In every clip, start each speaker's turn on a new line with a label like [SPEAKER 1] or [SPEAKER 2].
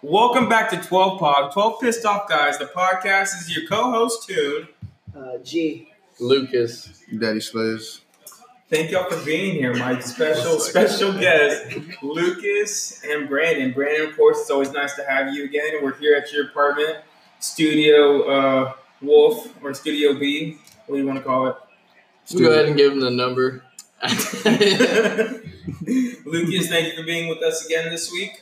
[SPEAKER 1] Welcome back to 12 Pod, 12 Pissed Off Guys. The podcast is your co host, Tune.
[SPEAKER 2] Uh, G.
[SPEAKER 3] Lucas.
[SPEAKER 4] Daddy Slays.
[SPEAKER 1] Thank y'all for being here, my special, special guest, Lucas and Brandon. Brandon, of course, it's always nice to have you again. We're here at your apartment, Studio uh, Wolf or Studio B, what do you want to call it?
[SPEAKER 3] We'll go ahead and give him the number.
[SPEAKER 1] Lucas, thank you for being with us again this week.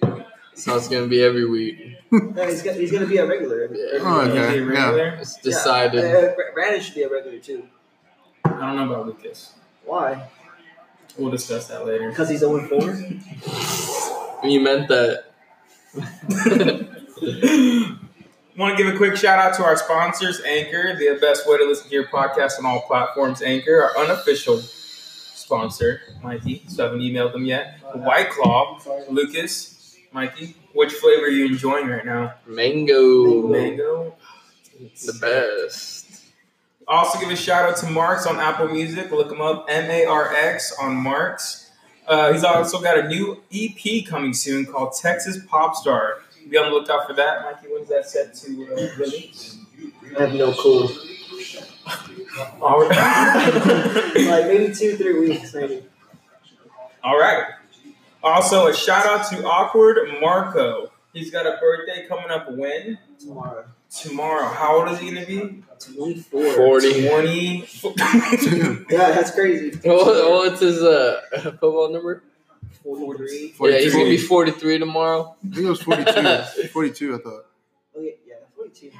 [SPEAKER 3] That's how it's gonna be every week.
[SPEAKER 2] No, he's gonna, he's gonna be a regular.
[SPEAKER 4] Oh,
[SPEAKER 1] Everyone's
[SPEAKER 4] okay,
[SPEAKER 1] a regular.
[SPEAKER 3] It's
[SPEAKER 2] Yeah.
[SPEAKER 3] decided.
[SPEAKER 2] Uh, Br- Brandon should be a regular too.
[SPEAKER 1] I don't know about Lucas.
[SPEAKER 2] Why?
[SPEAKER 1] We'll discuss that later.
[SPEAKER 2] Because he's 0 4?
[SPEAKER 3] You meant that.
[SPEAKER 1] Want to give a quick shout out to our sponsors, Anchor, the best way to listen to your podcast on all platforms. Anchor, our unofficial sponsor, Mikey. So I haven't emailed them yet. White Claw, Lucas, Mikey. Which flavor are you enjoying right now?
[SPEAKER 3] Mango.
[SPEAKER 1] Mango.
[SPEAKER 3] The best.
[SPEAKER 1] Also, give a shout out to Marks on Apple Music. Look him up, M A R X on Marks. Uh, he's also got a new EP coming soon called Texas Pop Star. Be on the lookout for that, Mikey. When's that set to uh, release?
[SPEAKER 2] I have no clue.
[SPEAKER 1] All right.
[SPEAKER 2] like maybe two, three weeks, maybe.
[SPEAKER 1] All right. Also, a shout out to Awkward Marco. He's got a birthday coming up when?
[SPEAKER 2] Tomorrow.
[SPEAKER 1] Tomorrow. How old is he going to be?
[SPEAKER 2] 24.
[SPEAKER 3] 40.
[SPEAKER 1] 20.
[SPEAKER 2] Yeah, that's crazy.
[SPEAKER 3] What- what's Oh, his uh, football number?
[SPEAKER 2] 43.
[SPEAKER 3] Yeah, he's gonna be
[SPEAKER 4] 42.
[SPEAKER 3] 43 tomorrow.
[SPEAKER 4] I think it was 42. 42, I
[SPEAKER 2] Oh,
[SPEAKER 4] thought.
[SPEAKER 2] yeah, yeah, 42.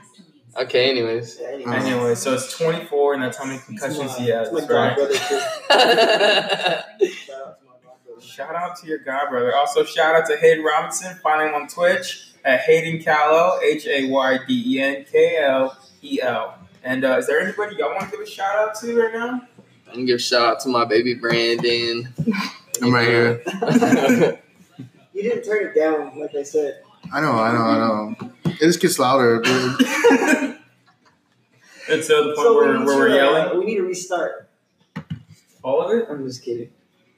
[SPEAKER 3] Okay, anyways.
[SPEAKER 2] Yeah, anyway.
[SPEAKER 4] Uh-huh.
[SPEAKER 1] anyway, so it's 24, and that's how many concussions he has,
[SPEAKER 2] It's my
[SPEAKER 1] right?
[SPEAKER 2] godbrother, too. Shout out to my godbrother.
[SPEAKER 1] Shout out to your god brother. Also, shout out to Hayden Robinson. Find him on Twitch at Hayden Callow, H A Y D E N K L E L. And uh, is there anybody y'all want to give a shout out to right now?
[SPEAKER 3] I'm gonna give a shout out to my baby Brandon.
[SPEAKER 4] I'm right here.
[SPEAKER 2] You didn't turn it down, like I said.
[SPEAKER 4] I know, I know, I know. It just gets louder. dude.
[SPEAKER 1] and so the point
[SPEAKER 2] we
[SPEAKER 1] where,
[SPEAKER 2] need
[SPEAKER 1] where
[SPEAKER 2] to,
[SPEAKER 1] we're
[SPEAKER 2] uh,
[SPEAKER 1] yelling,
[SPEAKER 2] We need to restart.
[SPEAKER 1] all of it.
[SPEAKER 2] I'm just kidding.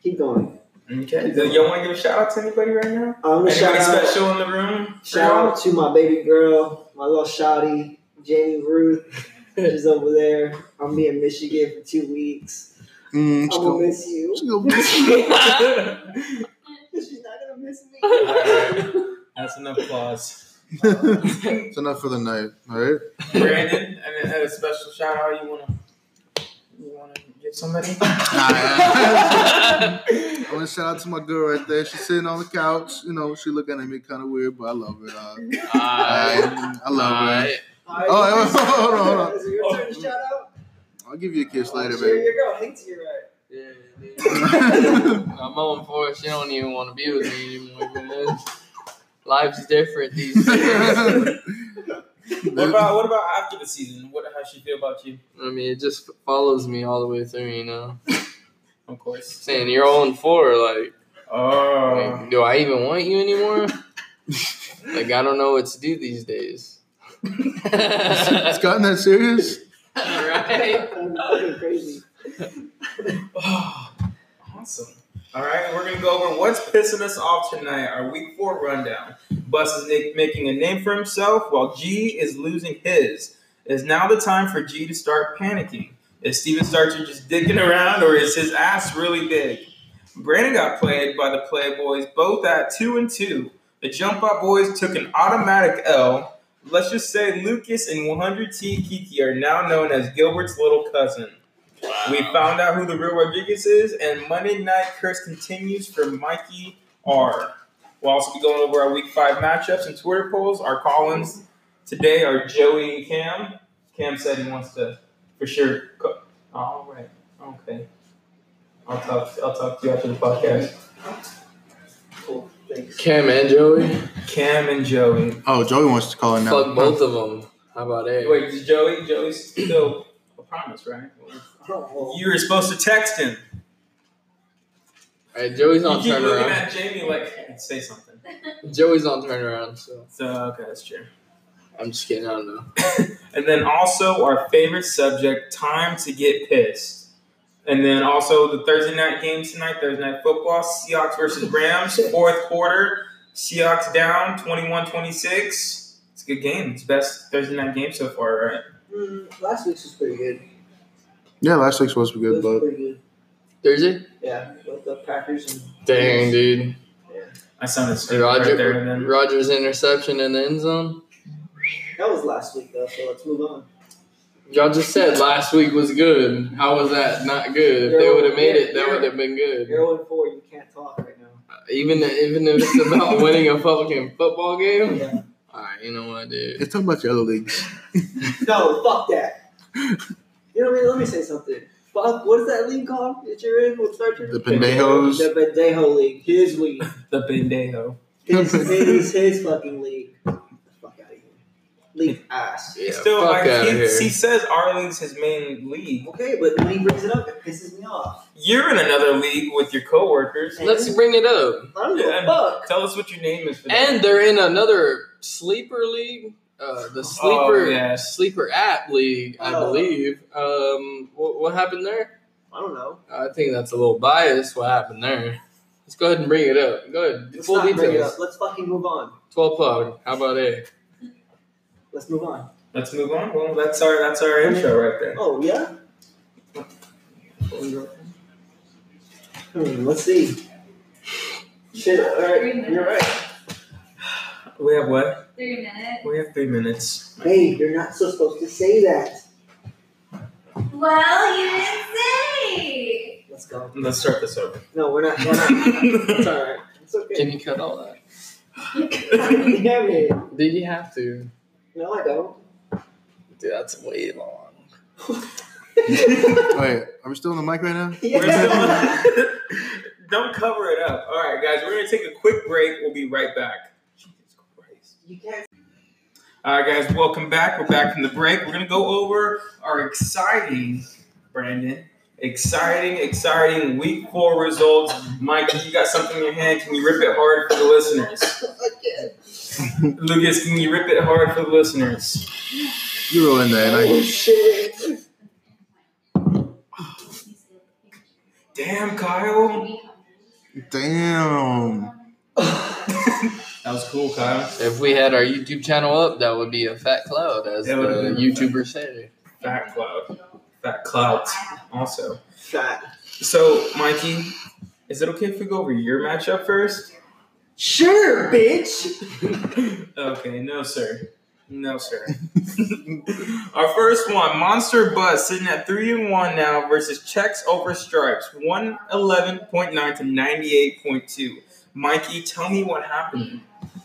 [SPEAKER 2] Keep going.
[SPEAKER 1] Okay. Do y'all want to give a shout out to anybody right now?
[SPEAKER 2] I'm gonna
[SPEAKER 1] Anybody
[SPEAKER 2] shout out.
[SPEAKER 1] special in the room?
[SPEAKER 2] Shout out to my baby girl, my little shawty, Jamie Ruth. She's over there. I'm be in Michigan for two weeks.
[SPEAKER 4] Mm,
[SPEAKER 2] I'm
[SPEAKER 4] she's
[SPEAKER 2] gonna
[SPEAKER 4] gonna-
[SPEAKER 2] miss you.
[SPEAKER 4] she's gonna miss you.
[SPEAKER 2] She's not gonna miss me.
[SPEAKER 1] That's enough applause.
[SPEAKER 4] It's enough for the night, all right?
[SPEAKER 1] Brandon, and a special shout out. You wanna you wanna give somebody?
[SPEAKER 4] Nah, I want to shout out to my girl right there. She's sitting on the couch. You know, she looking at me kind of weird, but I love her. Uh, I, I love her.
[SPEAKER 3] Alright.
[SPEAKER 2] Alright,
[SPEAKER 4] Oh, wait, wait, hold on, hold on.
[SPEAKER 2] Is it your turn to shout out?
[SPEAKER 4] I'll give you a kiss later,
[SPEAKER 2] Sure,
[SPEAKER 4] baby.
[SPEAKER 2] your girl hates you, right?
[SPEAKER 3] Yeah, dude. I'm on for it. She don't even want to be with me anymore. man. Life's different these days.
[SPEAKER 1] What about what about after the season? What how she feel about you?
[SPEAKER 3] I mean, it just follows me all the way through, you know.
[SPEAKER 1] Of course.
[SPEAKER 3] Saying you're on four, like,
[SPEAKER 1] Oh.
[SPEAKER 3] like, do I even want you anymore? like, I don't know what to do these days.
[SPEAKER 4] it's gotten that serious?
[SPEAKER 3] right?
[SPEAKER 2] I'm fucking crazy.
[SPEAKER 1] awesome. All right, we're gonna go over what's pissing us off tonight. Our week four rundown. Bus is na- making a name for himself, while G is losing his. Is now the time for G to start panicking? Is Steven Starcher just dicking around, or is his ass really big? Brandon got played by the Playboys, both at two and two. The Jump Up Boys took an automatic L. Let's just say Lucas and 100T Kiki are now known as Gilbert's little cousin. We found out who the real Rodriguez is, and Monday Night Curse continues for Mikey R. We'll also be going over our Week 5 matchups and Twitter polls. Our call-ins today are Joey and Cam. Cam said he wants to, for sure. Co- All right. Okay. I'll talk, I'll talk to you after the podcast.
[SPEAKER 2] Cool. Thanks.
[SPEAKER 3] Cam and Joey?
[SPEAKER 1] Cam and Joey.
[SPEAKER 4] Oh, Joey wants to call in now.
[SPEAKER 3] Fuck both of them. How about that?
[SPEAKER 1] Wait, is Joey? Joey's still a promise, right?
[SPEAKER 2] Oh,
[SPEAKER 1] You were supposed to text him.
[SPEAKER 3] Alright, Joey's
[SPEAKER 1] You
[SPEAKER 3] on
[SPEAKER 1] keep looking
[SPEAKER 3] turnaround.
[SPEAKER 1] at Jamie like, say something.
[SPEAKER 3] Joey's on turnaround, so
[SPEAKER 1] So, okay, that's true.
[SPEAKER 3] I'm just kidding. I don't know.
[SPEAKER 1] And then also our favorite subject, time to get pissed. And then also the Thursday night game tonight, Thursday night football, Seahawks versus Rams, fourth quarter. Seahawks down 21 26. It's a good game. It's the best Thursday night game so far, right?
[SPEAKER 2] Mm, last week's was pretty good.
[SPEAKER 4] Yeah, last week's was
[SPEAKER 2] It was
[SPEAKER 4] good, but
[SPEAKER 2] pretty good.
[SPEAKER 3] Thursday?
[SPEAKER 2] Yeah, with the Packers and
[SPEAKER 3] Dang, dude.
[SPEAKER 1] I sounded stupid right there. And
[SPEAKER 3] Roger,
[SPEAKER 1] then
[SPEAKER 3] Roger's interception in the end zone.
[SPEAKER 2] that was last week though. So let's move on.
[SPEAKER 3] Y'all just said last week was good. How was that not good? If they would have made it, that would have been good.
[SPEAKER 2] You're 0 and 4. You can't talk right now.
[SPEAKER 3] Even even if it's about winning a fucking football game.
[SPEAKER 2] Yeah.
[SPEAKER 3] All right, you know what, dude.
[SPEAKER 4] it's talking about your other leagues.
[SPEAKER 2] No, fuck that. You know what I mean? Let me say something. Fuck, what is that league called that you're in? What start your
[SPEAKER 4] The Pendejos.
[SPEAKER 2] The Bendejo League. His league.
[SPEAKER 1] the Bendejo.
[SPEAKER 2] His, his, his fucking league. Get the fuck out of here. League ass.
[SPEAKER 3] Yeah,
[SPEAKER 1] Still,
[SPEAKER 3] fuck
[SPEAKER 1] like,
[SPEAKER 3] outta
[SPEAKER 1] he,
[SPEAKER 3] here.
[SPEAKER 1] he says our league's his main league.
[SPEAKER 2] Okay, but when he brings it up, it pisses me off.
[SPEAKER 1] You're in another league with your coworkers.
[SPEAKER 3] Let's bring it up.
[SPEAKER 2] I don't give
[SPEAKER 1] Yeah.
[SPEAKER 2] a fuck.
[SPEAKER 1] Tell us what your name is for that.
[SPEAKER 3] And they're in another sleeper league. Uh, the sleeper
[SPEAKER 1] Oh, yeah.
[SPEAKER 3] sleeper app league, I
[SPEAKER 2] Oh.
[SPEAKER 3] believe. Um, what, what happened there?
[SPEAKER 2] I don't know.
[SPEAKER 3] I think that's a little biased. What happened there? Let's go ahead and bring it up. Go ahead.
[SPEAKER 2] Let's
[SPEAKER 3] Full
[SPEAKER 2] not bring it
[SPEAKER 3] details.
[SPEAKER 2] up. Let's fucking move on.
[SPEAKER 3] 12 plug. How about it?
[SPEAKER 2] Let's move on.
[SPEAKER 1] Let's move on. Well, that's our that's our intro right there.
[SPEAKER 2] Oh, yeah? Hmm, let's see. Shit, alright, you're right.
[SPEAKER 1] We have what?
[SPEAKER 5] Three minutes.
[SPEAKER 1] We have three minutes.
[SPEAKER 2] Babe, you're not so supposed to say that.
[SPEAKER 5] Well, you didn't say.
[SPEAKER 2] Let's go.
[SPEAKER 1] Let's start this over.
[SPEAKER 2] No, we're not. We're not. it's alright. It's okay.
[SPEAKER 3] Can you cut all that?
[SPEAKER 2] Damn it.
[SPEAKER 3] Did you have to?
[SPEAKER 2] No, I don't.
[SPEAKER 3] Dude, that's way long.
[SPEAKER 4] Wait, are we still on the mic right now?
[SPEAKER 1] We're
[SPEAKER 2] yeah.
[SPEAKER 1] still- Don't cover it up. All right, guys, we're gonna take a quick break. We'll be right back. Jesus Christ.
[SPEAKER 2] You can't.
[SPEAKER 1] All right, guys, welcome back. We're back from the break. We're gonna go over our exciting, Brandon, exciting, exciting week four results. Mike, you got something in your hand? Can you rip it hard for the listeners? Lucas, can you rip it hard for the listeners?
[SPEAKER 4] You were in there, and
[SPEAKER 2] Oh,
[SPEAKER 4] I,
[SPEAKER 2] shit.
[SPEAKER 1] Damn, Kyle.
[SPEAKER 4] damn.
[SPEAKER 1] Um, That was cool, Kyle.
[SPEAKER 3] If we had our YouTube channel up, that would be a fat cloud, as the
[SPEAKER 1] That would've been-
[SPEAKER 3] YouTuber said.
[SPEAKER 1] Fat cloud. Fat clout. Also.
[SPEAKER 2] Fat.
[SPEAKER 1] So, Mikey, is it okay if we go over your matchup first?
[SPEAKER 2] Sure, bitch.
[SPEAKER 1] Okay, no, sir. No, sir. Our first one, Monster Bus, sitting at three and one now versus Checks Over Stripes, one eleven point nine to ninety eight point two. Mikey, tell me what happened.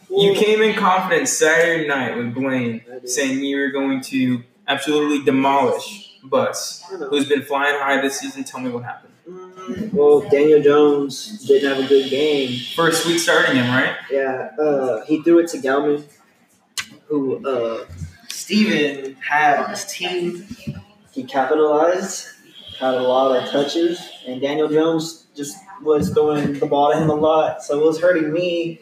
[SPEAKER 1] You came in confident Saturday night with Blaine,
[SPEAKER 2] I did.
[SPEAKER 1] saying you were going to absolutely demolish Bus,
[SPEAKER 2] I know.
[SPEAKER 1] who's been flying high this season. Tell me what happened.
[SPEAKER 2] Mm, Well, Daniel Jones didn't have a good game.
[SPEAKER 1] First week starting him, right?
[SPEAKER 2] Yeah, uh, he threw it to Gelman, who uh, Steven had on his team. He capitalized, had a lot of touches, and Daniel Jones just was throwing the ball to him a lot, so it was hurting me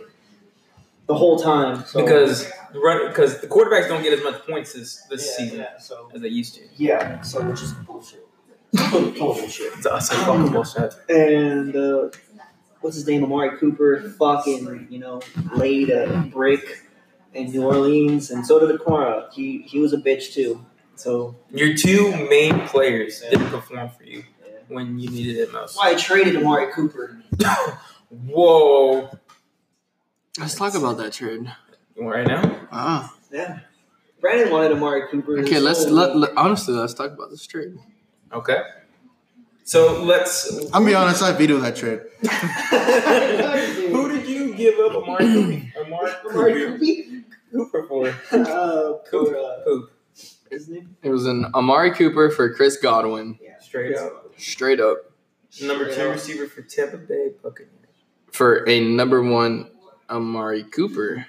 [SPEAKER 2] the whole time. So,
[SPEAKER 1] because because the quarterbacks don't get as much points as this
[SPEAKER 2] yeah,
[SPEAKER 1] season
[SPEAKER 2] yeah, so
[SPEAKER 1] as they used to.
[SPEAKER 2] yeah, so which is bullshit. Total bullshit.
[SPEAKER 1] It's us and fucking bullshit.
[SPEAKER 2] And uh, what's his name, Amari Cooper, fucking you know laid a brick in New Orleans, and so did Aquara. He he was a bitch too. So
[SPEAKER 1] Your two main players
[SPEAKER 2] Yeah.
[SPEAKER 1] didn't perform for you
[SPEAKER 2] Yeah.
[SPEAKER 1] when you needed it most.
[SPEAKER 2] that's why I traded Amari Cooper.
[SPEAKER 1] Whoa!
[SPEAKER 3] Let's talk about that trade.
[SPEAKER 1] You want Right now,
[SPEAKER 4] Ah,
[SPEAKER 2] Brandon wanted Amari Cooper.
[SPEAKER 3] Okay, let's
[SPEAKER 2] so-
[SPEAKER 3] let, let- honestly let's talk about this trade.
[SPEAKER 1] okay. So let's.
[SPEAKER 4] I'm be honest, I vetoed that trade.
[SPEAKER 1] Who did you give up Amari Cooper- Amari Cooper,
[SPEAKER 2] Amari
[SPEAKER 1] Cooper for?
[SPEAKER 2] Cooper. Uh,
[SPEAKER 1] Cooper.
[SPEAKER 2] for, uh,
[SPEAKER 1] Poop.
[SPEAKER 2] his name?
[SPEAKER 3] It was an Amari Cooper for Chris Godwin,
[SPEAKER 1] Straight up.
[SPEAKER 3] straight up
[SPEAKER 1] Number two receiver for Tampa Bay Buccaneers.
[SPEAKER 3] for a number one Amari Cooper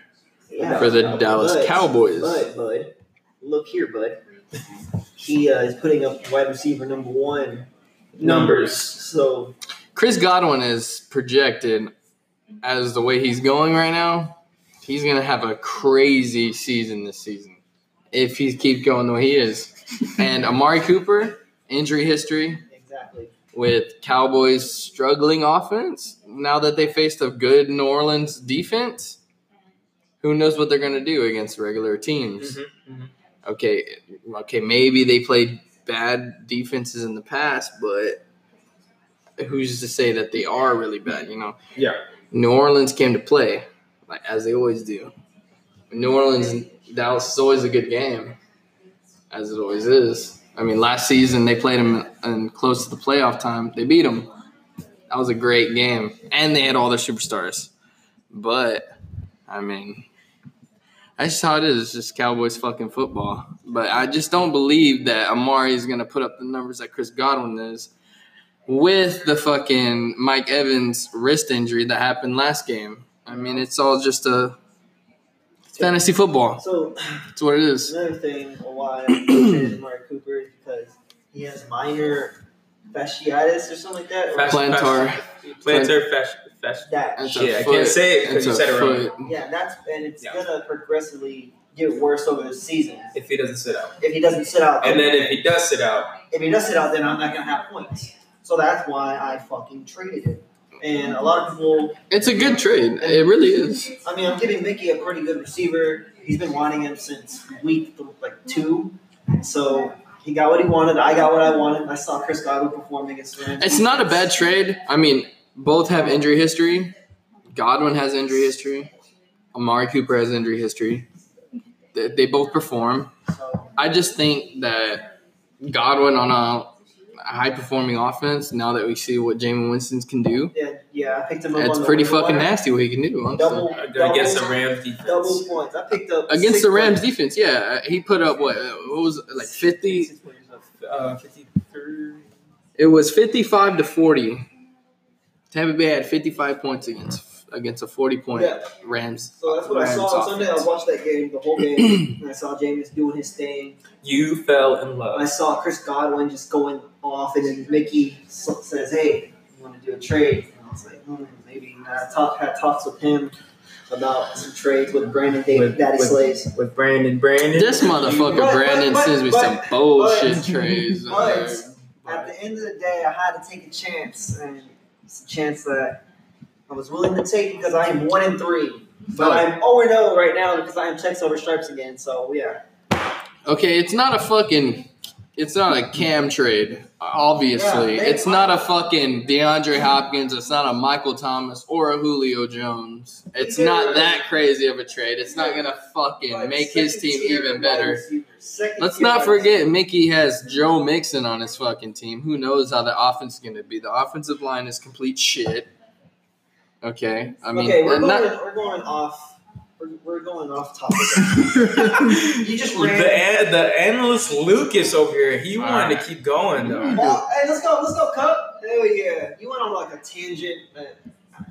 [SPEAKER 2] Yeah.
[SPEAKER 3] for the Dallas
[SPEAKER 2] But-
[SPEAKER 3] Cowboys.
[SPEAKER 2] Bud, bud, look here, bud. He uh, is putting up wide receiver number one
[SPEAKER 1] Numbers.
[SPEAKER 2] So
[SPEAKER 3] Chris Godwin is projected as the way he's going right now. He's gonna have a crazy season this season if he keeps going the way he is. And Amari Cooper injury history
[SPEAKER 2] exactly.
[SPEAKER 3] with Cowboys struggling offense. Now that they faced a good New Orleans defense, who knows what they're going to do against regular teams?
[SPEAKER 2] Mm-hmm.
[SPEAKER 1] Mhm, mhm.
[SPEAKER 3] Okay, okay, maybe they played bad defenses in the past, but who's to say that they are really bad? You know,
[SPEAKER 1] Yeah.
[SPEAKER 3] New Orleans came to play, like as they always do. New Orleans, Dallas is always a good game, as it always is. I mean, last season they played them and close to the playoff time, they beat them. That was a great game, and they had all their superstars. But I mean, that's just how it is. It's just Cowboys fucking football. But I just don't believe that Amari is gonna put up the numbers that Chris Godwin is with the fucking Mike Evans wrist injury that happened last game. I mean, it's all just a it's fantasy football.
[SPEAKER 2] So
[SPEAKER 3] It's what it is.
[SPEAKER 2] another thing why I'm interested in Mark Cooper is because he has minor fasciitis or something like that. or-
[SPEAKER 1] Fasci-
[SPEAKER 3] Plantar.
[SPEAKER 1] Plantar fasci- fasci-
[SPEAKER 2] that
[SPEAKER 3] That's a
[SPEAKER 1] Shit, I
[SPEAKER 3] foot.
[SPEAKER 1] can't say it because
[SPEAKER 3] That's
[SPEAKER 1] you
[SPEAKER 3] a
[SPEAKER 1] said it wrong.
[SPEAKER 3] foot.
[SPEAKER 2] yeah, that's and it's
[SPEAKER 1] Yeah.
[SPEAKER 2] gonna progressively get worse over the season
[SPEAKER 1] If he doesn't sit out,
[SPEAKER 2] if he doesn't sit out.
[SPEAKER 1] and then if he does sit out,
[SPEAKER 2] if he does sit out, then I'm not gonna have points. So that's why I fucking traded him. And a lot of people,
[SPEAKER 3] It's a good trade. It really is.
[SPEAKER 2] I mean, I'm giving Mickey a pretty good receiver. He's been wanting him since week th- like two, so he got what he wanted. I got what I wanted. I saw Chris Godwin perform against the Rams.
[SPEAKER 3] It's not a bad trade. I mean, both have injury history. Godwin has injury history. Amari Cooper has injury history. They, they both perform.
[SPEAKER 2] So,
[SPEAKER 3] I just think that Godwin on a high performing offense, now that we see what Jameis Winston can do,
[SPEAKER 2] yeah, yeah, I picked him up.
[SPEAKER 3] it's
[SPEAKER 2] on the
[SPEAKER 3] pretty
[SPEAKER 2] waiver
[SPEAKER 3] fucking
[SPEAKER 2] wire.
[SPEAKER 3] nasty what he can do. honestly.
[SPEAKER 2] Double,
[SPEAKER 1] uh,
[SPEAKER 2] double,
[SPEAKER 1] against the Rams
[SPEAKER 2] double
[SPEAKER 1] defense,
[SPEAKER 2] points. I picked up
[SPEAKER 3] Against
[SPEAKER 2] six
[SPEAKER 3] the Rams
[SPEAKER 2] points.
[SPEAKER 3] defense, yeah. He put up what, uh, what was it, like 50?
[SPEAKER 2] Six points up.
[SPEAKER 1] uh, 53.
[SPEAKER 3] It was 55 to 40. Tampa Bay had 55 points against against a 40 point
[SPEAKER 2] Yeah.
[SPEAKER 3] Rams.
[SPEAKER 2] So that's what I
[SPEAKER 3] Rams
[SPEAKER 2] saw on Sunday. I
[SPEAKER 3] offense.
[SPEAKER 2] watched that game, the whole game, and I saw Jameis doing his thing.
[SPEAKER 1] You fell in
[SPEAKER 2] I
[SPEAKER 1] love.
[SPEAKER 2] saw Chris Godwin just going off, and then Mickey s- says, "Hey, you want to do a trade?" And I was like, hmm, "Maybe." And I talk, had talks with him about some trades with Brandon David,
[SPEAKER 1] With-
[SPEAKER 2] Daddy
[SPEAKER 1] with-
[SPEAKER 2] Slays.
[SPEAKER 1] with Brandon. Brandon,
[SPEAKER 3] This
[SPEAKER 2] But-
[SPEAKER 3] motherfucker
[SPEAKER 2] but-
[SPEAKER 3] Brandon
[SPEAKER 2] but-
[SPEAKER 3] sends me
[SPEAKER 2] but-
[SPEAKER 3] some bullshit
[SPEAKER 2] but-
[SPEAKER 3] trades.
[SPEAKER 2] but- At the end of the day, I had to take a chance, and it's a chance that I was willing to take because I am one and three, but I'm zero and zero right now because I am checks over stripes again. So yeah,
[SPEAKER 3] okay, it's not a fucking, it's not a Cam trade. Obviously,
[SPEAKER 2] Yeah, they-
[SPEAKER 3] it's not a fucking DeAndre Hopkins. It's not a Michael Thomas or a Julio Jones. It's not that crazy of a trade. It's not gonna fucking
[SPEAKER 2] Like,
[SPEAKER 3] make his
[SPEAKER 2] second
[SPEAKER 3] team
[SPEAKER 2] tier
[SPEAKER 3] even
[SPEAKER 2] wide
[SPEAKER 3] better.
[SPEAKER 2] receivers. Second
[SPEAKER 3] Let's
[SPEAKER 2] tier
[SPEAKER 3] not
[SPEAKER 2] wide
[SPEAKER 3] forget Mickey has Joe Mixon on his fucking team. Who knows how the offense is gonna be? The offensive line is complete shit. Okay, I mean,
[SPEAKER 2] okay, we're
[SPEAKER 3] not-
[SPEAKER 2] going, we're going off. We're, we're going off topic. you just
[SPEAKER 1] the
[SPEAKER 2] ran.
[SPEAKER 1] an- the analyst Lucas over here. He
[SPEAKER 3] All
[SPEAKER 1] wanted
[SPEAKER 3] right.
[SPEAKER 1] to keep going though.
[SPEAKER 2] Oh, hey, let's go. Let's go, Cup. Hell yeah! You went on like a tangent. But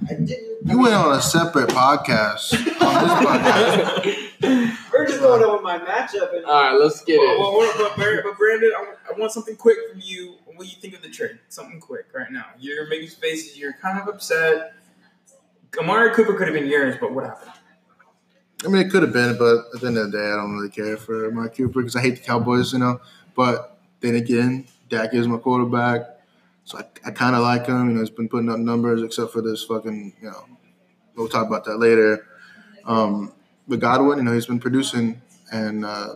[SPEAKER 2] I didn't. I
[SPEAKER 4] You went on a separate podcast on this podcast.
[SPEAKER 2] We're just going over my matchup and
[SPEAKER 3] All right, let's get
[SPEAKER 1] Well,
[SPEAKER 3] it.
[SPEAKER 1] well, well, but, Brandon- but Brandon, I, want- I want something quick from you. What do you think of the trade? Something quick right now. You're making faces. You're kind of upset. Amari Cooper could have been yours, but what happened?
[SPEAKER 4] I mean, it could have been, but at the end of the day, I don't really care for Mark Cooper because I hate the Cowboys, you know. But then again, Dak is my quarterback, so I, I kind of like him. You know, he's been putting up numbers, except for this fucking, you know, we'll talk about that later. Um, but Godwin, you know, he's been producing, and uh,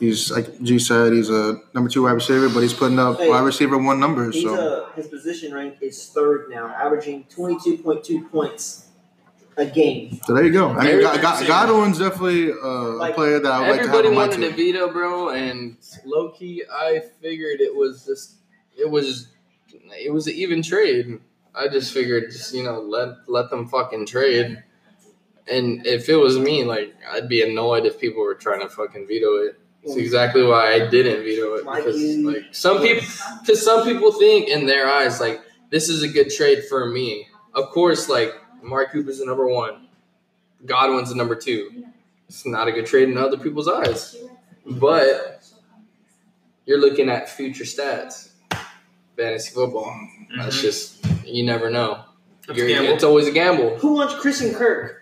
[SPEAKER 4] he's like G said, he's a number two wide receiver, but he's putting up
[SPEAKER 2] Hey.
[SPEAKER 4] wide receiver one numbers.
[SPEAKER 2] he's
[SPEAKER 4] So
[SPEAKER 2] uh, his position rank is third now, averaging twenty two point two points a game.
[SPEAKER 4] so there you go. I mean,
[SPEAKER 3] Very
[SPEAKER 4] God, God,
[SPEAKER 1] interesting.
[SPEAKER 4] Godwin's definitely uh, a
[SPEAKER 2] Like,
[SPEAKER 4] player that I would like to have
[SPEAKER 3] Everybody
[SPEAKER 4] on my
[SPEAKER 3] wanted
[SPEAKER 4] team.
[SPEAKER 3] a veto, bro, and low key, I figured it was just, it was, it was an even trade. I just figured, just you know, let let them fucking trade. And if it was me, like I'd be annoyed if people were trying to fucking veto it. It's exactly why I didn't veto it because like some people, because some people think in their eyes like this is a good trade for me. Of course, like Mark Cooper's the number one, Godwin's the number two. It's not a good trade in other people's eyes, but you're looking at future stats, fantasy football. That's just you never know.
[SPEAKER 1] Mm-hmm. That's a
[SPEAKER 3] You're,
[SPEAKER 1] gamble.
[SPEAKER 3] it's always a gamble.
[SPEAKER 2] Who wants Christian Kirk?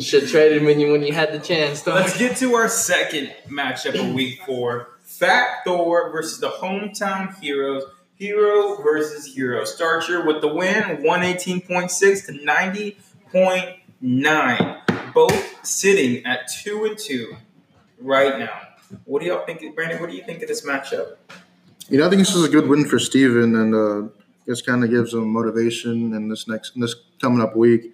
[SPEAKER 3] Should traded when you when you had the chance.
[SPEAKER 1] So
[SPEAKER 3] though.
[SPEAKER 1] let's get to our second matchup of week four. Fat Thor versus the hometown heroes. Hero versus hero. Starcher with the win, 118.6 to nine, both sitting at two and two right now. What do y'all think, Brandon? What do you think of this matchup?
[SPEAKER 4] You know, I think this is a good win for Steven and uh, this kind of gives him motivation in this next in this coming up week.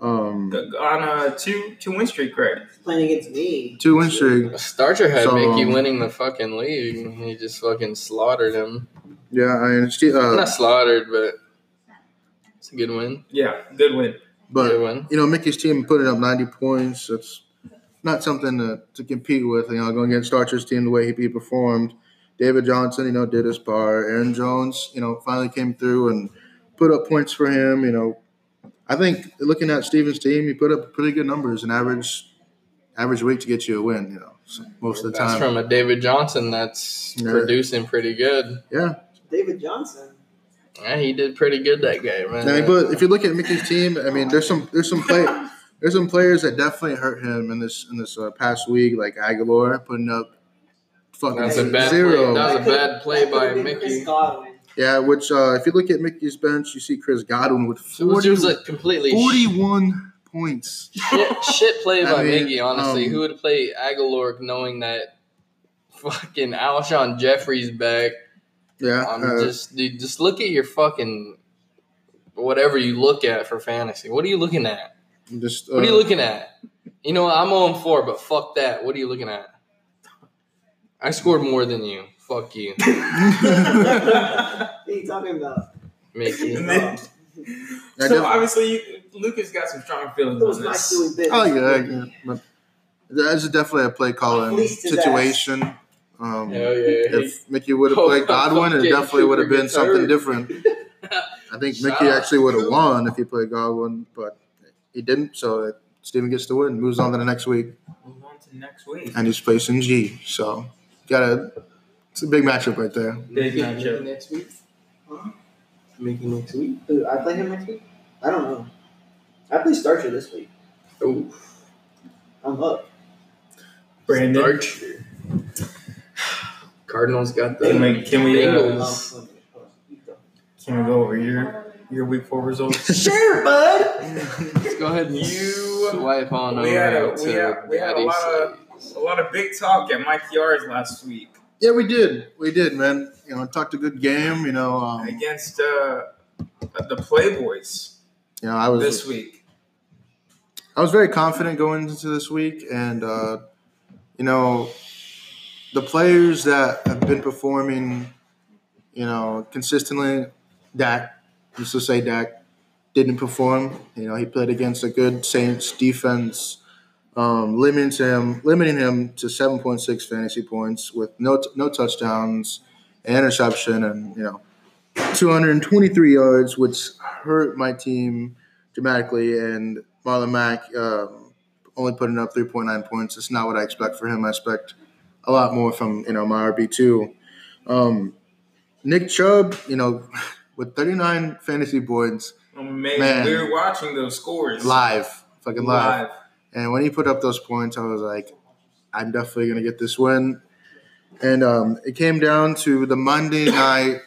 [SPEAKER 4] Um,
[SPEAKER 1] The- On a two two win streak, right?
[SPEAKER 2] Playing against me.
[SPEAKER 4] two win streak.
[SPEAKER 3] A starter had
[SPEAKER 4] So,
[SPEAKER 3] Mickey
[SPEAKER 4] um,
[SPEAKER 3] winning the fucking league. and He just fucking slaughtered him.
[SPEAKER 4] Yeah, I mean, Ste-
[SPEAKER 3] Not
[SPEAKER 4] uh,
[SPEAKER 3] slaughtered, but it's a good win.
[SPEAKER 1] Yeah, good win.
[SPEAKER 4] but
[SPEAKER 3] good win.
[SPEAKER 4] you know, Mickey's team putting up 90 points. It's not something to, to compete with. You know, going against Archer's team the way he performed. David Johnson, you know, did his part. Aaron Jones, you know, finally came through and put up points for him. You know, I think looking at Steven's team, he put up pretty good numbers, an average average week to get you a win. You know, so most of the
[SPEAKER 3] That's
[SPEAKER 4] time.
[SPEAKER 3] from a David Johnson that's
[SPEAKER 4] Yeah.
[SPEAKER 3] producing pretty good.
[SPEAKER 4] yeah,
[SPEAKER 2] David Johnson.
[SPEAKER 3] Yeah, he did pretty good that game, man.
[SPEAKER 4] I mean, but if you look at Mickey's team, I mean, there's some there's some play there's some players that definitely hurt him in this in this uh, past week, like Aguilar putting up fucking
[SPEAKER 3] That's a bad
[SPEAKER 4] zero.
[SPEAKER 3] play. That was a
[SPEAKER 2] That could've-
[SPEAKER 3] bad play
[SPEAKER 2] that could've
[SPEAKER 3] by
[SPEAKER 2] been
[SPEAKER 3] Mickey.
[SPEAKER 2] Chris Godwin.
[SPEAKER 4] Yeah, which uh, if you look at Mickey's bench, you see Chris Godwin with
[SPEAKER 3] So it was
[SPEAKER 4] 40,
[SPEAKER 3] just a completely sh-
[SPEAKER 4] 41 points.
[SPEAKER 3] shit, shit play
[SPEAKER 4] I
[SPEAKER 3] by
[SPEAKER 4] mean,
[SPEAKER 3] Mickey, honestly.
[SPEAKER 4] um,
[SPEAKER 3] Who would play Aguilar knowing that fucking Alshon Jeffrey's back?
[SPEAKER 4] Yeah,
[SPEAKER 3] I'm
[SPEAKER 4] uh,
[SPEAKER 3] just dude, just look at your fucking whatever you look at for fantasy. What are you looking at?
[SPEAKER 4] just uh,
[SPEAKER 3] What are you looking at? You know, what? I'm on four, but fuck that. What are you looking at? I scored more than you. Fuck you,
[SPEAKER 2] What are you talking about?
[SPEAKER 3] Mickey.
[SPEAKER 1] And then- so
[SPEAKER 4] I def-
[SPEAKER 1] obviously, you, Lucas got some strong
[SPEAKER 2] It
[SPEAKER 1] feelings
[SPEAKER 2] was
[SPEAKER 1] on
[SPEAKER 2] nice
[SPEAKER 1] this.
[SPEAKER 2] doing business.
[SPEAKER 4] oh yeah,
[SPEAKER 2] with
[SPEAKER 4] yeah.
[SPEAKER 2] you.
[SPEAKER 4] But that's definitely a play
[SPEAKER 2] At
[SPEAKER 4] calling
[SPEAKER 2] least his ass.
[SPEAKER 4] situation.
[SPEAKER 3] Hell
[SPEAKER 4] Um,
[SPEAKER 3] yeah.
[SPEAKER 4] if Mickey would have
[SPEAKER 3] Oh,
[SPEAKER 4] played Godwin, it
[SPEAKER 3] fucking
[SPEAKER 4] definitely would have been
[SPEAKER 3] Cooper
[SPEAKER 4] something
[SPEAKER 3] gets
[SPEAKER 4] different. I think
[SPEAKER 3] Shout
[SPEAKER 4] Mickey
[SPEAKER 3] out
[SPEAKER 4] actually would have
[SPEAKER 3] Cooper.
[SPEAKER 4] won if he played Godwin, but he didn't. So it, Steven gets the win, moves on to the next week,
[SPEAKER 1] Move on to next week.
[SPEAKER 4] and he's facing G. So got a it's a big matchup right there.
[SPEAKER 1] Big matchup.
[SPEAKER 2] next week. Huh? Mickey next week. Who, I play him next week. I don't know. I play Starcher this week.
[SPEAKER 3] Ooh,
[SPEAKER 2] I'm up.
[SPEAKER 1] Brandon,
[SPEAKER 3] Archer. Cardinals got the
[SPEAKER 1] can we can we, uh,
[SPEAKER 3] Bengals.
[SPEAKER 2] Oh, okay. You go.
[SPEAKER 1] can we go over your your week four results?
[SPEAKER 2] Sure, bud.
[SPEAKER 3] Let's go ahead and
[SPEAKER 1] You-
[SPEAKER 3] swipe on
[SPEAKER 1] we
[SPEAKER 3] over
[SPEAKER 1] had a-
[SPEAKER 3] to
[SPEAKER 1] we had- we had a
[SPEAKER 3] Daddy
[SPEAKER 1] lot of-
[SPEAKER 3] Slays.
[SPEAKER 1] A lot of big talk at Mike Yards last week
[SPEAKER 4] Yeah, we did, we did, man. You know, talked a good game. You know, um, you
[SPEAKER 1] against uh, the Playboys
[SPEAKER 4] know, I was
[SPEAKER 1] this week.
[SPEAKER 4] I was very confident going into this week, and uh, you know, the players that have been performing, you know, consistently, Dak, let's just say Dak, didn't perform. You know, he played against a good Saints defense, um, limits him, limiting him to seven point six fantasy points with no t- no touchdowns, an interception, and you know, two hundred and twenty three yards, which hurt my team dramatically, and Marlon Mack um, only putting up 3.9 points. It's not what I expect for him. I expect a lot more from you know my RB two. Um, Nick Chubb, you know, with 39 fantasy points
[SPEAKER 1] Amazing.
[SPEAKER 4] Man.
[SPEAKER 1] Oh, We were watching those scores
[SPEAKER 4] live, fucking live. And when he put up those points, I was like, I'm definitely going to get this win. And um, it came down to the Monday night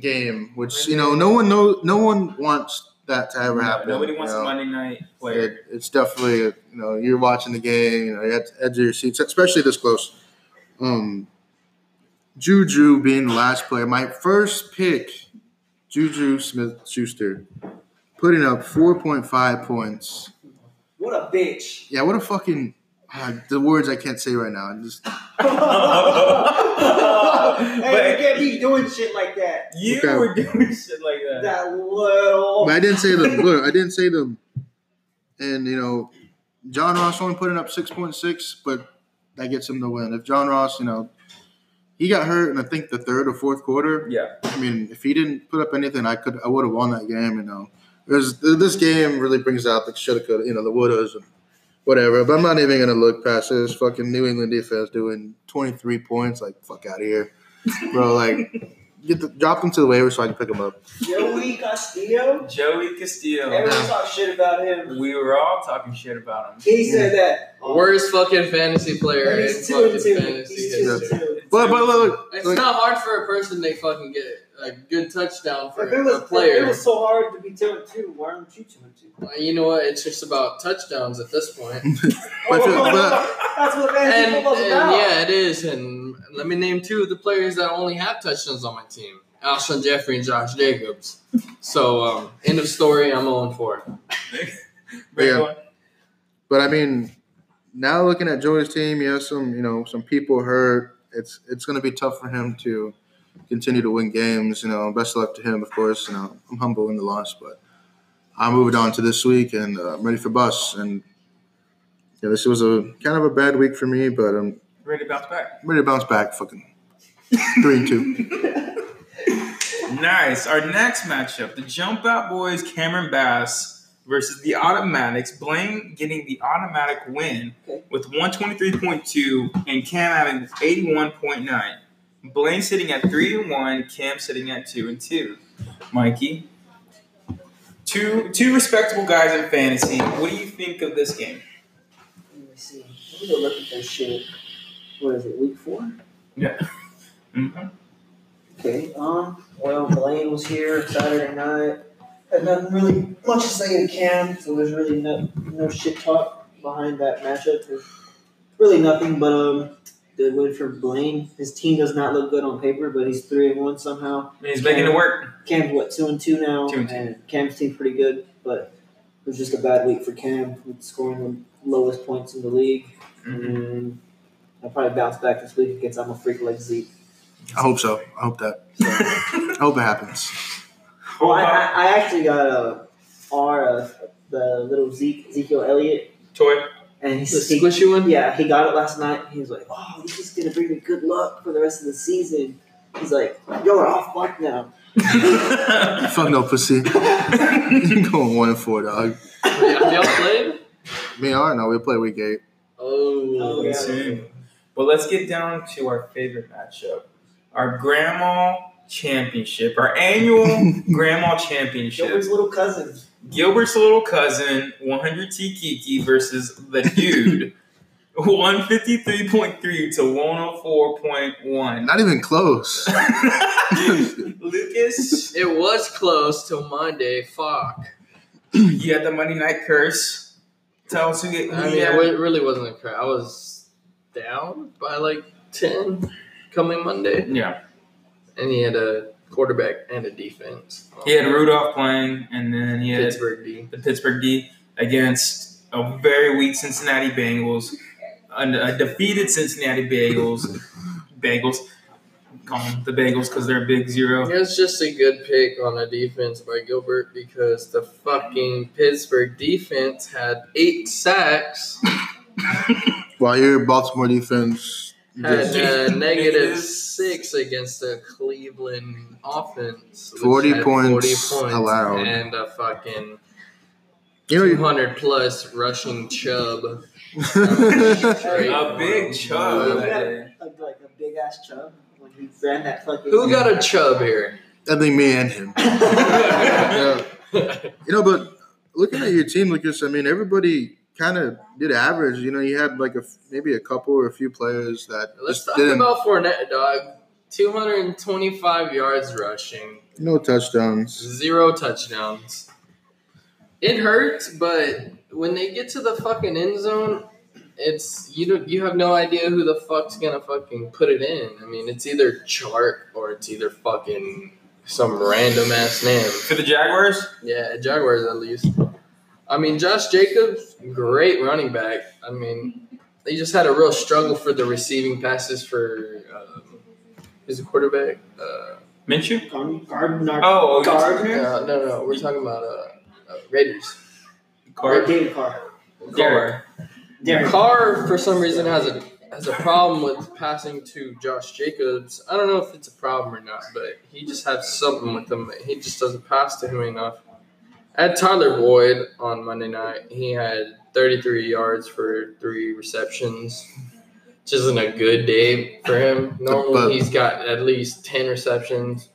[SPEAKER 4] game, which you know no one know, no one wants that to ever
[SPEAKER 1] No,
[SPEAKER 4] happen.
[SPEAKER 1] Nobody
[SPEAKER 4] you
[SPEAKER 1] wants
[SPEAKER 4] know?
[SPEAKER 1] a Monday night
[SPEAKER 4] It,
[SPEAKER 1] player.
[SPEAKER 4] it's definitely you know you're watching the game, you know, you're at the edge of your seats, especially this close. Um, Juju being the last player, my first pick, Juju Smith Schuster, putting up four point five points.
[SPEAKER 2] What a bitch.
[SPEAKER 4] Yeah, what a fucking uh, the words I can't say right now. I'm just
[SPEAKER 2] hey,
[SPEAKER 1] But-
[SPEAKER 2] you can't keep doing shit like that.
[SPEAKER 1] You
[SPEAKER 4] Okay.
[SPEAKER 1] were doing shit like that.
[SPEAKER 2] That little.
[SPEAKER 4] but I didn't say them. Look, I didn't say them. And you know, John Ross only putting up six point six, but that gets him the win. If John Ross, you know, he got hurt in I think the third or fourth quarter.
[SPEAKER 1] Yeah.
[SPEAKER 4] I mean, if he didn't put up anything, I could I would have won that game. You know, There's, this game really brings out the shoulda, coulda, you know, the wouldas and whatever. But I'm not even gonna look past this fucking New England defense doing 23 points. Like fuck out of here, bro. Like get the, drop them to the waiver so I can pick them up.
[SPEAKER 2] Joey Castillo.
[SPEAKER 1] Joey Castillo.
[SPEAKER 2] Everyone talked shit about him.
[SPEAKER 1] We were all talking shit about him.
[SPEAKER 2] He said that.
[SPEAKER 3] Worst fucking fantasy player in
[SPEAKER 2] He's two
[SPEAKER 3] fucking
[SPEAKER 2] and two.
[SPEAKER 3] fantasy
[SPEAKER 2] He's two
[SPEAKER 3] history.
[SPEAKER 2] and two.
[SPEAKER 4] But but look,
[SPEAKER 3] It's
[SPEAKER 4] look
[SPEAKER 3] not hard for a person to fucking get a good touchdown for
[SPEAKER 2] If it
[SPEAKER 3] a
[SPEAKER 2] was, if it
[SPEAKER 3] player.
[SPEAKER 2] was so hard to be two and two, why aren't you two and two?
[SPEAKER 3] Uh, You know what? It's just about touchdowns at this point.
[SPEAKER 4] But if it- but-
[SPEAKER 2] Oh, that's what fantasy
[SPEAKER 3] and,
[SPEAKER 2] football's
[SPEAKER 3] and
[SPEAKER 2] about.
[SPEAKER 3] yeah, it is. And let me name two of the players that only have touchdowns on my team: Alshon Jeffrey and Josh Jacobs. So um, end of story. I'm on four.
[SPEAKER 1] Great
[SPEAKER 4] Yeah.
[SPEAKER 1] one.
[SPEAKER 4] But I mean, now looking at Joey's team, he has some you know some people hurt. It's it's going to be tough for him to continue to win games. You know, best of luck to him, of course. You know, I'm humble in the loss, but I moved on to this week and uh, I'm ready for bus. And yeah, this was a kind of a bad week for me, but I'm
[SPEAKER 1] Ready to bounce back.
[SPEAKER 4] ready to bounce back. Fucking three and two.
[SPEAKER 1] Nice. Our next matchup: the Jump Out Boys, Cameron Bass versus the Automatics. Blaine getting the automatic win
[SPEAKER 2] Okay.
[SPEAKER 1] with one twenty three point two, and Cam having eighty one point nine. Blaine sitting at three and one. Cam sitting at two and two. Mikey, two two respectable guys in fantasy. What do you think of this game?
[SPEAKER 2] Let me see. Let me go look at this shit. What is it? Week four?
[SPEAKER 1] Yeah. Mm-hmm.
[SPEAKER 2] Okay. Um. Well, Blaine was here Saturday night. Had nothing really much to say to Cam, so there's really no no shit talk behind that matchup. There's really nothing but um good win for Blaine. His team does not look good on paper, but he's three and one somehow.
[SPEAKER 1] He's making it work.
[SPEAKER 2] Cam's what two and two now,
[SPEAKER 1] Two and two.
[SPEAKER 2] Cam's team pretty good, but it was just a bad week for Cam, with scoring the lowest points in the league.
[SPEAKER 1] Mm-hmm.
[SPEAKER 2] And I'll probably bounce back this week against I'm a freak like Zeke.
[SPEAKER 4] I hope so. I hope that. I hope it happens.
[SPEAKER 2] Well, I, I, I actually got a R of the little Zeke Ezekiel Elliott,
[SPEAKER 1] Toy.
[SPEAKER 2] and he's
[SPEAKER 3] The squishy one.
[SPEAKER 2] yeah, he got it last night. He was like, "Oh, this is gonna bring me good luck for the rest of the season." He's like, "Y'all are off luck now."
[SPEAKER 4] Fuck no pussy. Going one and four, dog.
[SPEAKER 3] Have y'all played?
[SPEAKER 4] Me and I know we play week eight.
[SPEAKER 3] Oh,
[SPEAKER 2] Oh,
[SPEAKER 1] Pretty
[SPEAKER 2] yeah.
[SPEAKER 1] soon. But let's get down to our favorite matchup our grandma championship, our annual grandma championship.
[SPEAKER 2] Gilbert's little cousin.
[SPEAKER 1] Gilbert's little cousin, 100T Kiki versus the dude, 153.3 to 104.1.
[SPEAKER 4] Not even close.
[SPEAKER 1] Lucas,
[SPEAKER 3] it was close till Monday. Fuck.
[SPEAKER 1] you had the Monday Night Curse. Tell us who you
[SPEAKER 3] I mean, it wa- really wasn't a crowd. I was down by like ten coming Monday,
[SPEAKER 1] Yeah.
[SPEAKER 3] and he had a quarterback and a defense.
[SPEAKER 1] He had Rudolph playing, and then he had
[SPEAKER 3] Pittsburgh D.
[SPEAKER 1] the Pittsburgh D against a very weak Cincinnati Bengals, a, a uh, defeated Cincinnati Bengals, Bengals, call 'em the Bengals because they're a big zero.
[SPEAKER 3] It was just a good pick on a defense by Gilbert because the fucking Pittsburgh defense had eight sacks,
[SPEAKER 4] While your Baltimore defense
[SPEAKER 3] had
[SPEAKER 4] just
[SPEAKER 3] a
[SPEAKER 1] Negative.
[SPEAKER 3] negative six against the Cleveland offense. which
[SPEAKER 4] 40
[SPEAKER 3] had
[SPEAKER 4] points allowed.
[SPEAKER 3] And a fucking
[SPEAKER 4] you know, you-
[SPEAKER 3] 200 plus rushing chub.
[SPEAKER 1] A big chub.
[SPEAKER 2] He had a, like a big ass chub when he ran that fucking.
[SPEAKER 3] Who got a chub here?
[SPEAKER 4] I think me and him. Yeah. You know, but looking at your team, Lucas, I mean, everybody kind of did average. You know, you had like a f- maybe a couple or a few players that
[SPEAKER 3] Let's
[SPEAKER 4] just
[SPEAKER 3] talk
[SPEAKER 4] didn't
[SPEAKER 3] about Fournette, dog. 225 yards rushing,
[SPEAKER 4] no touchdowns.
[SPEAKER 3] zero touchdowns. It hurts, but when they get to the fucking end zone, it's you don't you have no idea who the fuck's gonna fucking put it in. I mean, it's either Chark or it's either fucking some random ass name.
[SPEAKER 1] For the Jaguars,
[SPEAKER 3] Yeah, Jaguars at least. I mean, Josh Jacobs, great running back. I mean, they just had a real struggle for the receiving passes for um, is the quarterback. Uh,
[SPEAKER 1] Minshew.
[SPEAKER 2] Garden, garden,
[SPEAKER 1] Oh,
[SPEAKER 2] Guard.
[SPEAKER 1] yeah.
[SPEAKER 3] no, no, no, we're talking about uh, uh, Raiders.
[SPEAKER 1] Carr.
[SPEAKER 2] David Carr.
[SPEAKER 1] Derek.
[SPEAKER 2] Derek.
[SPEAKER 3] Carr, for some reason, has a has a problem with passing to Josh Jacobs. I don't know if it's a problem or not, but he just has something with him. He just doesn't pass to him enough. At Tyler Boyd on Monday night, he had 33 yards for three receptions. Which isn't a good day for him.
[SPEAKER 4] But-
[SPEAKER 3] Normally, he's got at least 10 receptions,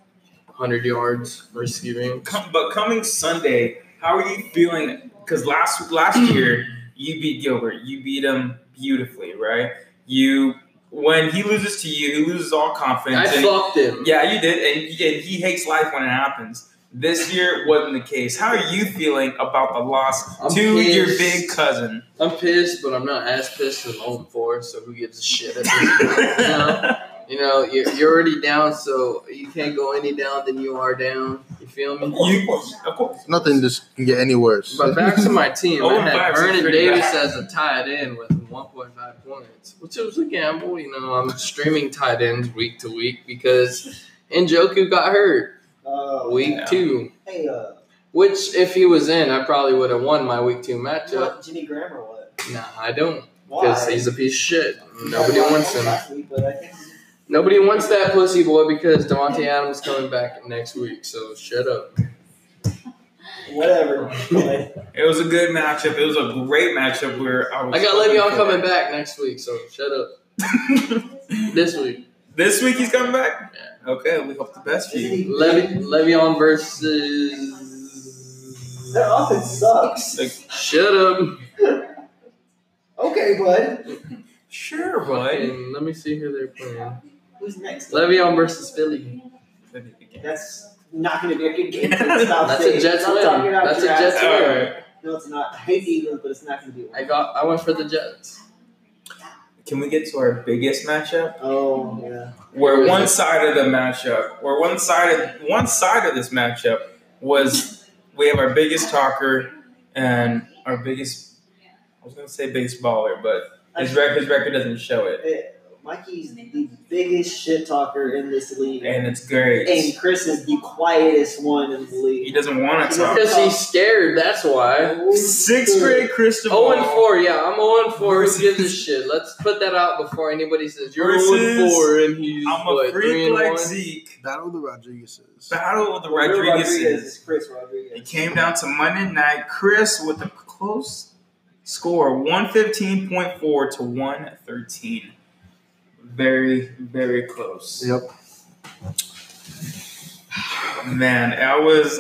[SPEAKER 3] 100 yards receiving.
[SPEAKER 1] Com- But coming Sunday, how are you feeling? Because last last year you beat Gilbert, you beat him beautifully, right? You when he loses to you, he loses all confidence.
[SPEAKER 3] I
[SPEAKER 1] and-
[SPEAKER 3] fucked him.
[SPEAKER 1] yeah, you did, and, and he hates life when it happens. This year wasn't the case. How are you feeling about the loss
[SPEAKER 3] I'm
[SPEAKER 1] to your
[SPEAKER 3] pissed.
[SPEAKER 1] big cousin?
[SPEAKER 3] I'm pissed, but I'm not as pissed as I'm for. So who gives a shit? At this point, you know? You know, you're, you're already down, so you can't go any down than you are down. You feel me?
[SPEAKER 1] You- of course.
[SPEAKER 4] Nothing just can get any worse.
[SPEAKER 3] But back to my team, I
[SPEAKER 1] Oh,
[SPEAKER 3] had
[SPEAKER 1] five's
[SPEAKER 3] Vernon
[SPEAKER 1] pretty
[SPEAKER 3] Davis
[SPEAKER 1] bad.
[SPEAKER 3] as a tight end with 1.5 points, which was a gamble. You know, I'm streaming tight ends week to week because Njoku got hurt
[SPEAKER 2] Uh,
[SPEAKER 3] week
[SPEAKER 1] yeah.
[SPEAKER 3] two,
[SPEAKER 2] Hey, uh,
[SPEAKER 3] which if he was in, I probably would have won my week two
[SPEAKER 2] you
[SPEAKER 3] matchup.
[SPEAKER 2] want Jimmy Graham or what?
[SPEAKER 3] Nah, I don't because
[SPEAKER 2] Why?
[SPEAKER 3] he's a piece of shit.
[SPEAKER 2] He got
[SPEAKER 3] Nobody
[SPEAKER 2] a lot of
[SPEAKER 3] wants
[SPEAKER 2] points
[SPEAKER 3] him.
[SPEAKER 2] last week, but I think he's-
[SPEAKER 3] Nobody wants that pussy boy because Devontae Adams coming back next week. So shut up.
[SPEAKER 2] Whatever. Like,
[SPEAKER 1] It was a good matchup. It was a great matchup where I was.
[SPEAKER 3] I got Le'Veon coming back next week. So shut up. This week.
[SPEAKER 1] this week he's coming back. Okay, we hope the best for
[SPEAKER 2] isn't
[SPEAKER 1] you.
[SPEAKER 2] he-
[SPEAKER 3] Levy, Le'Veon versus.
[SPEAKER 2] Their offense sucks.
[SPEAKER 1] Like,
[SPEAKER 3] Shut up.
[SPEAKER 2] Okay, bud.
[SPEAKER 1] sure, boy.
[SPEAKER 3] Fucking- let me see who they're playing.
[SPEAKER 2] Who's next?
[SPEAKER 3] Le'Veon versus Philly.
[SPEAKER 2] That's not going to be a good game.
[SPEAKER 3] That's a Jets win. That's a Jets
[SPEAKER 1] All
[SPEAKER 3] win.
[SPEAKER 1] right.
[SPEAKER 2] No, it's not. I hate the Eagles, but it's not going to be
[SPEAKER 3] I
[SPEAKER 2] one.
[SPEAKER 3] got. I went for the Jets.
[SPEAKER 1] Can we get to our biggest matchup?
[SPEAKER 2] Oh, yeah.
[SPEAKER 1] where one side of the matchup, where one side of one side of this matchup was we have our biggest talker and our biggest. I was gonna say biggest baller, but his record his record doesn't show it,
[SPEAKER 2] Mikey's the biggest shit talker in this league.
[SPEAKER 1] and it's great.
[SPEAKER 2] And Chris is the quietest one in the
[SPEAKER 1] He
[SPEAKER 2] league.
[SPEAKER 1] doesn't want to talk.
[SPEAKER 3] Because he's scared. That's why.
[SPEAKER 1] Sixth grade Christopher.
[SPEAKER 3] Oh and four. Yeah, I'm oh and four. Who
[SPEAKER 1] Versus-
[SPEAKER 3] gives a shit? Let's put that out before anybody says you're oh and
[SPEAKER 1] Versus-
[SPEAKER 3] four and he's
[SPEAKER 1] I'm
[SPEAKER 3] what,
[SPEAKER 1] a
[SPEAKER 3] three
[SPEAKER 1] freak
[SPEAKER 3] and
[SPEAKER 1] like
[SPEAKER 3] one.
[SPEAKER 1] Zeke.
[SPEAKER 4] Battle of the Rodriguezes.
[SPEAKER 1] Battle of the
[SPEAKER 2] Real Rodriguez
[SPEAKER 1] Rodriguezes.
[SPEAKER 2] is Chris
[SPEAKER 1] It
[SPEAKER 2] Rodriguez.
[SPEAKER 1] came down to Monday night. Chris with a close score, one fifteen point four to one thirteen. Very, very close.
[SPEAKER 4] Yep.
[SPEAKER 1] Man, I was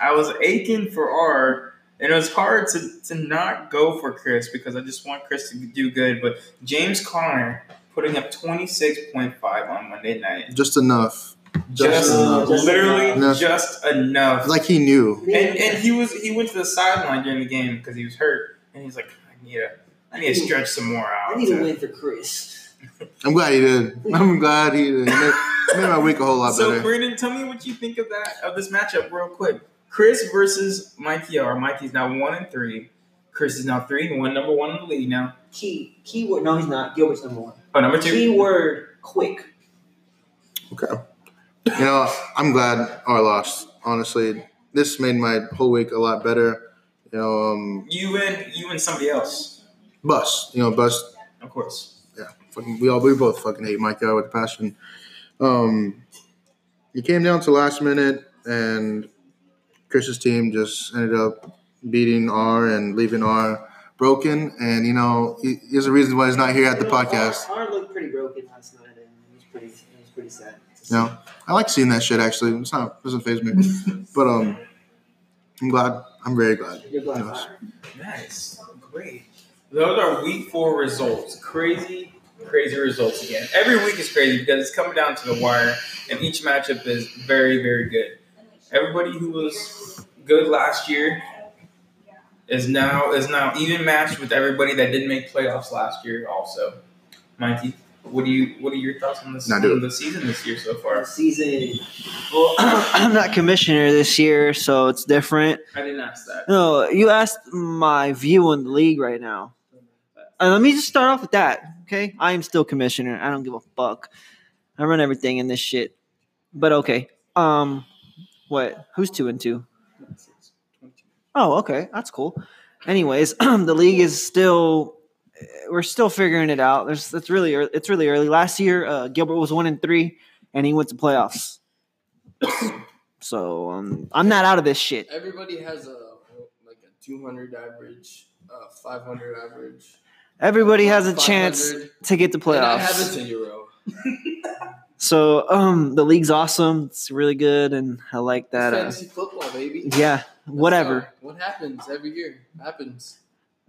[SPEAKER 1] I was aching for R, and it was hard to, to not go for Chris because I just want Chris to do good. But James Conner putting up twenty six point five on Monday night,
[SPEAKER 4] Just enough.
[SPEAKER 1] just
[SPEAKER 2] enough. Just
[SPEAKER 1] literally
[SPEAKER 4] enough.
[SPEAKER 1] just enough.
[SPEAKER 4] Like he knew.
[SPEAKER 1] And and he was he went to the sideline during the game because he was hurt, and he's like, I need a I need to stretch some more out.
[SPEAKER 2] I need a win for Chris.
[SPEAKER 4] I'm glad he did. I'm glad he did. It made, it made my week a whole lot
[SPEAKER 1] so
[SPEAKER 4] better.
[SPEAKER 1] Brandon, tell me what you think of that of this matchup real quick. Chris versus Mikey R. Mikey's now one and three. Chris is now three and one, number one in the league now.
[SPEAKER 2] Key keyword. No, he's not. Gilbert's number one.
[SPEAKER 1] Oh, number two.
[SPEAKER 2] Keyword quick.
[SPEAKER 4] You know, I'm glad I lost. Honestly, this made my whole week a lot better. You know, um,
[SPEAKER 1] You and you and somebody else,
[SPEAKER 4] bus. You know, bus
[SPEAKER 1] of course.
[SPEAKER 4] fucking, we all we both fucking hate Mike out with a passion. Um, it came down to last minute, and Chris's team just ended up beating R and leaving R broken. And you know, he- there's a reason why he's not here at the podcast.
[SPEAKER 2] Arn looked pretty broken last night, and it was pretty. It was pretty sad.
[SPEAKER 4] No. I like seeing that shit. Actually, it's not it doesn't phase me, but um, I'm glad. I'm very glad.
[SPEAKER 2] You're glad.
[SPEAKER 4] Yes.
[SPEAKER 1] Nice, great. Those are week four results. Crazy, crazy results again. Every week is crazy because it's coming down to the wire, and each matchup is very, very good. Everybody who was good last year is now is now even matched with everybody that didn't make playoffs last year. Also, Mikey, what do you what are your thoughts on this
[SPEAKER 4] Now do
[SPEAKER 1] on the season this year so
[SPEAKER 2] The
[SPEAKER 1] far?
[SPEAKER 2] season. Well, I'm not commissioner this year, so it's different.
[SPEAKER 1] I didn't ask that.
[SPEAKER 2] No, you asked my view on the league right now. And let me just start off with that, okay? I am still commissioner. I don't give a fuck. I run everything in this shit. But okay. Um what? Who's 2 and 2? Oh, okay. That's cool. Anyways, the league is still uh, we're still figuring it out. There's it's really ear- it's really early. Last year, uh, Gilbert was 1 and 3 and he went to playoffs. so, um, I'm not out of this shit.
[SPEAKER 3] Everybody has a like a 200 average, uh, 500 average.
[SPEAKER 2] Everybody has a chance
[SPEAKER 3] 500,
[SPEAKER 2] to get to
[SPEAKER 3] and I have a
[SPEAKER 2] playoffs.
[SPEAKER 3] zero.
[SPEAKER 2] So um the league's awesome. It's really good and I like that. Uh,
[SPEAKER 3] fantasy football, baby.
[SPEAKER 2] yeah,
[SPEAKER 3] That's
[SPEAKER 2] whatever.
[SPEAKER 3] how- what happens every year happens.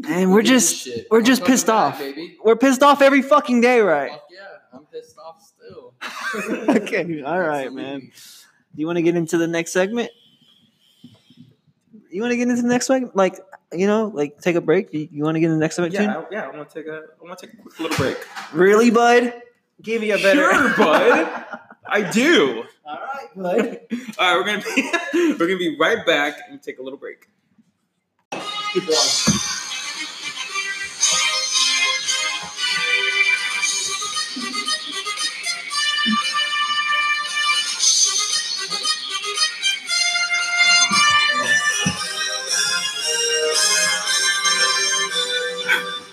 [SPEAKER 2] And we're
[SPEAKER 3] Who gives a
[SPEAKER 2] just
[SPEAKER 3] shit?
[SPEAKER 2] we're
[SPEAKER 3] I'm
[SPEAKER 2] just
[SPEAKER 3] coming
[SPEAKER 2] pissed
[SPEAKER 3] back,
[SPEAKER 2] off.
[SPEAKER 3] baby.
[SPEAKER 2] we're pissed off every fucking day, right?
[SPEAKER 3] Fuck yeah. I'm pissed off still.
[SPEAKER 6] okay, all right,
[SPEAKER 3] So we
[SPEAKER 6] man.
[SPEAKER 3] can-
[SPEAKER 6] Do you want to get into the next segment? You want to get into the next segment? Like, you know, like take a break? You, you want to get into the next segment
[SPEAKER 1] Yeah, I, yeah. I want to take a. I want to take a quick little break.
[SPEAKER 6] too? Really, bud? Give me a better.
[SPEAKER 1] Sure, bud. I do.
[SPEAKER 6] All right, bud.
[SPEAKER 1] All right, we're gonna be we're gonna be right back and take a little break.
[SPEAKER 6] Keep going.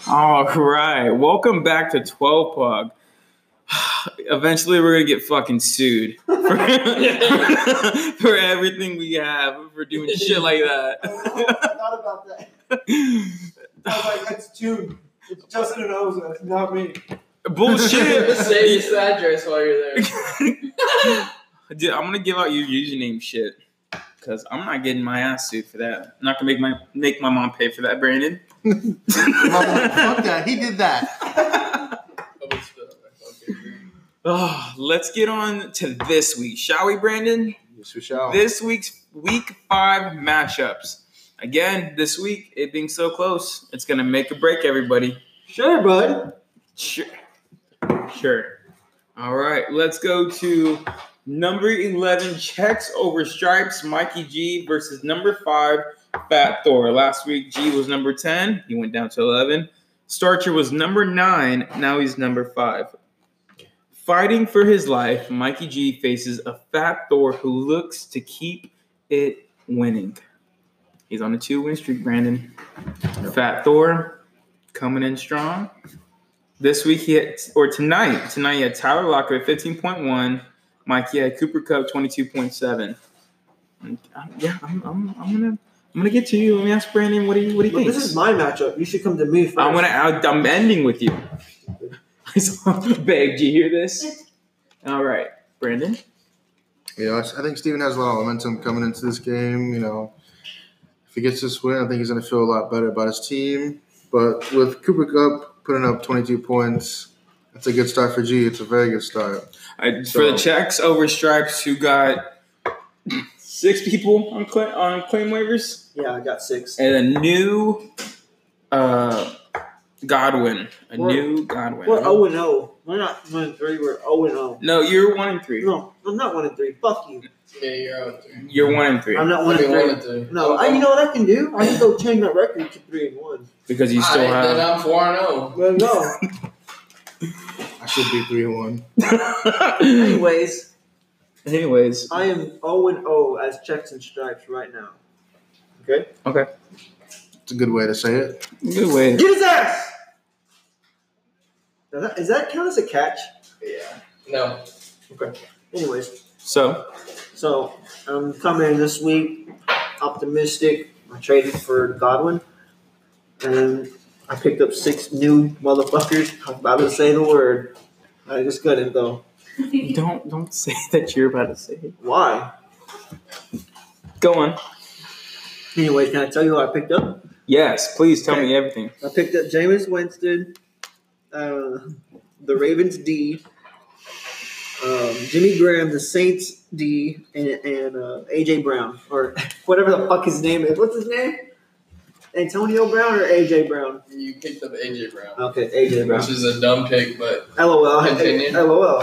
[SPEAKER 1] All right, welcome back to Twelve Pug. Eventually, we're gonna get fucking sued for, for everything we have for doing shit like that.
[SPEAKER 2] thought about that. I was like, that's June. It's Justin and Oza. It's not me.
[SPEAKER 3] Just Save
[SPEAKER 1] Bullshit.
[SPEAKER 3] this address while you're there.
[SPEAKER 1] Dude, I'm gonna give out your username shit because I'm not getting my ass sued for that. I'm not gonna make my make my mom pay for that, Brandon.
[SPEAKER 4] Fuck that. He did that.
[SPEAKER 1] Oh, let's get on to this week, shall we, Brandon?
[SPEAKER 4] Yes, we shall.
[SPEAKER 1] This week's week five matchups. Again, this week, it being so close, it's gonna make or break everybody.
[SPEAKER 2] Sure, bud.
[SPEAKER 1] Sure. Sure. All right, let's go to number 11 checks over stripes Mikey G versus number 5 Fat Thor. Last week G was number 10, he went down to 11. Starcher was number 9, now he's number 5. Fighting for his life, Mikey G faces a Fat Thor who looks to keep it winning. He's on a 2 win streak, Brandon. Fat Thor coming in strong. This week he had, or tonight, tonight he had Tyler Lockett at 15.1. Mike, he had Cooper Cup 22.7. And I- Yeah, I'm, I'm, I'm gonna, I'm gonna get to you. Let me ask Brandon, what do you, what do you
[SPEAKER 2] Look,
[SPEAKER 1] think?
[SPEAKER 2] this is my matchup. You should come to me first.
[SPEAKER 1] I'm gonna, out- I'm ending with you. I saw Beg, do you hear this? All right, Brandon.
[SPEAKER 4] You know, I I think Steven has a lot of momentum coming into this game. You know, if he gets this win, I think he's going to feel a lot better about his team. But with Cooper Cup putting up 22 points, that's a good start for G. It's a very good start.
[SPEAKER 1] I, for the checks over stripes, who got six people on cla on claim waivers?
[SPEAKER 2] yeah, I got six.
[SPEAKER 1] and a new uh Godwin. A
[SPEAKER 2] We're-
[SPEAKER 1] new Godwin.
[SPEAKER 2] We're 0 and 0. We're not 1 and 3. We're 0 and 0.
[SPEAKER 1] no, you're one and three.
[SPEAKER 2] No, I'm not 1 and 3. Fuck you.
[SPEAKER 3] Yeah, you're out there.
[SPEAKER 1] You're one and three
[SPEAKER 2] I'm not 1
[SPEAKER 3] What do
[SPEAKER 2] and
[SPEAKER 3] you
[SPEAKER 2] 3.
[SPEAKER 3] want to do?
[SPEAKER 2] No, I, you know what I can do? I can go change my record to 3 and 1.
[SPEAKER 1] because you still
[SPEAKER 3] All right,
[SPEAKER 1] have.
[SPEAKER 3] Then I'm four and oh. zero.
[SPEAKER 2] Well, no.
[SPEAKER 4] I should be 3 1.
[SPEAKER 2] Anyways,
[SPEAKER 1] Anyways,
[SPEAKER 2] I am 0 and 0 as checks and stripes right now. Okay?
[SPEAKER 4] It's a good way to say it.
[SPEAKER 1] good way.
[SPEAKER 2] Get his ass! Does that, is that count as a catch?
[SPEAKER 3] Yeah. No.
[SPEAKER 2] Anyways,
[SPEAKER 1] So
[SPEAKER 2] So I'm coming this week optimistic. I traded for Godwin, and I picked up six new motherfuckers. I'm about to say the word. I just couldn't though.
[SPEAKER 1] don't don't say that you're about to say it.
[SPEAKER 2] Why?
[SPEAKER 1] Go on.
[SPEAKER 2] Anyways, can I tell you what I picked up?
[SPEAKER 1] Yes, please tell me everything.
[SPEAKER 2] I picked up Jameis Winston, uh, the Ravens D, um, Jimmy Graham, the Saints D, and, and uh, AJ Brown or whatever the fuck his name is. What's his name? Antonio Brown or AJ Brown?
[SPEAKER 3] You picked up AJ Brown,
[SPEAKER 2] Okay, AJ Brown.
[SPEAKER 3] which is a dumb pick, but
[SPEAKER 2] LOL.
[SPEAKER 3] Continue.
[SPEAKER 2] Hey, LOL.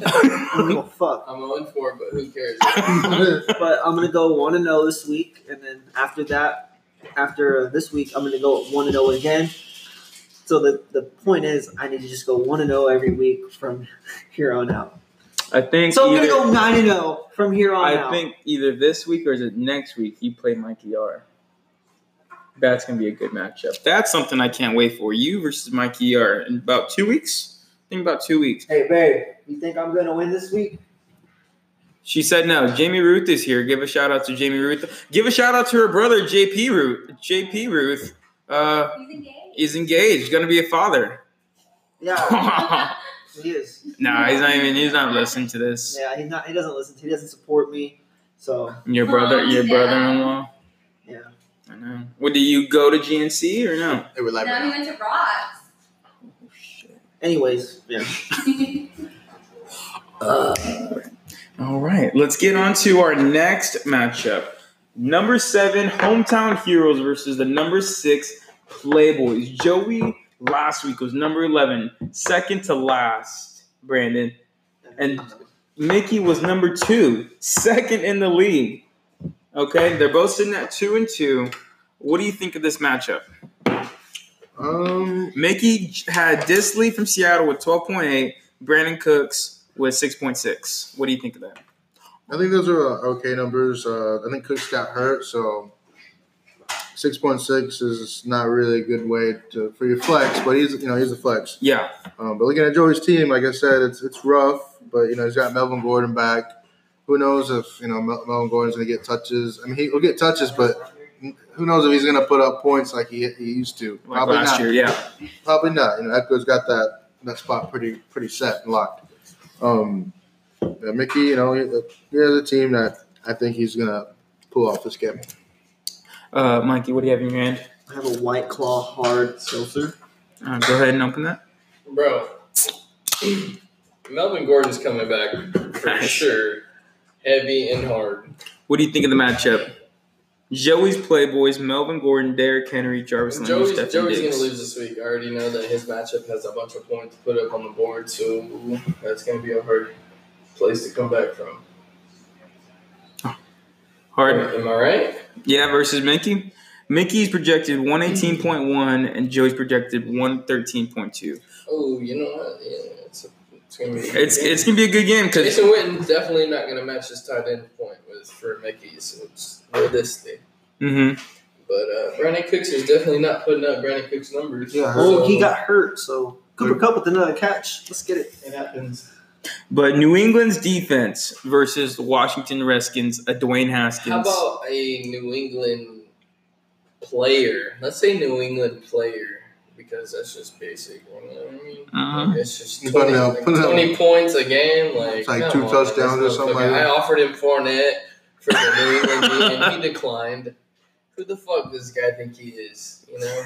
[SPEAKER 2] I don't give a fuck.
[SPEAKER 3] I'm zero and four. But who cares?
[SPEAKER 2] But I'm gonna go one and zero this week, and then after that, after this week, I'm gonna go one and zero again. So the the point is, I need to just go one and zero every week from here on out.
[SPEAKER 1] I think.
[SPEAKER 2] So I'm
[SPEAKER 1] either,
[SPEAKER 2] gonna go nine and zero from here on
[SPEAKER 1] I
[SPEAKER 2] out.
[SPEAKER 1] think either this week or is it next week you play Mikey R. That's gonna be a good matchup. That's something I can't wait for. You versus Mikey R in about two weeks. I think about two weeks.
[SPEAKER 2] hey babe, you think I'm gonna win this week?
[SPEAKER 1] She said no. Jamie Ruth is here. Give a shout out to Jamie Ruth. Give a shout out to her brother JP Ruth. JP Ruth uh,
[SPEAKER 5] He's engaged.
[SPEAKER 1] is engaged. Going to be a father.
[SPEAKER 2] Yeah, he is.
[SPEAKER 1] nah, he's not even. He's not listening to this.
[SPEAKER 2] Yeah, he's not. He doesn't listen. He doesn't support me. So
[SPEAKER 1] Your brother. Your
[SPEAKER 5] Yeah.
[SPEAKER 1] brother-in-law.
[SPEAKER 2] yeah.
[SPEAKER 1] I know. Well, do you go to GNC or no?
[SPEAKER 4] It would like
[SPEAKER 5] Now he went to Ross.
[SPEAKER 1] Oh shit.
[SPEAKER 7] Anyways, yeah.
[SPEAKER 1] All right, let's get on to our next matchup. Number seven, Hometown Heroes versus the number six, Playboys. Joey last week was number 11, second to last, Brandon. And Mickey was number two, second in the league. Okay, they're both sitting at two and two. What do you think of this matchup?
[SPEAKER 4] Um,
[SPEAKER 1] Mickey had Disley from Seattle with 12.8, Brandon Cooks with 6.6. What do you think of that?
[SPEAKER 4] I think those are uh, okay numbers. Uh, I think Cooks got hurt, so six point six is not really a good way to, for your flex. But he's you know he's a flex.
[SPEAKER 1] Yeah,
[SPEAKER 4] Um, but looking at Joey's team, like I said, it's it's rough. But you know he's got Melvin Gordon back. Who knows if you know Mel- Melvin Gordon's going to get touches? I mean, he, will get touches, but who knows if he's going to put up points like he, he used to?
[SPEAKER 1] like last
[SPEAKER 4] not.
[SPEAKER 1] year, yeah.
[SPEAKER 4] Probably not. You know, Echo's got that that spot pretty pretty set and locked. Um, yeah, Mickey, you know, you're the team that I think he's going to pull off this game.
[SPEAKER 1] Uh, Mikey, what do you have in your hand?
[SPEAKER 7] I have a White Claw hard seltzer.
[SPEAKER 1] Uh, go ahead and open that.
[SPEAKER 3] Bro, Melvin Gordon's coming back for sure. Heavy and hard.
[SPEAKER 1] What do you think of the matchup? Joey's Playboys, Melvin Gordon, Derrick Henry, Jarvis Landry,
[SPEAKER 3] Joey's,
[SPEAKER 1] Stephen
[SPEAKER 3] Joey's
[SPEAKER 1] Diggs.
[SPEAKER 3] gonna lose this week. I already know that his matchup has a bunch of points to put up on the board, so that's gonna be a hard place to come back from.
[SPEAKER 1] Hard.
[SPEAKER 3] Am I right?
[SPEAKER 1] Yeah, versus Mickey. Mickey's projected 118.1 and Joey's projected 113.2.
[SPEAKER 3] Oh, you know what? Yeah, it's, it's gonna be.
[SPEAKER 1] It's it's gonna be a good game because
[SPEAKER 3] Jason Witten's definitely not gonna match his tight end point with for Mickey, so it's realistic.
[SPEAKER 1] mm-hmm.
[SPEAKER 3] But uh, Brandon Cooks is definitely not putting up Brandon Cooks numbers.
[SPEAKER 4] Yeah,
[SPEAKER 7] Oh, he got hurt, so Cooper Cup with another catch. Let's get it.
[SPEAKER 3] It happens.
[SPEAKER 1] but New England's defense versus the Washington Redskins, a Dwayne Haskins.
[SPEAKER 3] How about a New England player? Let's say New England player because that's just basic. You know what I mean?
[SPEAKER 1] Uh-huh.
[SPEAKER 3] It's just
[SPEAKER 4] You
[SPEAKER 3] 20,
[SPEAKER 4] put it up,
[SPEAKER 3] like
[SPEAKER 4] put it up.
[SPEAKER 3] 20 points a game. Like,
[SPEAKER 4] It's like
[SPEAKER 3] come
[SPEAKER 4] two
[SPEAKER 3] on,
[SPEAKER 4] touchdowns
[SPEAKER 3] this
[SPEAKER 4] or something
[SPEAKER 3] motherfucker.
[SPEAKER 4] like that.
[SPEAKER 3] I offered him Fournette for the New England team, and he declined. Who the fuck does this guy think he is? You know?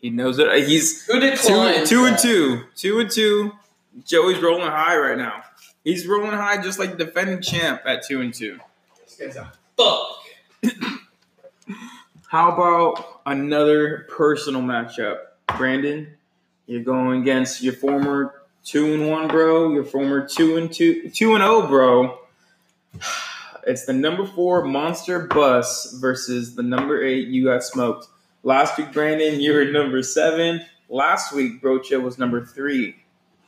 [SPEAKER 1] he knows it. He's
[SPEAKER 3] Who
[SPEAKER 1] two,
[SPEAKER 3] declined?
[SPEAKER 1] two and
[SPEAKER 3] that?
[SPEAKER 1] two, two and two. Joey's rolling high right now. He's rolling high just like defending champ at two and two.
[SPEAKER 3] This guy's a fuck.
[SPEAKER 1] How about another personal matchup, Brandon? You're going against your former two and one bro, your former two and two, two and oh bro. It's the number four monster bus versus the number eight. You got smoked last week, Brandon. You were number seven last week. Brocha was number three.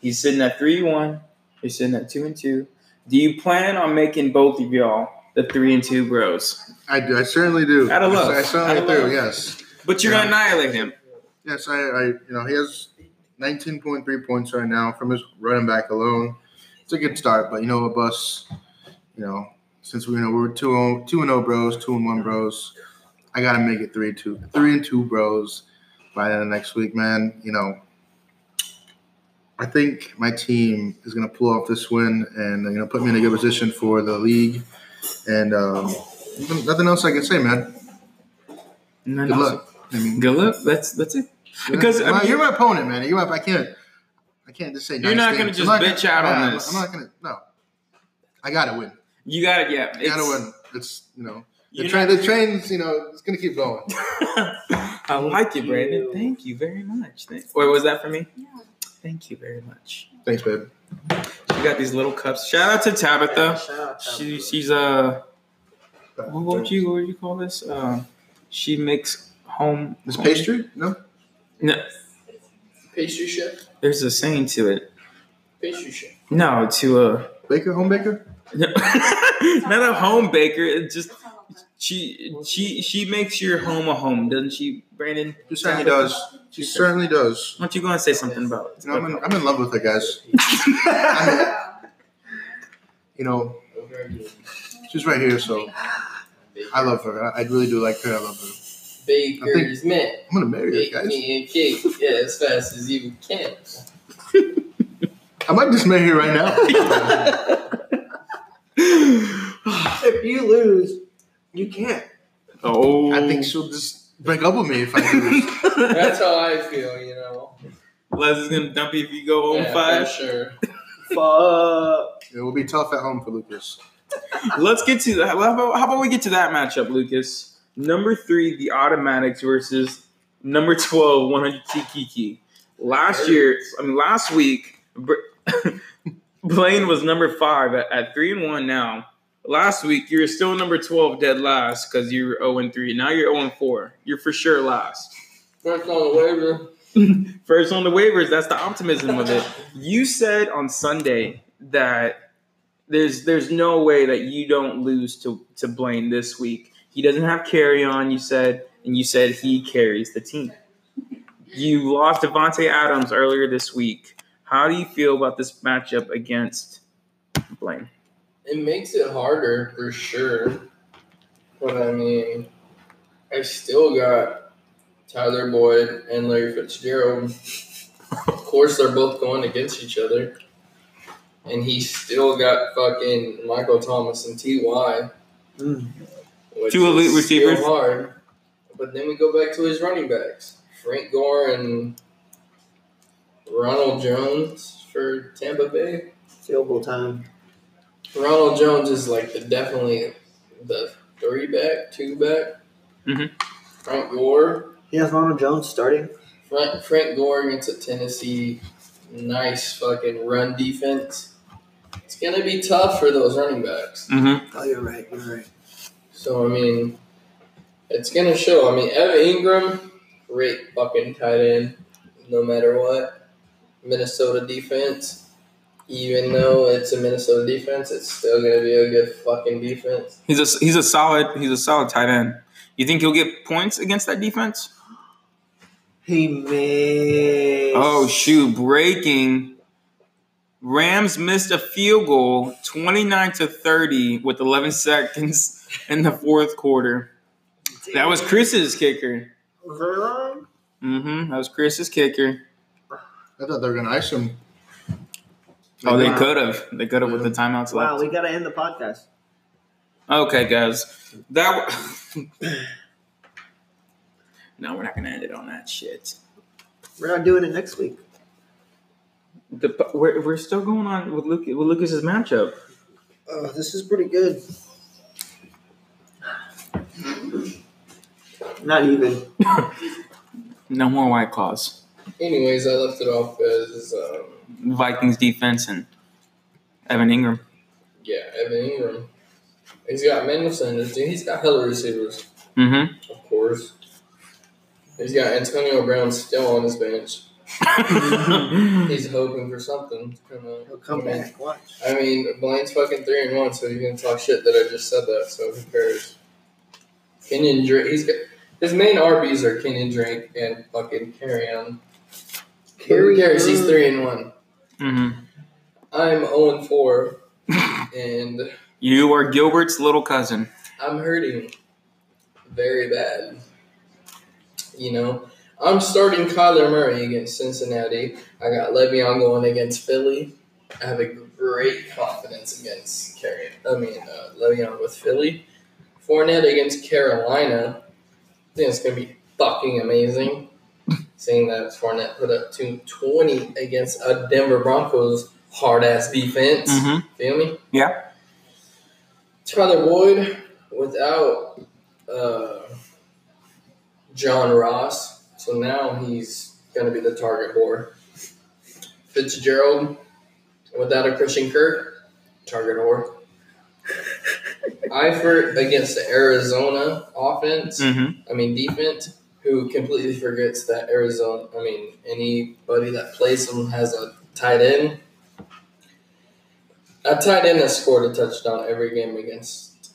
[SPEAKER 1] He's sitting at three one. You're sitting at two and two. Do you plan on making both of y'all the three and two bros?
[SPEAKER 4] I do. I certainly do.
[SPEAKER 1] Out of love.
[SPEAKER 4] I certainly
[SPEAKER 1] Out of
[SPEAKER 4] do.
[SPEAKER 1] love.
[SPEAKER 4] Yes.
[SPEAKER 1] But you're gonna annihilate him.
[SPEAKER 4] Yes, I, I you know he has 19.3 points right now from his running back alone. It's a good start, but you know a bus, you know since we you know we're two o- two and zero bros, two and one bros. I gotta make it three and two, three and two bros by the end of next week, man. You know, I think my team is gonna pull off this win and you know put me in a good position for the league. And um, nothing else I can say, man. Good luck. I mean,
[SPEAKER 1] Good luck. That's that's it. Because,
[SPEAKER 4] because
[SPEAKER 1] I mean-
[SPEAKER 4] you're my opponent, man. You're my. I can't. I can't just say.
[SPEAKER 1] You're
[SPEAKER 4] nice
[SPEAKER 1] not
[SPEAKER 4] things.
[SPEAKER 1] gonna
[SPEAKER 4] I'm
[SPEAKER 1] just bitch
[SPEAKER 4] not
[SPEAKER 1] out on
[SPEAKER 4] I'm not-
[SPEAKER 1] this.
[SPEAKER 4] I'm not gonna. No. I gotta win.
[SPEAKER 1] You got it. Yeah,
[SPEAKER 4] I gotta
[SPEAKER 1] it's-
[SPEAKER 4] win. It's you know the
[SPEAKER 1] you're
[SPEAKER 4] train.
[SPEAKER 1] not-
[SPEAKER 4] The train's you know it's gonna keep going.
[SPEAKER 1] I like it, Brandon. Thank you very much. Thank- Wait, was that for me? Thank you very much.
[SPEAKER 4] Thanks, babe.
[SPEAKER 1] You got these little cups. Shout out to Tabitha.
[SPEAKER 7] Shout out to
[SPEAKER 1] She
[SPEAKER 7] Tabitha.
[SPEAKER 1] she's uh what would you what would you call this? Uh, she makes home
[SPEAKER 4] This
[SPEAKER 1] home-
[SPEAKER 4] pastry? No.
[SPEAKER 1] No,
[SPEAKER 3] Pastry chef.
[SPEAKER 1] there's a saying to it.
[SPEAKER 3] Pastry chef.
[SPEAKER 1] No, to a
[SPEAKER 4] Baker, home baker.
[SPEAKER 1] not a home baker. It's just she she she makes your home a home, doesn't she, Brandon?
[SPEAKER 4] She certainly does. She certainly does.
[SPEAKER 1] Why don't you go and say something about it?
[SPEAKER 4] You know, I'm in, I'm in love with her, guys. You know, she's right here, so I love her. I, I really do like her. I love her.
[SPEAKER 3] Baker's mint.
[SPEAKER 4] I'm gonna marry
[SPEAKER 3] Bake
[SPEAKER 4] her, guys.
[SPEAKER 3] me a cake, yeah, as fast as you can.
[SPEAKER 4] I might just marry her right now.
[SPEAKER 7] If you lose, you can't.
[SPEAKER 1] oh,
[SPEAKER 4] I think she'll just break up with me if I do.
[SPEAKER 3] That's how I feel, you know.
[SPEAKER 1] Les is gonna dump you if you go home
[SPEAKER 3] Yeah,
[SPEAKER 1] five.
[SPEAKER 3] for sure.
[SPEAKER 7] Fuck.
[SPEAKER 4] It will be tough at home for Lucas.
[SPEAKER 1] Let's get to that. How about, how about we get to that matchup, Lucas? Number three, the Automatics versus number 12, 100 Kiki. Last year, I mean, last week, Br- Blaine was number five at, at three and one now. Last week, you were still number 12 dead last because you were 0 and 3. Now you're 0 and 4. You're for sure last.
[SPEAKER 3] First on the waiver.
[SPEAKER 1] First on the waivers, that's the optimism of it. You said on Sunday that there's there's no way that you don't lose to to Blaine this week. He doesn't have carry on, you said, and you said he carries the team. You lost Devontae Adams earlier this week. How do you feel about this matchup against Blaine?
[SPEAKER 3] It makes it harder for sure. But I mean, I still got Tyler Boyd and Larry Fitzgerald. of course, they're both going against each other. And he still got fucking Michael Thomas and T.Y.
[SPEAKER 7] Mm.
[SPEAKER 3] which
[SPEAKER 1] Two elite
[SPEAKER 3] is
[SPEAKER 1] receivers.
[SPEAKER 3] Still hard. But then we go back to his running backs Frank Gore and Ronald Jones for Tampa Bay.
[SPEAKER 7] Field goal time.
[SPEAKER 3] Ronald Jones is like the definitely the three back, two back.
[SPEAKER 1] Mhm.
[SPEAKER 3] Frank Gore,
[SPEAKER 7] He has Ronald Jones starting.
[SPEAKER 3] Frank, Frank Gore against a Tennessee nice fucking run defense. It's gonna be tough for those running backs.
[SPEAKER 1] Mm-hmm.
[SPEAKER 7] Oh, you're right. You're right.
[SPEAKER 3] So I mean, it's gonna show. I mean, Evan Ingram, great fucking tight end, no matter what. Minnesota defense. Even though it's a Minnesota defense, it's still gonna be a good fucking defense.
[SPEAKER 1] He's a he's a solid he's a solid tight end. You think he'll get points against that defense?
[SPEAKER 7] He missed.
[SPEAKER 1] Oh shoot! Breaking. Rams missed a field goal, twenty-nine to thirty, with eleven seconds in the fourth quarter. That was Chris's kicker.
[SPEAKER 7] Was that wrong?
[SPEAKER 1] Mm-hmm. That was Chris's kicker.
[SPEAKER 4] I thought they were gonna ice him.
[SPEAKER 1] Oh, they
[SPEAKER 7] Wow.
[SPEAKER 1] could have. They could have with the timeouts
[SPEAKER 7] Wow,
[SPEAKER 1] left.
[SPEAKER 7] we gotta end the podcast.
[SPEAKER 1] Okay, guys. That. W- no, we're not gonna end it on that shit.
[SPEAKER 7] We're not doing it next week.
[SPEAKER 1] The, po- we're, we're still going on with, Luke, with Lucas's matchup.
[SPEAKER 7] Oh, this is pretty good. Not even.
[SPEAKER 1] No more white claws.
[SPEAKER 3] Anyways, I left it off as um,
[SPEAKER 1] Vikings defense and Evan Ingram.
[SPEAKER 3] yeah, Evan Ingram. He's got Manuel Sanders. Dude, he's got hella receivers,
[SPEAKER 1] Mm-hmm.
[SPEAKER 3] of course. He's got Antonio Brown still on his bench. He's hoping for something. to come out.
[SPEAKER 7] He'll come back. Watch.
[SPEAKER 3] I mean, Blaine's fucking three and one, so you can talk shit that I just said that. So who cares? Kenyon Drake. He's got his main RBs are Kenyon Drake and fucking Carry On. Who cares? He's three and one.
[SPEAKER 1] mm-hmm.
[SPEAKER 3] I'm zero and four, and
[SPEAKER 1] You are Gilbert's little cousin.
[SPEAKER 3] I'm hurting very bad. You know, I'm starting Kyler Murray against Cincinnati. I got Le'Veon going against Philly. I have a great confidence against Carry. I mean, uh, Le'Veon with Philly. Fournette against Carolina. I think it's gonna be fucking amazing. Seeing that Fournette put up two twenty against a Denver Broncos hard ass defense.
[SPEAKER 1] Mm-hmm.
[SPEAKER 3] Feel me?
[SPEAKER 1] Yeah.
[SPEAKER 3] Tyler Boyd without uh, John Ross, so now he's going to be the target whore. Fitzgerald without a Christian Kirk, target whore. Eifert against the Arizona offense.
[SPEAKER 1] Mm-hmm.
[SPEAKER 3] I mean defense, who completely forgets that Arizona. I mean anybody that plays them has a tight end. A tight end has scored a touchdown every game against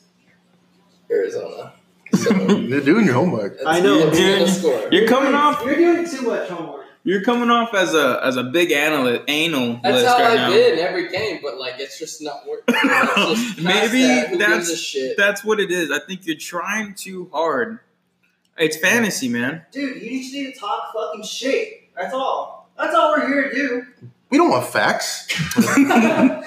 [SPEAKER 3] Arizona. So
[SPEAKER 1] Mm-hmm.
[SPEAKER 4] They're doing your homework.
[SPEAKER 3] that's
[SPEAKER 7] I know.
[SPEAKER 3] the end of the
[SPEAKER 1] Dude,
[SPEAKER 3] score.
[SPEAKER 1] You're coming off.
[SPEAKER 7] You're doing too much homework.
[SPEAKER 1] You're coming off as a as a big analyst, anal
[SPEAKER 3] That's
[SPEAKER 1] list
[SPEAKER 3] how
[SPEAKER 1] right
[SPEAKER 3] I've
[SPEAKER 1] now.
[SPEAKER 3] been every game, but like it's just not working. That's just past
[SPEAKER 1] Maybe
[SPEAKER 3] that. Who
[SPEAKER 1] that's-
[SPEAKER 3] gives a shit.
[SPEAKER 1] That's what it is. I think you're trying too hard. It's fantasy, man.
[SPEAKER 7] Dude, you just need to talk fucking shit. That's all. That's all we're here to do.
[SPEAKER 4] We don't want facts.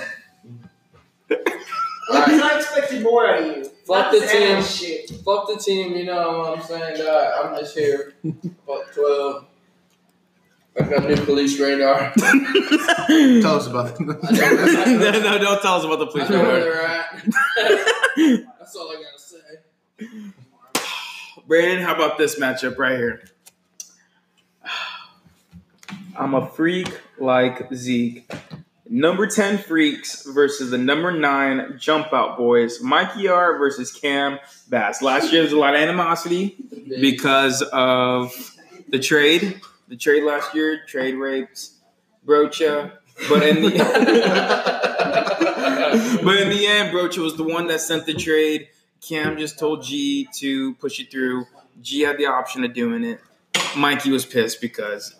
[SPEAKER 7] Because I expected more out of you.
[SPEAKER 3] Fuck
[SPEAKER 7] Not
[SPEAKER 3] the
[SPEAKER 7] saying
[SPEAKER 3] team.
[SPEAKER 7] Shit.
[SPEAKER 3] Fuck the team, you know what I'm saying? Uh, I'm just here. Fuck 12. I've got a new police radar.
[SPEAKER 4] Tell us about it.
[SPEAKER 1] no, no, don't tell us about the
[SPEAKER 3] I
[SPEAKER 1] police
[SPEAKER 3] know where
[SPEAKER 1] radar.
[SPEAKER 3] they're at. That's all I gotta say.
[SPEAKER 1] Brandon, how about this matchup right here? I'm a freak like Zeke. Number 10 Freaks versus the number 9 Jump Out Boys. Mikey R versus Cam Bass. Last year there was a lot of animosity because of the trade. The trade last year, trade rapes, Brocha. But in the but in the end, Brocha was the one that sent the trade. Cam just told G to push it through. G had the option of doing it. Mikey was pissed because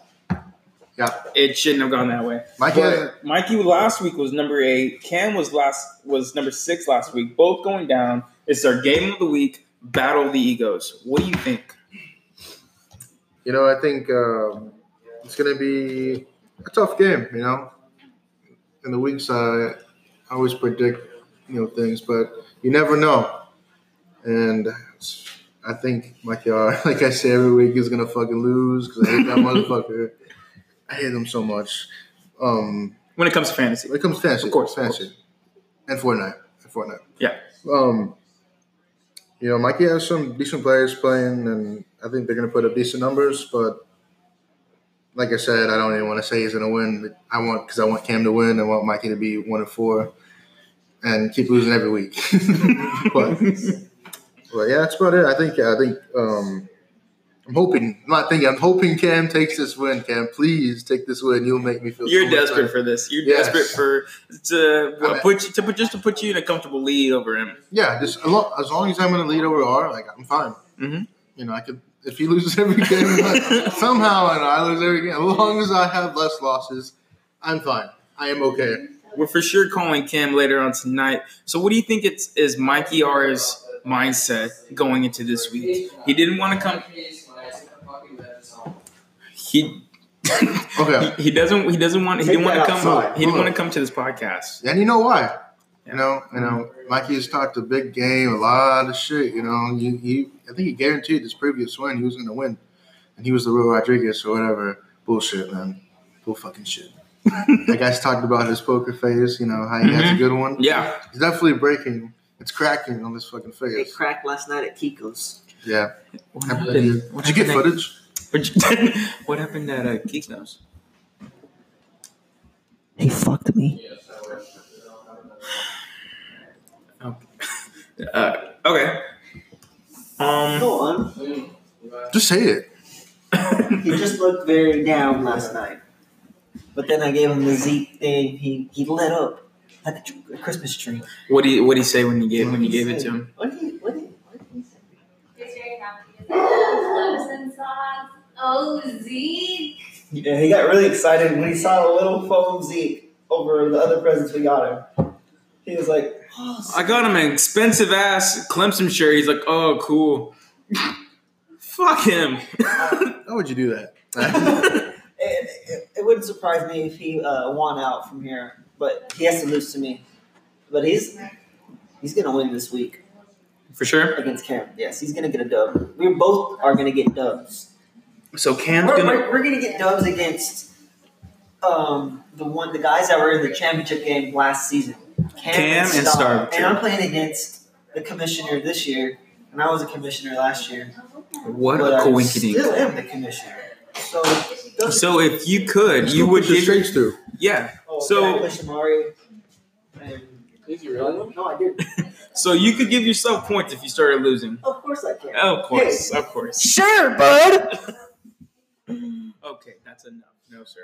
[SPEAKER 4] Yeah.
[SPEAKER 1] it shouldn't have gone that way.
[SPEAKER 4] Mikey, has,
[SPEAKER 1] But Mikey last week was number eight. Cam was last was number six last week. Both going down. It's our game of the week. Battle of the egos. What do you think?
[SPEAKER 4] you know, I think um, it's gonna be a tough game. You know, in the weak side, I always predict you know things, but you never know. And I think Mikey R, like I say every week, is gonna fucking lose because I hate that motherfucker. I hate him so much. Um,
[SPEAKER 1] When it comes to fantasy,
[SPEAKER 4] When it comes to fantasy,
[SPEAKER 1] Of course, of
[SPEAKER 4] fantasy, and Fortnite, and Fortnite.
[SPEAKER 1] Yeah.
[SPEAKER 4] Um, you know, Mikey has some decent players playing, and I think they're going to put up decent numbers. But like I said, I don't even want to say he's going to win. I want because I want Cam to win. I want Mikey to be one and four, and keep losing every week. but, but yeah, that's about it. I think. I think. Um, I'm hoping. I'm not thinking. I'm hoping Cam takes this win. Cam, please take this win. You'll make me feel. so
[SPEAKER 1] you're
[SPEAKER 4] much better.
[SPEAKER 1] desperate for this. You're
[SPEAKER 4] Yes.
[SPEAKER 1] desperate for to uh,
[SPEAKER 4] I'm-
[SPEAKER 1] put you to put just to put you in a comfortable lead over him.
[SPEAKER 4] Yeah, just as long, as long as I'm in the lead over R, like I'm fine.
[SPEAKER 1] Mhm.
[SPEAKER 4] You know, I could if he loses every game like, somehow and I lose every game. As long as I have less losses, I'm fine. I am okay.
[SPEAKER 1] We're for sure calling Cam later on tonight. So, what do you think it's is Mikey R's mindset going into this week? He didn't want to come. He
[SPEAKER 4] Okay,
[SPEAKER 1] he, he doesn't he doesn't want he
[SPEAKER 2] Take
[SPEAKER 1] didn't want to
[SPEAKER 2] that
[SPEAKER 1] come
[SPEAKER 2] outside.
[SPEAKER 1] he didn't
[SPEAKER 4] Hold
[SPEAKER 1] want to
[SPEAKER 4] on.
[SPEAKER 1] come to this podcast.
[SPEAKER 4] and you know why?
[SPEAKER 1] Yeah.
[SPEAKER 4] You know, you know, Mikey has talked a big game, a lot of shit. You know, he, he I think he guaranteed his previous win he was going to win, and he was the real Rodriguez or whatever bullshit, man. Bull fucking shit. that guy's talked about his poker face. You know how he has a good one.
[SPEAKER 1] Yeah,
[SPEAKER 4] It's definitely breaking. It's cracking on this fucking
[SPEAKER 7] It
[SPEAKER 4] face.
[SPEAKER 7] cracked last night at Kiko's.
[SPEAKER 4] Yeah.
[SPEAKER 1] what
[SPEAKER 4] Did you get footage?
[SPEAKER 1] footage? what happened at uh, Kiko's?
[SPEAKER 7] He fucked me.
[SPEAKER 1] Uh, okay. Um,
[SPEAKER 2] Go on.
[SPEAKER 4] Just say it.
[SPEAKER 2] He just looked very down last night. But then I gave him the Zeke thing. He he lit up like a, tr- a Christmas tree.
[SPEAKER 1] what do you what do you say when you gave when you gave it to him?
[SPEAKER 2] What did he, what did he, what did he say?
[SPEAKER 5] It's very happy. Clothes and socks. Oh, Zeke.
[SPEAKER 2] Yeah, he got really excited when he saw the little foam Zeke over the other presents we got him. He was like, oh,
[SPEAKER 1] I got him an expensive ass Clemson shirt. He's like, oh, cool. Fuck him.
[SPEAKER 4] How would you do that?
[SPEAKER 2] It, it, it wouldn't surprise me if he uh, won out from here, but he has to lose to me. But he's he's gonna win this week
[SPEAKER 1] For sure.
[SPEAKER 2] against Cam. Yes, he's gonna get a dub. We both are gonna get dubs.
[SPEAKER 1] So Cam's
[SPEAKER 2] We're,
[SPEAKER 1] gonna.
[SPEAKER 2] we're, we're gonna get dubs against um, the one the guys that were in the championship game last season.
[SPEAKER 1] Cam and Starb,
[SPEAKER 2] And
[SPEAKER 1] too.
[SPEAKER 2] I'm playing against the commissioner this year, and I was a commissioner last year.
[SPEAKER 1] What
[SPEAKER 2] but
[SPEAKER 1] a
[SPEAKER 2] I
[SPEAKER 1] coincidence.
[SPEAKER 2] Still am the commissioner. So those
[SPEAKER 1] So if you could, you would
[SPEAKER 4] just
[SPEAKER 1] give.
[SPEAKER 4] straight through.
[SPEAKER 1] Yeah.
[SPEAKER 2] Oh,
[SPEAKER 1] So-
[SPEAKER 2] did I push Amari? And-
[SPEAKER 3] Did you really?
[SPEAKER 2] No, I didn't.
[SPEAKER 1] So you could give yourself points if you started losing.
[SPEAKER 2] Of course I can.
[SPEAKER 1] Of course. Of course.
[SPEAKER 7] Sure, bud.
[SPEAKER 1] Okay, that's enough. No, sir.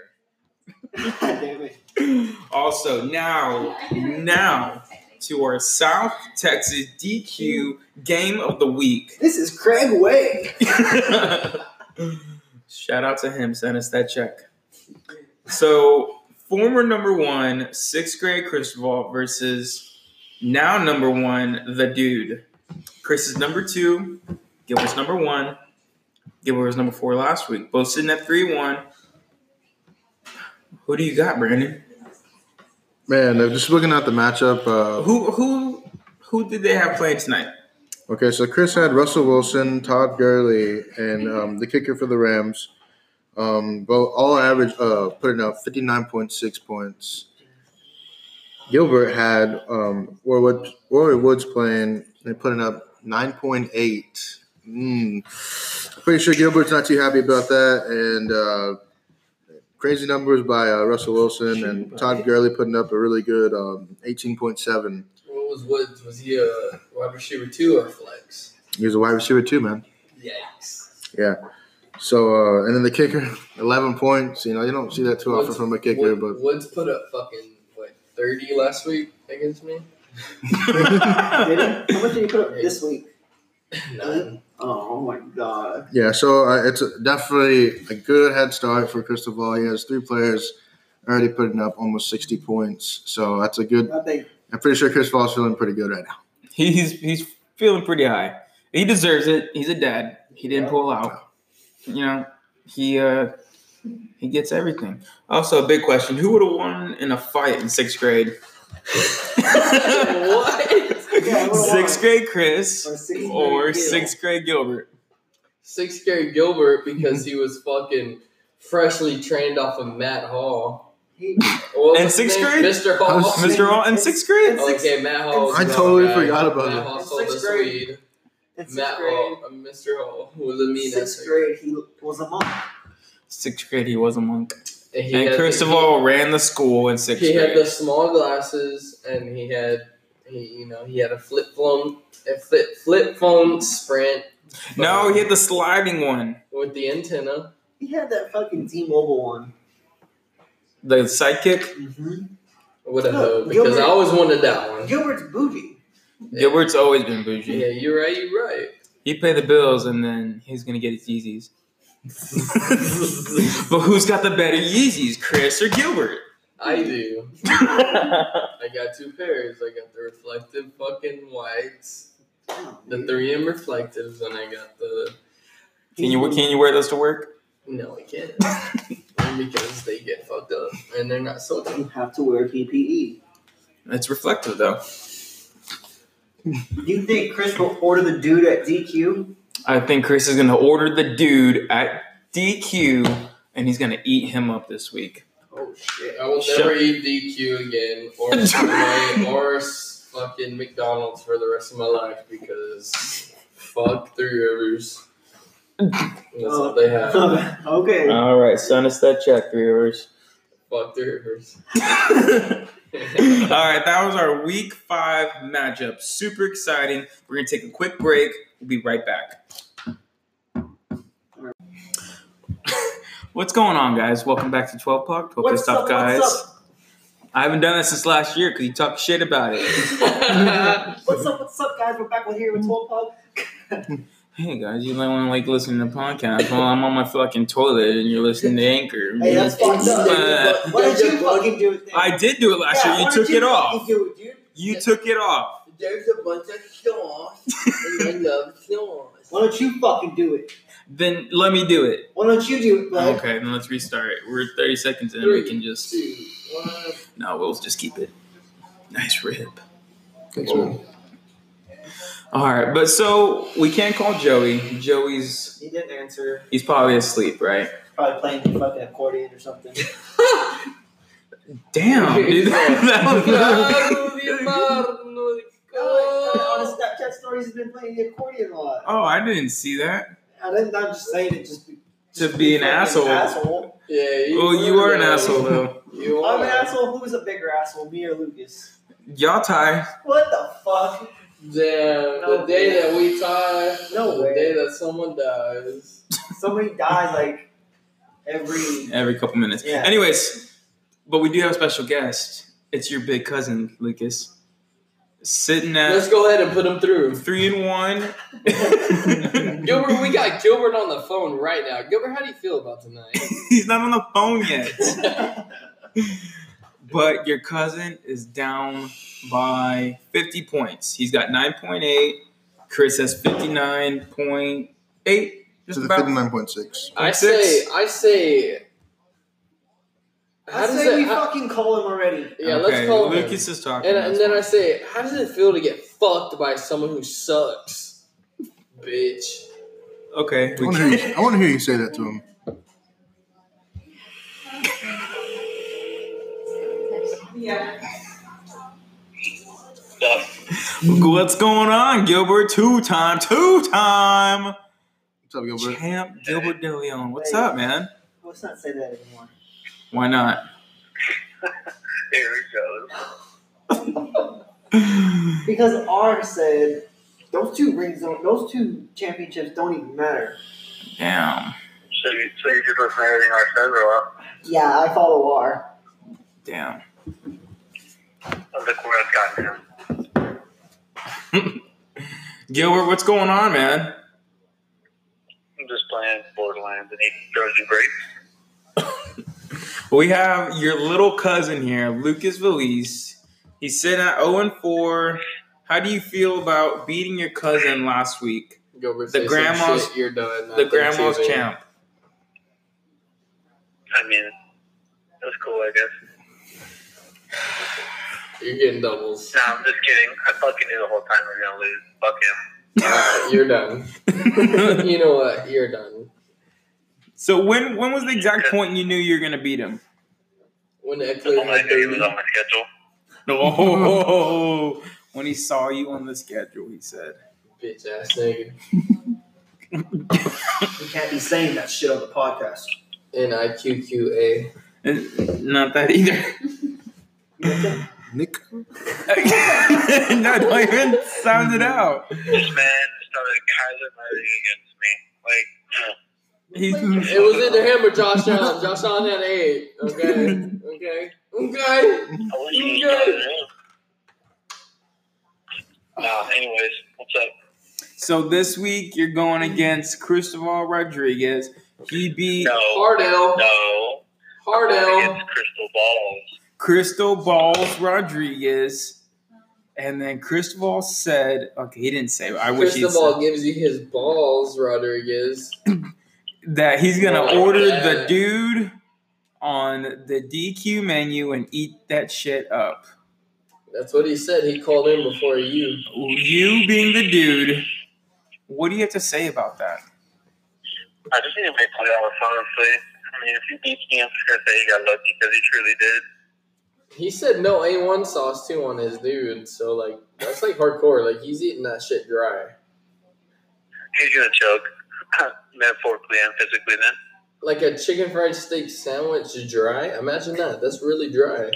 [SPEAKER 2] Damn it.
[SPEAKER 1] Also, now, now to our South Texas DQ game of the week.
[SPEAKER 7] This is Craig Way.
[SPEAKER 1] Shout out to him. Send us that check. So, former number one, sixth grade Cristobal versus now number one, the dude. Chris is number two. Gilbert's number one. Gilbert was number four last week. Both sitting at 3 1. Who do you got, Brandon?
[SPEAKER 4] Man, I'm just looking at the matchup. Uh,
[SPEAKER 1] Who who who did they have playing tonight?
[SPEAKER 4] okay, so Chris had Russell Wilson, Todd Gurley, and um, the kicker for the Rams. Um, but all average, uh, putting up 59.6 points. Gilbert had um, Roy, Wood, Roy Woods playing and putting up 9.8. Mm. Pretty sure Gilbert's not too happy about that. And uh, crazy numbers by uh, Russell Wilson and Todd Gurley putting up a really good um, 18.7.
[SPEAKER 3] What was Woods? Was he a wide receiver two or a flex?
[SPEAKER 4] He was a wide receiver too, man.
[SPEAKER 3] Yikes!
[SPEAKER 4] Yeah. So uh, and then the kicker, eleven points. You know, you don't see that too often
[SPEAKER 3] Woods-
[SPEAKER 4] from a kicker, but
[SPEAKER 3] Wood- Woods put up fucking what thirty last week against me.
[SPEAKER 2] Did he? How much did he put up this week?
[SPEAKER 3] None.
[SPEAKER 2] Oh my god.
[SPEAKER 4] yeah. So uh, it's a, definitely a good head start for Cristobal. He has three players already putting up almost sixty points. So that's a good.
[SPEAKER 2] I think
[SPEAKER 4] I'm pretty sure Cristobal's feeling pretty good right now.
[SPEAKER 1] He's he's feeling pretty high. He deserves it. He's a dad. He didn't pull out. You know, he uh he gets everything. Also, a big question: Who would have won in a fight in sixth grade?
[SPEAKER 3] what?
[SPEAKER 2] Yeah, would've
[SPEAKER 1] sixth
[SPEAKER 2] won.
[SPEAKER 1] grade Chris
[SPEAKER 2] Or
[SPEAKER 1] or
[SPEAKER 2] sixth
[SPEAKER 1] sixth,
[SPEAKER 2] grade Gil.
[SPEAKER 1] grade, Gilbert?
[SPEAKER 3] Sixth grade Gilbert because he was fucking freshly trained off of Matt Hall.
[SPEAKER 2] he,
[SPEAKER 3] Well,
[SPEAKER 1] And sixth grade?
[SPEAKER 3] Mr.
[SPEAKER 4] I
[SPEAKER 3] Hall.
[SPEAKER 4] was-
[SPEAKER 1] Mr. All in sixth grade.
[SPEAKER 2] It's-
[SPEAKER 3] Okay, Matt Hall. was
[SPEAKER 2] I
[SPEAKER 3] another
[SPEAKER 4] totally
[SPEAKER 3] guy.
[SPEAKER 4] forgot about
[SPEAKER 3] Matt
[SPEAKER 4] him.
[SPEAKER 3] Hall
[SPEAKER 2] In
[SPEAKER 3] sold
[SPEAKER 2] sixth
[SPEAKER 3] the
[SPEAKER 2] grade-
[SPEAKER 3] Swede.
[SPEAKER 2] in sixth
[SPEAKER 3] Matt
[SPEAKER 2] grade,
[SPEAKER 3] Hall, uh, Mr. Hall, who was a mean
[SPEAKER 2] sixth
[SPEAKER 3] ass
[SPEAKER 2] grade, he was a monk.
[SPEAKER 1] Sixth grade, he was a monk.
[SPEAKER 3] nigga. And, he
[SPEAKER 1] And
[SPEAKER 3] had
[SPEAKER 1] Chris
[SPEAKER 3] the,
[SPEAKER 1] of all ran the school in sixth
[SPEAKER 3] he had
[SPEAKER 1] grade.
[SPEAKER 3] the small glasses, and he had he you know he had a flip phone a flip flip phone sprint.
[SPEAKER 1] no, he had the sliding one,
[SPEAKER 3] with the antenna.
[SPEAKER 2] He had that fucking T-Mobile one.
[SPEAKER 1] the sidekick.
[SPEAKER 2] Mm-hmm.
[SPEAKER 3] What a
[SPEAKER 2] No,
[SPEAKER 3] hoe! Because
[SPEAKER 2] Gilbert-
[SPEAKER 3] I always wanted that one.
[SPEAKER 2] Gilbert's bougie.
[SPEAKER 1] Gilbert's always been bougie.
[SPEAKER 3] Yeah, you're right. You're right.
[SPEAKER 1] He paid the bills, and then he's gonna get his Yeezys. but who's got the better Yeezys, Chris or Gilbert?
[SPEAKER 3] I do.
[SPEAKER 1] I
[SPEAKER 3] I got two pairs. I got the reflective fucking whites,
[SPEAKER 2] Oh,
[SPEAKER 3] the
[SPEAKER 2] dude.
[SPEAKER 3] 3M reflectives, and I got the
[SPEAKER 1] Can you can you wear those to work?
[SPEAKER 3] no, I can't because they get fucked up and they're not sold.
[SPEAKER 2] You have to wear PPE.
[SPEAKER 1] It's reflective though.
[SPEAKER 2] E? You think Chris will order the dude at DQ?
[SPEAKER 1] I think Chris is gonna order the dude at DQ, and he's gonna eat him up this week.
[SPEAKER 2] Oh shit!
[SPEAKER 3] I will
[SPEAKER 1] Shut-
[SPEAKER 3] never eat DQ again or Subway or s- fucking McDonald's for the rest of my life because fuck Three Rivers. That's all they
[SPEAKER 2] Oh.
[SPEAKER 3] have.
[SPEAKER 2] okay.
[SPEAKER 1] All right, send us that check, three hours.
[SPEAKER 3] Fuck Three Rivers.
[SPEAKER 1] All right, that was our week five matchup. Super exciting. We're gonna take a quick break. We'll be right back. What's going on, guys? Welcome back to 12 Puck. 12
[SPEAKER 2] What's
[SPEAKER 1] Pissed Off
[SPEAKER 2] up,
[SPEAKER 1] Guys.
[SPEAKER 2] what's
[SPEAKER 1] I haven't done this since last year because you talked shit about it.
[SPEAKER 2] What's up? What's up, guys? We're back with here with 12 Pug.
[SPEAKER 1] Hey guys, you might want to like listen to podcasts while I'm on my fucking toilet and you're listening to Anchor.
[SPEAKER 2] Hey, that's fucked up.
[SPEAKER 1] Uh,
[SPEAKER 2] what did you fucking do with that?
[SPEAKER 1] I did do it last
[SPEAKER 2] Yeah,
[SPEAKER 1] year. You
[SPEAKER 2] what
[SPEAKER 1] took
[SPEAKER 2] did
[SPEAKER 1] it
[SPEAKER 2] you
[SPEAKER 1] off.
[SPEAKER 2] fucking do it, dude?
[SPEAKER 1] You took it off.
[SPEAKER 3] There's a bunch of sauce, and I love sauce.
[SPEAKER 2] Why don't you fucking do it?
[SPEAKER 1] Then let me do it.
[SPEAKER 2] Why don't you do it, bud?
[SPEAKER 1] Okay, then let's restart it. We're 30 seconds in. We can just
[SPEAKER 3] Two, one.
[SPEAKER 1] no. We'll just keep it. Nice rip.
[SPEAKER 4] Thanks, man.
[SPEAKER 1] All right, but so we can't call Joey. Joey's
[SPEAKER 2] He didn't answer.
[SPEAKER 1] he's probably asleep, right?
[SPEAKER 2] Probably playing the fucking accordion or something.
[SPEAKER 1] Damn, dude.
[SPEAKER 3] Oh,
[SPEAKER 2] on his Snapchat stories, he's been playing the accordion a lot.
[SPEAKER 1] oh, I didn't see that.
[SPEAKER 2] And I'm not just saying it just, be-
[SPEAKER 1] To
[SPEAKER 2] just
[SPEAKER 1] be an
[SPEAKER 2] fucking
[SPEAKER 1] asshole.
[SPEAKER 2] asshole.
[SPEAKER 3] Yeah, you
[SPEAKER 1] Well, you are an asshole though.
[SPEAKER 3] You are
[SPEAKER 2] I'm an asshole. Who's a bigger asshole, me or Lucas?
[SPEAKER 1] Y'all tie.
[SPEAKER 2] What the fuck?
[SPEAKER 3] Damn, the
[SPEAKER 2] No
[SPEAKER 3] day
[SPEAKER 2] way.
[SPEAKER 3] that we tie,
[SPEAKER 2] No
[SPEAKER 3] the
[SPEAKER 2] way.
[SPEAKER 3] day that someone dies.
[SPEAKER 2] Somebody dies like every.
[SPEAKER 1] Every couple minutes.
[SPEAKER 2] Yeah.
[SPEAKER 1] Anyways, but we do have a special guest. It's your big cousin, Lucas. Sitting
[SPEAKER 3] Let's
[SPEAKER 1] at
[SPEAKER 3] go ahead and put him through.
[SPEAKER 1] three and one.
[SPEAKER 3] Gilbert, we got Gilbert on the phone right now. Gilbert, how do you feel about tonight?
[SPEAKER 1] He's not on the phone yet. But your cousin is down by 50 points. He's got 9.8. Chris has 59.8.
[SPEAKER 4] To
[SPEAKER 1] Just
[SPEAKER 4] the
[SPEAKER 1] about.
[SPEAKER 4] 59.6.
[SPEAKER 3] I
[SPEAKER 1] Point
[SPEAKER 3] say,
[SPEAKER 1] six.
[SPEAKER 3] I say.
[SPEAKER 2] I
[SPEAKER 3] How does
[SPEAKER 2] say
[SPEAKER 3] it?
[SPEAKER 2] we
[SPEAKER 3] how-
[SPEAKER 2] fucking call him already.
[SPEAKER 3] yeah,
[SPEAKER 1] Okay,
[SPEAKER 3] let's call him.
[SPEAKER 1] Lucas is talking.
[SPEAKER 3] And, and then I say, how does it feel to get fucked by someone who sucks, bitch?
[SPEAKER 1] okay.
[SPEAKER 4] I want to hear you say that to him.
[SPEAKER 8] Yeah.
[SPEAKER 1] What's going on, Gilbert? Two time, two time
[SPEAKER 4] What's up, Gilbert?
[SPEAKER 1] champ, Gilbert De Leon. What's up, man?
[SPEAKER 2] Let's not say that anymore.
[SPEAKER 1] Why not?
[SPEAKER 9] Here it goes.
[SPEAKER 2] Because R said those two rings don't, those two championships don't even matter.
[SPEAKER 1] Damn,
[SPEAKER 9] So, you, so you just listen to everything I said, or what?
[SPEAKER 2] Yeah, I follow R.
[SPEAKER 1] damn.
[SPEAKER 9] Of the course, I've gotten him.
[SPEAKER 1] Gilbert, what's going on, man?
[SPEAKER 9] I'm just playing Borderlands, and he throws you great.
[SPEAKER 1] We have your little cousin here, Lucas Valise. He's sitting at 0 and 4. How do you feel about beating your cousin last week?
[SPEAKER 3] Gilbert,
[SPEAKER 1] The
[SPEAKER 3] say some
[SPEAKER 1] grandma's-
[SPEAKER 3] shit, you're done.
[SPEAKER 1] The grandma's
[SPEAKER 3] champ.
[SPEAKER 1] champ.
[SPEAKER 9] I mean, that's cool, I guess.
[SPEAKER 3] You're getting doubles.
[SPEAKER 9] No, I'm just kidding. I fucking knew the whole time we were gonna lose. Fuck him.
[SPEAKER 3] Alright, you're done. you know what? You're done.
[SPEAKER 1] so when when was the exact point you knew you were gonna beat him?
[SPEAKER 3] When
[SPEAKER 9] The
[SPEAKER 3] Eckler
[SPEAKER 9] moment I
[SPEAKER 3] had
[SPEAKER 9] knew he was
[SPEAKER 3] 30,
[SPEAKER 9] on my schedule.
[SPEAKER 1] No, when he saw you on the schedule, he said.
[SPEAKER 3] bitch ass nigga,
[SPEAKER 2] You can't be saying that shit on the podcast.
[SPEAKER 3] N I Q Q A.
[SPEAKER 1] Not that either.
[SPEAKER 4] Nick.
[SPEAKER 1] no, don't even sound it out.
[SPEAKER 9] This man started Kaiser murdering against me. Like,
[SPEAKER 1] He's
[SPEAKER 3] It was either him or Josh Allen. Josh Allen had eight. Okay. Okay. Okay.
[SPEAKER 9] I wish he started him. Nah, anyways, what's up?
[SPEAKER 1] so this week you're going against Cristobal Rodriguez. He beat
[SPEAKER 9] No.
[SPEAKER 3] Hard L.
[SPEAKER 9] No.
[SPEAKER 3] Hard L.
[SPEAKER 9] Against crystal balls.
[SPEAKER 1] Crystal Balls Rodriguez. And then Cristobal said, okay, he didn't say, I wish he
[SPEAKER 3] Cristobal
[SPEAKER 1] said
[SPEAKER 3] gives you his balls, Rodriguez.
[SPEAKER 1] that he's going to
[SPEAKER 3] Oh,
[SPEAKER 1] order
[SPEAKER 3] yeah.
[SPEAKER 1] the dude on the DQ menu and eat that shit up.
[SPEAKER 3] That's what he said. He called in before you.
[SPEAKER 1] You being the dude, what do you have to say about that?
[SPEAKER 9] I just need to make play all the fun, please. I mean, if he beats me, I'm just gonna say he got lucky because he truly did.
[SPEAKER 3] He said no A1 sauce too on his dude. So, like, that's like hardcore. Like, he's eating that shit dry.
[SPEAKER 9] He's gonna choke, metaphorically and physically. Then
[SPEAKER 3] like a chicken fried steak sandwich dry. Imagine that. That's really dry.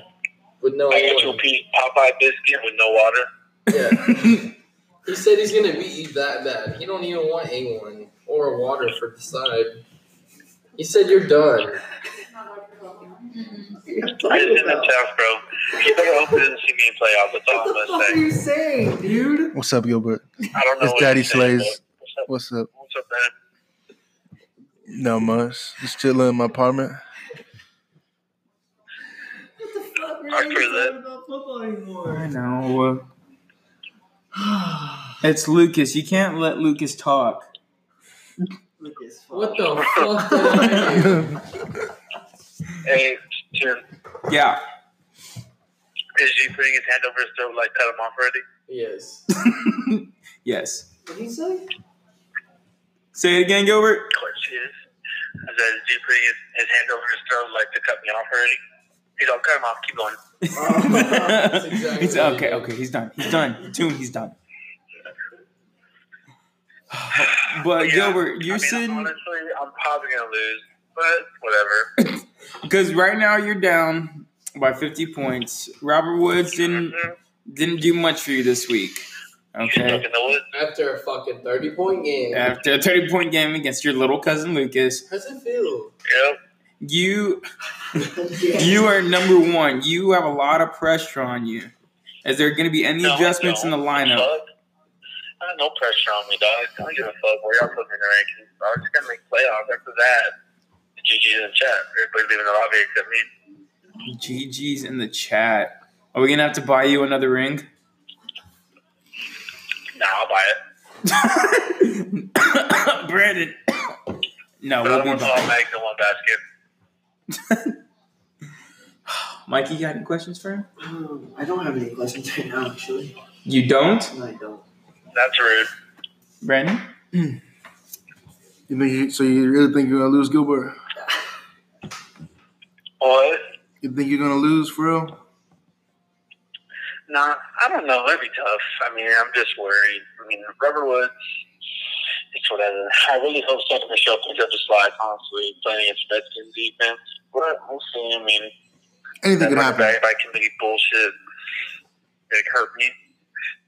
[SPEAKER 3] With
[SPEAKER 4] Oh,
[SPEAKER 3] no
[SPEAKER 9] I got you a
[SPEAKER 3] oil.
[SPEAKER 9] piece Popeye biscuit with no water.
[SPEAKER 3] Yeah. he said he's gonna beat you that bad. He don't even want A one or water for the side. He said you're done.
[SPEAKER 5] Mhm.
[SPEAKER 9] I just in the tough, bro. He better hope he doesn't see me in playoff. That's all I'm gonna say.
[SPEAKER 7] you saying, dude?
[SPEAKER 4] What's up, Gilbert?
[SPEAKER 9] I don't know.
[SPEAKER 4] It's
[SPEAKER 9] what
[SPEAKER 4] Daddy
[SPEAKER 9] he's saying,
[SPEAKER 4] Slays.
[SPEAKER 9] but What's up?
[SPEAKER 4] What's up?
[SPEAKER 9] What's up, man?
[SPEAKER 4] No much. Just chilling in my apartment.
[SPEAKER 7] What the fuck? We're
[SPEAKER 9] not even After that- talking
[SPEAKER 7] about football
[SPEAKER 1] I
[SPEAKER 7] anymore.
[SPEAKER 1] know. It's Lucas. You can't let Lucas talk.
[SPEAKER 2] Lucas, fuck.
[SPEAKER 3] What the fuck did I do?
[SPEAKER 9] Hey, Jim,
[SPEAKER 1] Yeah.
[SPEAKER 9] is he putting his hand over his throat like cut him off already?
[SPEAKER 3] Yes.
[SPEAKER 1] yes.
[SPEAKER 2] What did he say?
[SPEAKER 1] Say it again, Gilbert.
[SPEAKER 9] Of course he is. I said, is he putting his, his hand over his throat like to cut me off already? He's all cut him off. Keep going.
[SPEAKER 1] It's
[SPEAKER 3] exactly
[SPEAKER 1] he's,
[SPEAKER 3] what he
[SPEAKER 1] okay,
[SPEAKER 3] did.
[SPEAKER 1] okay, he's done. He's done. Tune, he's done. But
[SPEAKER 9] Yeah,
[SPEAKER 1] Gilbert, you're
[SPEAKER 9] I mean,
[SPEAKER 1] sitting
[SPEAKER 9] honestly, I'm probably gonna lose, but whatever.
[SPEAKER 1] because right now you're down by 50 points. Robert Woods didn't
[SPEAKER 9] Mhm.
[SPEAKER 1] didn't do much for you this week.
[SPEAKER 9] He's
[SPEAKER 1] Okay.
[SPEAKER 9] stuck in the woods.
[SPEAKER 3] After a fucking thirty point game.
[SPEAKER 1] After a 30 point game against your little cousin Lucas,
[SPEAKER 3] How's it feel?
[SPEAKER 9] Yep.
[SPEAKER 1] you you are number one. You have a lot of pressure on you. Is there going to be any
[SPEAKER 9] No, I
[SPEAKER 1] adjustments in the
[SPEAKER 9] don't.
[SPEAKER 1] lineup?
[SPEAKER 9] Fuck. Uh, no pressure on me, dog. I don't give a fuck where y'all put me in the rankings. I'm just gonna make playoffs. After that, GG's in chat. Everybody leaving the lobby except me.
[SPEAKER 1] GG's in the chat. Are we gonna have to buy you another ring?
[SPEAKER 9] Nah, I'll buy it.
[SPEAKER 1] Brandon. no,
[SPEAKER 9] But I
[SPEAKER 1] we'll
[SPEAKER 9] don't
[SPEAKER 1] be
[SPEAKER 9] want all
[SPEAKER 1] buying.
[SPEAKER 9] eggs in one basket.
[SPEAKER 1] Mikey, you got any questions for him?
[SPEAKER 2] Um, I don't have any questions right now, actually.
[SPEAKER 1] You don't,
[SPEAKER 2] No, I don't.
[SPEAKER 9] That's rude.
[SPEAKER 1] Brandon?
[SPEAKER 4] You think you, so? You really think you're gonna lose, Gilbert?
[SPEAKER 9] What?
[SPEAKER 4] You think you're gonna lose for real?
[SPEAKER 9] Nah, I don't know. That'd be tough. I mean, I'm just worried. I mean, Rubberwood, it's whatever. I really hope San Michelle picks up the slack, honestly, playing against Redskins defense. But we'll see. I mean,
[SPEAKER 4] Anything
[SPEAKER 9] that
[SPEAKER 4] could
[SPEAKER 9] running
[SPEAKER 4] happen.
[SPEAKER 9] back by committee bullshit, it hurt me.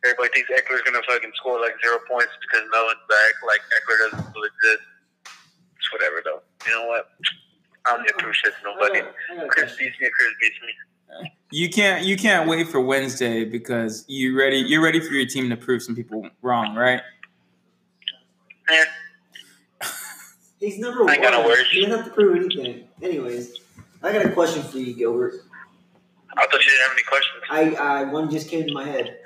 [SPEAKER 9] Everybody thinks Eckler's going to fucking score like zero points because Melvin's back. Like, Eckler doesn't really exist. It's whatever, though. You know what? I don't give two shits, nobody.
[SPEAKER 2] Mm-hmm.
[SPEAKER 9] Chris beats me, Chris beats me.
[SPEAKER 1] You can't you can't wait for Wednesday because you ready you're ready for your team to prove some people wrong, right?
[SPEAKER 9] Eh,
[SPEAKER 2] He's number
[SPEAKER 9] I
[SPEAKER 2] one.
[SPEAKER 9] ain't gotta worry.
[SPEAKER 2] He doesn't have to prove anything. Anyways, I got a question for you, Gilbert.
[SPEAKER 9] I thought you didn't have any questions.
[SPEAKER 2] I, I one just came to my head.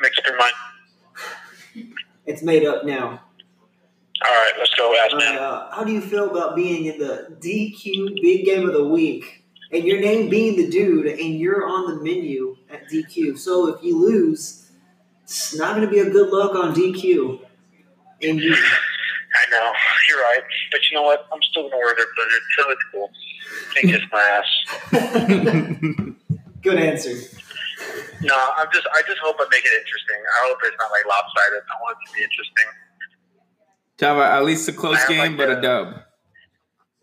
[SPEAKER 9] Mixed your mind.
[SPEAKER 2] It's made up now.
[SPEAKER 9] All right, let's go, ass man.
[SPEAKER 2] Uh, how do you feel about being in the DQ Big Game of the Week and your name being the dude and you're on the menu at DQ? So if you lose, it's not going to be a good look on DQ. And you,
[SPEAKER 9] I know you're right, but you know what? I'm still gonna wear their blizzard till it's cool. Think it's my ass.
[SPEAKER 2] good answer.
[SPEAKER 9] No, I'm just. I just hope I make it interesting. I hope it's not like lopsided. I want it to be interesting.
[SPEAKER 1] Java, at least a close
[SPEAKER 9] I
[SPEAKER 1] game, but
[SPEAKER 9] like
[SPEAKER 1] a
[SPEAKER 9] that.
[SPEAKER 1] dub.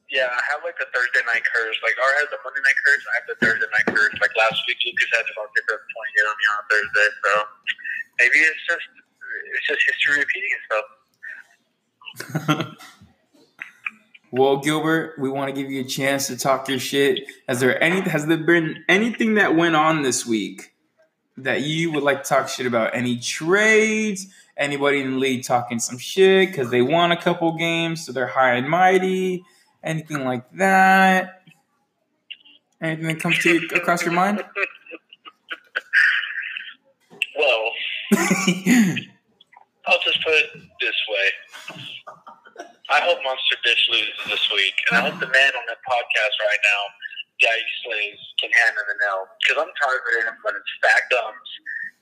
[SPEAKER 9] Yeah, I have like the Thursday night curse. Like, our has the Monday night curse. I have the Thursday night curse. Like last week, Lucas had to go pick up 28 on me on Thursday. So maybe it's just it's just history repeating itself.
[SPEAKER 1] Well, Gilbert, we want to give you a chance to talk your shit. Has there any has there been anything that went on this week that you would like to talk shit about? Any trades? Anybody in the league talking some shit because they won a couple games, so they're high and mighty? Anything like that? Anything that comes to you across your mind?
[SPEAKER 9] Well, I'll just put it this way. I hope Monster Bitch loses this week, and I hope the man on that podcast right now, Daddy Slays, can hand him an L. Because I'm tired of hearing him running stack dumps,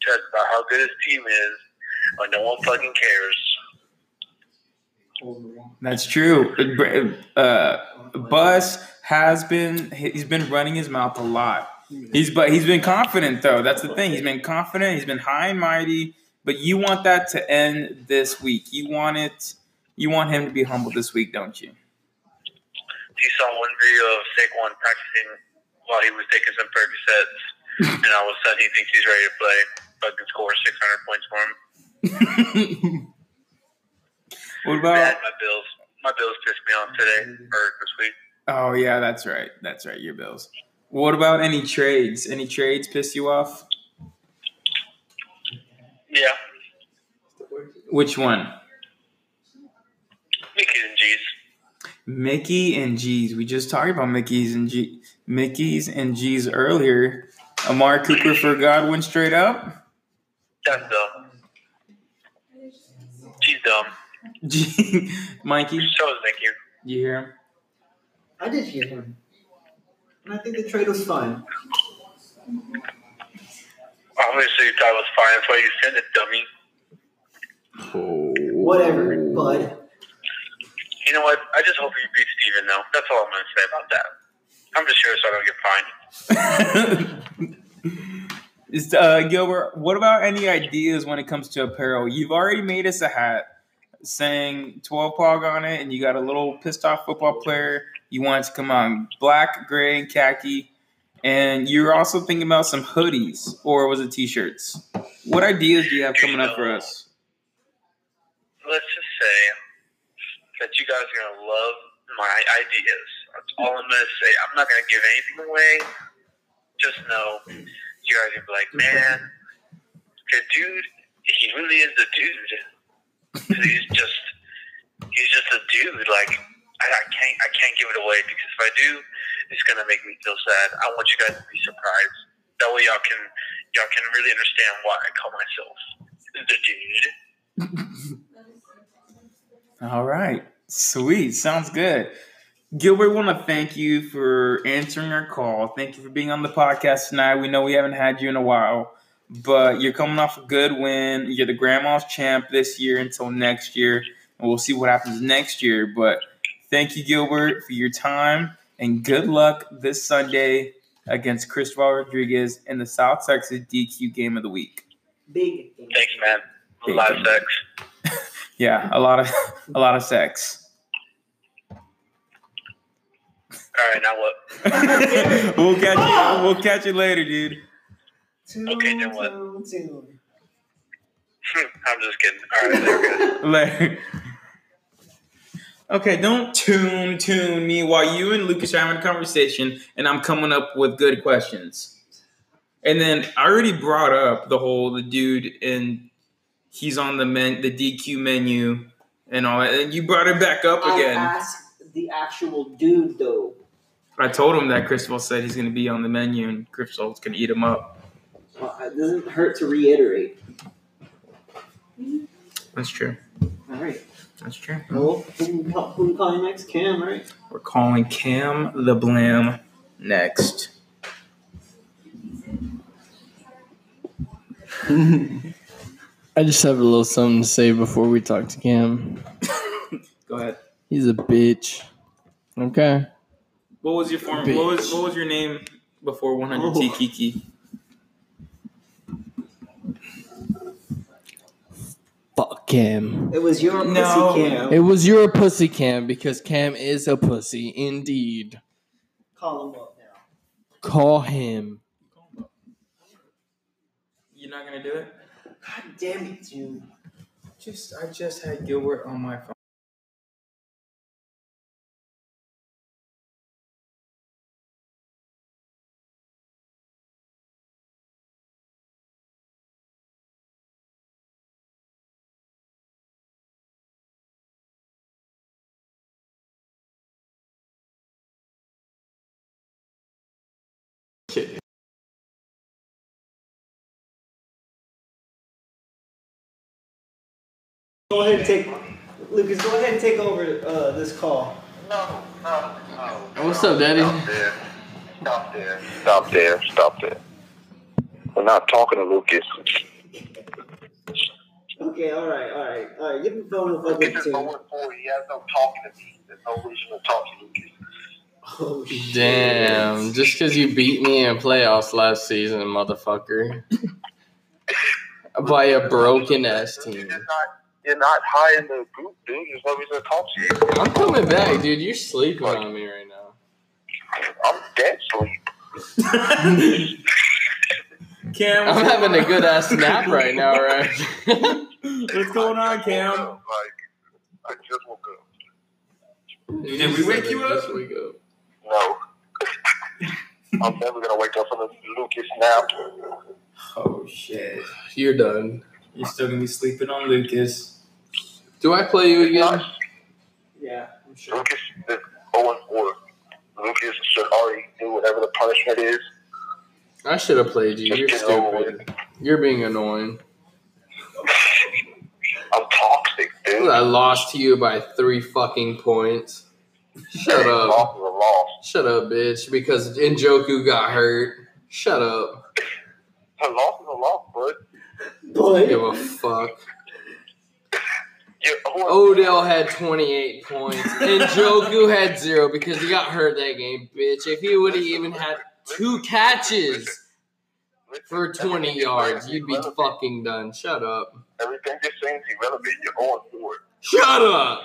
[SPEAKER 9] talk about how good his team is, when no one fucking cares.
[SPEAKER 1] That's true. Uh, Bus has been he's been running his mouth a lot. He's but he's been confident though. That's the thing. He's been confident. He's been high and mighty. But you want that to end this week. You want it. You want him to be humble this week, don't you?
[SPEAKER 9] He saw one video of Saquon practicing while he was taking some Percocets, and all of a sudden he thinks he's ready to play. Fucking score 600 points for him.
[SPEAKER 1] What
[SPEAKER 9] Bad,
[SPEAKER 1] about?
[SPEAKER 9] my Bills. My Bills pissed me off today, or this week.
[SPEAKER 1] Oh yeah, that's right. That's right. Your bills. What about any trades? Any trades piss you off?
[SPEAKER 9] Yeah,
[SPEAKER 1] Which one?
[SPEAKER 9] Mickey's and G's.
[SPEAKER 1] Mickey and G's. We just talked about Mickey's and G Mickey's and G's earlier. Amari Cooper for Godwin straight up.
[SPEAKER 9] That's dumb. She's dumb.
[SPEAKER 1] G- Mikey,
[SPEAKER 9] So is Nicky.
[SPEAKER 1] you hear him?
[SPEAKER 2] I did hear him. And I think the trade was fun.
[SPEAKER 9] Obviously, you thought it was fine. That's why you sent it, dummy.
[SPEAKER 2] Whatever, bud.
[SPEAKER 9] You know what? I just hope you beat Steven, though. That's all I'm going to say about that. I'm just sure so I don't get fined.
[SPEAKER 1] Is, uh, Gilbert, what about any ideas when it comes to apparel? You've already made us a hat saying 12 plug on it, and you got a little pissed off football player. You want it to come on black, gray, and khaki. And you're also thinking about some hoodies, or was it t shirts? What ideas do you have coming up for us?
[SPEAKER 9] Let's just say that you guys are going to love my ideas. That's all I'm going to say. I'm not going to give anything away. Just know you guys are going to be like, man, the dude, he really is the dude. he's just he's just a dude. Like I, I can't I can't give it away because if I do, it's gonna make me feel sad. I want you guys to be surprised. That way y'all can y'all can really understand why I call myself the dude.
[SPEAKER 1] All right. Sweet. Sounds good. Gilbert, want to thank you for answering our call. Thank you for being on the podcast tonight. We know we haven't had you in a while, but you're coming off a good win. You're the grandma's champ this year until next year, and we'll see what happens next year. But thank you, Gilbert, for your time and good luck this Sunday against Cristobal Rodriguez in the South Texas DQ game of the week.
[SPEAKER 2] Big. game.
[SPEAKER 9] Thanks, man. A lot of sex.
[SPEAKER 1] Yeah, a lot of a lot of sex.
[SPEAKER 9] All right, now what?
[SPEAKER 1] we'll catch you. We'll catch you later, dude.
[SPEAKER 2] Two,
[SPEAKER 9] Okay, then what?
[SPEAKER 2] two, two.
[SPEAKER 9] I'm just kidding. All right, there we go.
[SPEAKER 1] Later. Okay, don't tune tune me while you and Lucas are having a conversation and I'm coming up with good questions. And then I already brought up the whole the dude and he's on the men the DQ menu and all that. And you brought it back up again.
[SPEAKER 2] I asked the actual dude though.
[SPEAKER 1] I told him that Crystal said he's going to be on the menu and Crystal's going to eat him up.
[SPEAKER 2] Well, Uh, it doesn't hurt to reiterate.
[SPEAKER 1] That's true.
[SPEAKER 2] All right.
[SPEAKER 1] That's true.
[SPEAKER 2] Well, who, we call- who we calling next? Cam, right?
[SPEAKER 1] We're calling Cam the Blam next.
[SPEAKER 3] I just have a little something to say before we talk to Cam.
[SPEAKER 1] Go ahead.
[SPEAKER 3] He's a bitch. Okay.
[SPEAKER 1] What was your form? What was, what was your name before 100 T Kiki?
[SPEAKER 3] Fuck Cam.
[SPEAKER 2] It was your
[SPEAKER 1] No.
[SPEAKER 2] pussy Cam.
[SPEAKER 3] It was your pussy Cam because Cam is a pussy indeed.
[SPEAKER 2] Call him up now.
[SPEAKER 3] Call him.
[SPEAKER 1] You're not gonna do it.
[SPEAKER 2] God damn it, dude.
[SPEAKER 1] Just I just had Gilbert on my phone.
[SPEAKER 2] Go ahead and take Lucas. Go ahead and take over uh, this call.
[SPEAKER 9] No, no, no.
[SPEAKER 3] What's up, Daddy?
[SPEAKER 9] Stop there. Stop there. Stop there. Stop there. We're not talking to Lucas.
[SPEAKER 2] Okay, all right, all right, all right. Give me phone a
[SPEAKER 9] Lucas
[SPEAKER 2] fucking
[SPEAKER 9] is
[SPEAKER 2] two.
[SPEAKER 9] going forward. He has no talking to me. There's no reason to talk to Lucas.
[SPEAKER 2] Oh shit.
[SPEAKER 3] Damn, just because you beat me in playoffs last season, motherfucker. By a broken ass
[SPEAKER 9] You're
[SPEAKER 3] team.
[SPEAKER 9] not, you're not high in the group, dude. There's no reason to talk to you.
[SPEAKER 3] I'm coming back, dude. You're sleeping on me right now.
[SPEAKER 9] I'm dead sleep.
[SPEAKER 1] Cam,
[SPEAKER 3] I'm having a good ass nap right now, right?
[SPEAKER 1] What's going on,
[SPEAKER 9] Like,
[SPEAKER 1] Cam?
[SPEAKER 9] I just woke up.
[SPEAKER 1] Did we wake you up?
[SPEAKER 9] No. I'm never gonna wake up from this Lucas nap.
[SPEAKER 1] Oh shit!
[SPEAKER 3] You're done.
[SPEAKER 1] You're still gonna be sleeping on Lucas.
[SPEAKER 3] Do I play you again?
[SPEAKER 2] Yeah, I'm sure.
[SPEAKER 9] Lucas is 0 4. Lucas should already do whatever the punishment is.
[SPEAKER 3] I should have played you. You're stupid. You're being annoying.
[SPEAKER 9] I'm toxic, dude.
[SPEAKER 3] I lost to you by three fucking points. Shut up.
[SPEAKER 9] Loss is a loss.
[SPEAKER 3] Shut up, bitch. Because Njoku got hurt. Shut up.
[SPEAKER 9] A loss is a loss, bud.
[SPEAKER 3] I don't
[SPEAKER 2] But
[SPEAKER 3] give a fuck.
[SPEAKER 9] You're, who are-
[SPEAKER 3] Odell had 28 points and Joku had zero because he got hurt that game, bitch. If he would have even had two catches
[SPEAKER 9] listen,
[SPEAKER 3] for 20
[SPEAKER 9] everything you're
[SPEAKER 3] yards,
[SPEAKER 9] saying
[SPEAKER 3] you'd
[SPEAKER 9] is
[SPEAKER 3] be
[SPEAKER 9] irrelevant.
[SPEAKER 3] fucking done. Shut up.
[SPEAKER 9] Everything you're saying is irrelevant. You're 0 4.
[SPEAKER 3] Shut up.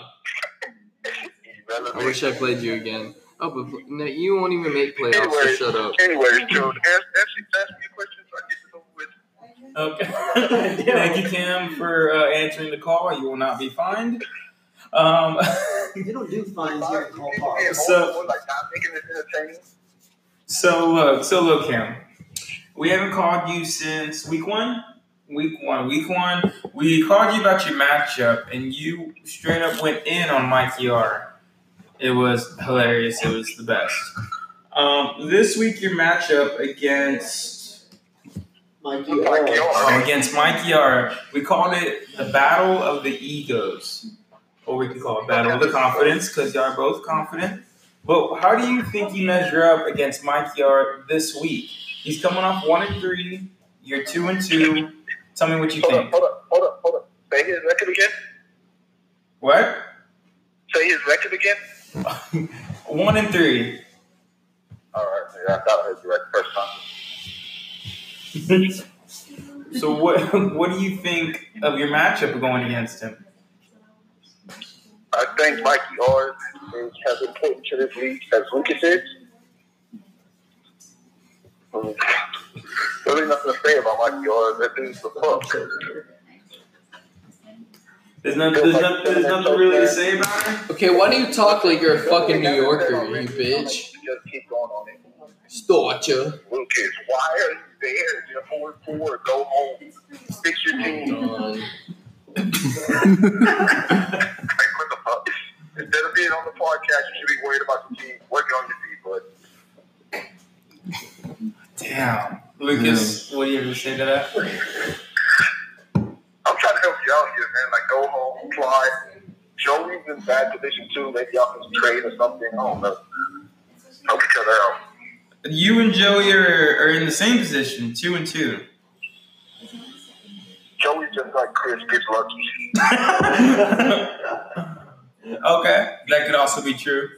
[SPEAKER 9] Irrelevant.
[SPEAKER 3] I wish I played you again. Oh, but no, you won't even make playoffs, so
[SPEAKER 9] Anyways,
[SPEAKER 3] shut up.
[SPEAKER 9] anyways, dude, ask, ask, ask me questions. I get this over with.
[SPEAKER 1] Okay. Thank you, Cam, for uh, answering the call. You will not be fined. Um,
[SPEAKER 2] you don't do fines here at call call.
[SPEAKER 9] Being
[SPEAKER 1] So-
[SPEAKER 9] 0 4, like not making this entertaining.
[SPEAKER 1] so look, so look, Cam. We haven't called you since week one. Week one, week one. We called you about your matchup, and you straight up went in on Mike Yar. It was hilarious. It was the best. Um, this week, your matchup against
[SPEAKER 2] Mike, you
[SPEAKER 9] Like you
[SPEAKER 2] are.
[SPEAKER 1] Oh,
[SPEAKER 9] are.
[SPEAKER 1] against Mike Yara. We called it the Battle of the Egos, or we can call it Battle of the Confidence because y'all are both confident. But how do you think you measure up against Mike Yara this week? He's coming off one and three. You're two and two. Tell me what you
[SPEAKER 9] Hold up,
[SPEAKER 1] think.
[SPEAKER 9] hold up, hold up, hold up. Say his record again.
[SPEAKER 1] What?
[SPEAKER 9] Say his record again.
[SPEAKER 1] one and three.
[SPEAKER 9] All right, Yeah, I thought it was the right first time.
[SPEAKER 1] So what what do you think of your matchup going against him?
[SPEAKER 9] I think Mikey Orr is has important to this league as Lucas is. Um, Really nothing to say about Mikey Orr. That dude's the fuck.
[SPEAKER 1] There's nothing there's, not, there's nothing really to say about him.
[SPEAKER 3] Okay, why do you talk like you're a fucking New Yorker, you bitch?
[SPEAKER 9] Just keep going on it.
[SPEAKER 3] Storcha.
[SPEAKER 9] Lucas, why are you there? You're four four. Go home. Fix your
[SPEAKER 3] Mm-hmm.
[SPEAKER 9] team. Like, what the fuck? Instead of being on the podcast, you should be worried about your team, working on your team, but
[SPEAKER 1] Damn. Lucas, what do you have to say to that?
[SPEAKER 9] I'm trying to help you out here, man. Like, go home, apply. Joey's in bad position too. Maybe y'all can trade or something. I don't know. Help each other out.
[SPEAKER 1] You and Joey are, are in the same position, two and two.
[SPEAKER 9] Joey's just like Chris gets lucky.
[SPEAKER 1] okay, that could also be true.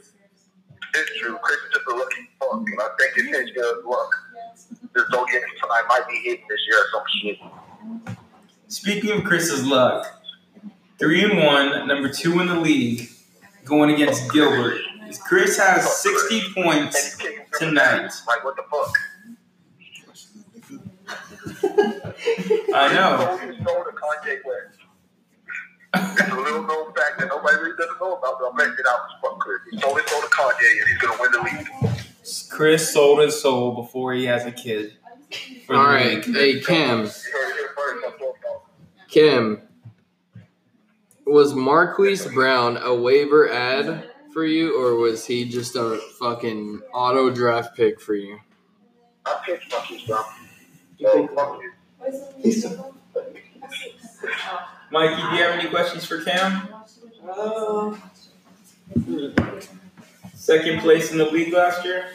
[SPEAKER 9] It's true. Chris is just a lucky fuck, and I think it's his good luck. Just don't get his time. Might be hitting this year or some shit.
[SPEAKER 1] Speaking of Chris's luck, three and one, number two in the league, going against Gilbert. Chris has 60
[SPEAKER 9] And he's
[SPEAKER 1] points.
[SPEAKER 9] kicking
[SPEAKER 1] Tonight.
[SPEAKER 9] Like what the fuck?
[SPEAKER 1] I know.
[SPEAKER 9] Joey's sold to Kanye West. It's a little known fact that nobody really doesn't know about, but I'm letting it out. Fuck Chris. He sold his soul to Kanye, and he's gonna win the league.
[SPEAKER 1] Chris sold his soul before he has a kid. For the
[SPEAKER 3] All right,
[SPEAKER 1] league.
[SPEAKER 3] hey Kim,
[SPEAKER 9] You heard it here first. I'm talking about.
[SPEAKER 3] Kim, was Marquise Brown a waiver ad for you, or was he just a fucking auto draft pick for you?
[SPEAKER 9] I picked Marquise Brown.
[SPEAKER 2] You
[SPEAKER 9] Oh,
[SPEAKER 2] think-
[SPEAKER 9] fuck you.
[SPEAKER 2] He's so
[SPEAKER 1] Mikey, do you have any questions for Cam? Second place in the league last year.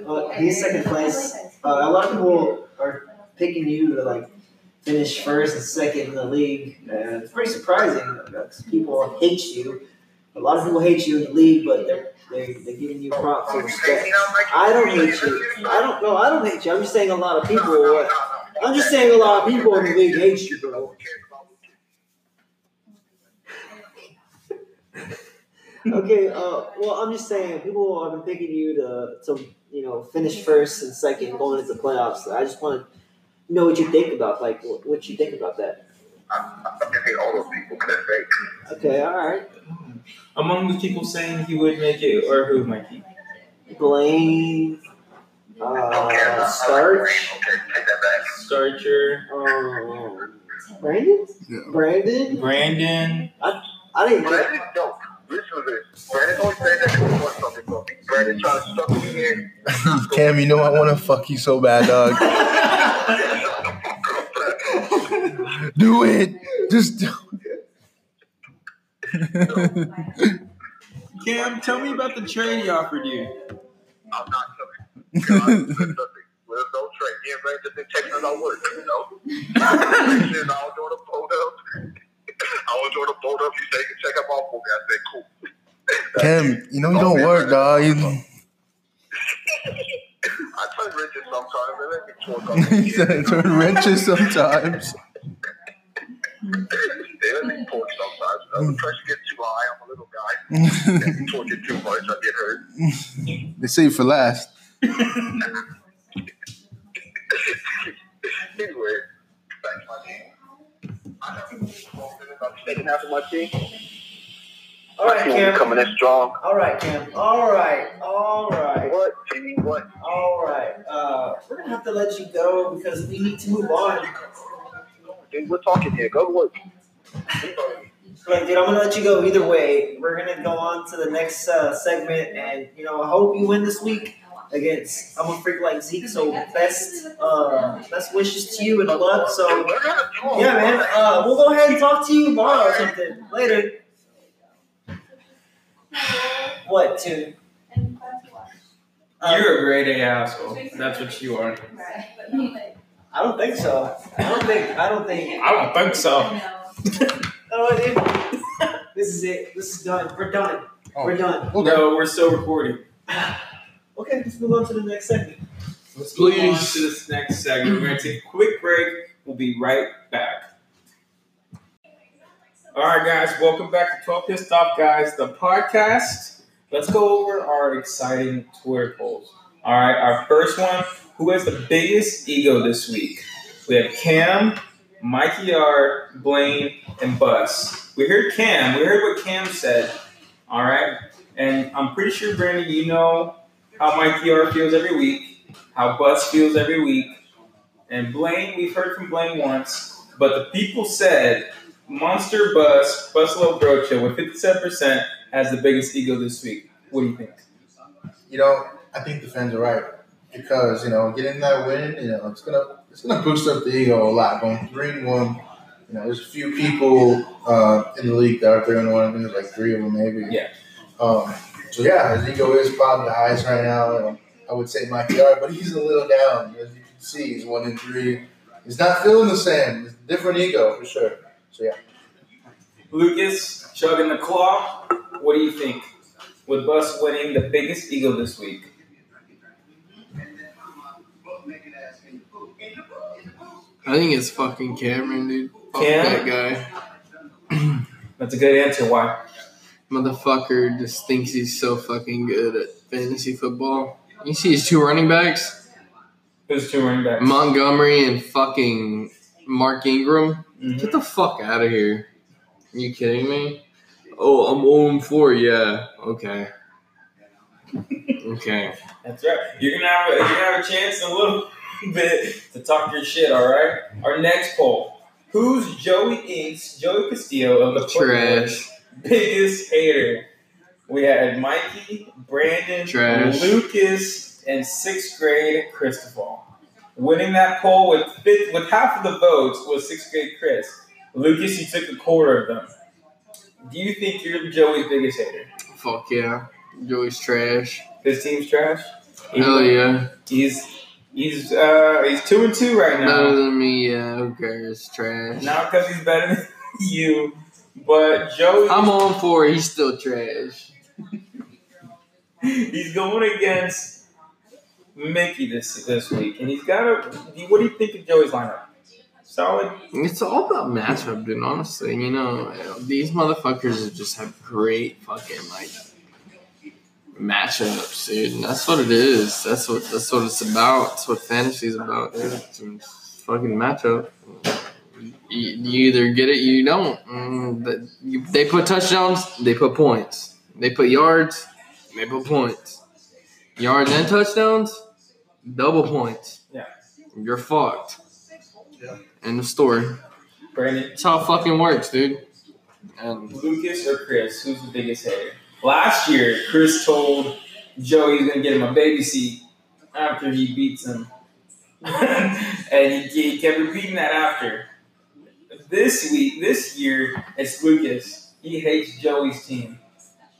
[SPEAKER 2] Well, he's second place. Uh, a lot of people are picking you to like finish first and second in the league. Uh, it's pretty surprising. because People hate you. A lot of people hate you in the league, but they're they're, they're giving you props and respect. I don't hate you. I don't know. I don't hate you. I'm just saying a lot of people. uh, I'm just saying a lot of people in the league hate you, bro. Okay. Uh, well, I'm just saying people have been picking you to to you know finish first and second going into the playoffs. I just want to know what you think about like wh- what you think about that.
[SPEAKER 9] I, I fucking hate all those people because they're fake.
[SPEAKER 2] Okay. All right.
[SPEAKER 1] Among the people saying he would make it, or who, Mikey?
[SPEAKER 2] Blaine.
[SPEAKER 9] Okay, I'm
[SPEAKER 2] Uh,
[SPEAKER 9] not- I like Wayne.
[SPEAKER 2] Starch.
[SPEAKER 9] Okay, take that back.
[SPEAKER 1] Starcher,
[SPEAKER 2] Um, Brandon.
[SPEAKER 4] Yeah.
[SPEAKER 2] Brandon.
[SPEAKER 1] Brandon.
[SPEAKER 2] I didn't. think-
[SPEAKER 9] Brandon, no, listen to this. Brandon always said that he wants something from me. Brandon trying to suck me in.
[SPEAKER 4] Cam, you know I want to fuck you so bad, dog. do it. Just do it.
[SPEAKER 1] Cam, tell me about the trade he offered you.
[SPEAKER 9] I'm not coming. You know, I'm not coming. Well, no trade. Me and Brandon just been texting about work, you know. Shit, I was doing a boat up. I was doing a boat up. He said, you can check him off for me. I said, cool.
[SPEAKER 4] Cam, you know you don't work, dog. You,
[SPEAKER 9] I turn riches sometimes and let me talk on
[SPEAKER 4] you said turn wrenches sometimes.
[SPEAKER 9] They let me talk sometimes. You know, the pressure gets too high. I'm a little guy.
[SPEAKER 4] they
[SPEAKER 9] I'm talking too much. I get hurt.
[SPEAKER 4] save for last.
[SPEAKER 9] Anyway, back to my team. I haven't spoken about the second half of my team.
[SPEAKER 2] All right, Cam.
[SPEAKER 9] coming in strong.
[SPEAKER 2] All right, Cam. All right. All right.
[SPEAKER 9] What? Team, what?
[SPEAKER 2] All right. Uh, we're gonna have to let you go because we need to move on.
[SPEAKER 9] Dude, we're talking here. Go to work.
[SPEAKER 2] Look, dude, I'm gonna let you go either way. We're gonna go on to the next uh, segment, and you know, I hope you win this week against I'm a freak like Zeke. So best, uh, best wishes to you and luck. So
[SPEAKER 9] we're gonna do all
[SPEAKER 2] yeah, man.
[SPEAKER 9] right.
[SPEAKER 2] Uh, we'll go ahead and talk to you tomorrow or something later. What, dude? Uh,
[SPEAKER 1] You're a grade A asshole. That's what you are.
[SPEAKER 2] I don't think so. I don't think. I don't think.
[SPEAKER 1] I don't think so.
[SPEAKER 2] Oh, dude. This is it. This is done. We're done. We're done.
[SPEAKER 1] No, we're still recording.
[SPEAKER 7] Okay, let's move on to the next segment.
[SPEAKER 1] Let's move on
[SPEAKER 3] Please.
[SPEAKER 1] to this next segment. We're gonna take a quick break. We'll be right back. All right, guys, welcome back to 12 Pissed Off Guys, the podcast. Let's go over our exciting Twitter polls. All right, our first one: Who has the biggest ego this week? We have Cam, Mikey R, Blaine, and Bus. We heard Cam. We heard what Cam said. All right, and I'm pretty sure Brandon, you know how Mikey R feels every week how Buzz feels every week. And Blaine, we've heard from Blaine once, but the people said Monster Buzz, Buzzlo Brocha with 57% has the biggest ego this week. What do you think?
[SPEAKER 4] You know, I think the fans are right because you know getting that win, you know, it's gonna it's gonna boost up the ego a lot. Going three and one, you know, there's a few people uh, in the league that are three and one. I think there's like three of them, maybe.
[SPEAKER 1] Yeah.
[SPEAKER 4] Um, so yeah, his ego is probably the highest right now. You know, I would say Mike Yard, but he's a little down as you can see. He's one and three. He's not feeling the same. It's a different ego for sure. So yeah,
[SPEAKER 1] Lucas, chugging the claw, what do you think? With Buzz winning the biggest ego this week?
[SPEAKER 3] I think it's fucking Cameron, dude. Fuck
[SPEAKER 1] Cam?
[SPEAKER 3] that guy.
[SPEAKER 1] That's a good answer. Why?
[SPEAKER 3] Motherfucker just thinks he's so fucking good at fantasy football. You see his two running backs,
[SPEAKER 1] Who's two running backs?
[SPEAKER 3] Montgomery and fucking Mark Ingram.
[SPEAKER 1] Mhm.
[SPEAKER 3] Get the fuck out of here. Are you kidding me? Oh, I'm 0 and 4. Yeah. Okay. okay.
[SPEAKER 1] That's right. You're gonna have a, you're gonna have a chance in a little bit to talk your shit. All right. Our next poll: Who's Joey Inks, Joey Castillo of the
[SPEAKER 3] Trash.
[SPEAKER 1] biggest hater? We had Mikey, Brandon,
[SPEAKER 3] Trash.
[SPEAKER 1] Lucas, and sixth grade Christopher. Winning that poll with fifth, with half of the votes was sixth grade Chris. Lucas, you took a quarter of them. Do you think you're Joey's biggest hater?
[SPEAKER 3] Fuck yeah. Joey's trash.
[SPEAKER 1] His team's trash.
[SPEAKER 3] Hell yeah.
[SPEAKER 1] He's he's uh he's two and two right
[SPEAKER 3] Better
[SPEAKER 1] now.
[SPEAKER 3] than me. Yeah. Who cares? Trash.
[SPEAKER 1] Not because he's better than you, but Joey
[SPEAKER 3] I'm 0 and 4. He's still trash.
[SPEAKER 1] he's going against Mickey this this week, and he's got a. What do you think of Joey's lineup? Solid.
[SPEAKER 3] It's all about matchup, dude. Honestly, you know, these motherfuckers just have great fucking like matchups, dude. And that's what it is. That's what that's what it's about. That's what fantasy's about, dude. It's a fucking matchup. You, you either get it, you don't. Mm, but you- They put touchdowns. They put points. They put yards. They put points. Yards and touchdowns. Double points.
[SPEAKER 1] Yeah.
[SPEAKER 3] You're fucked.
[SPEAKER 4] Yeah.
[SPEAKER 3] End of story.
[SPEAKER 1] Brandon,
[SPEAKER 3] That's how it fucking works, dude. And
[SPEAKER 1] Lucas, or Chris? Who's the biggest hater? Last year, Chris told Joey he's gonna get him a baby seat after he beats him, and he, he kept repeating that after. This week, this year, it's Lucas. He hates Joey's team.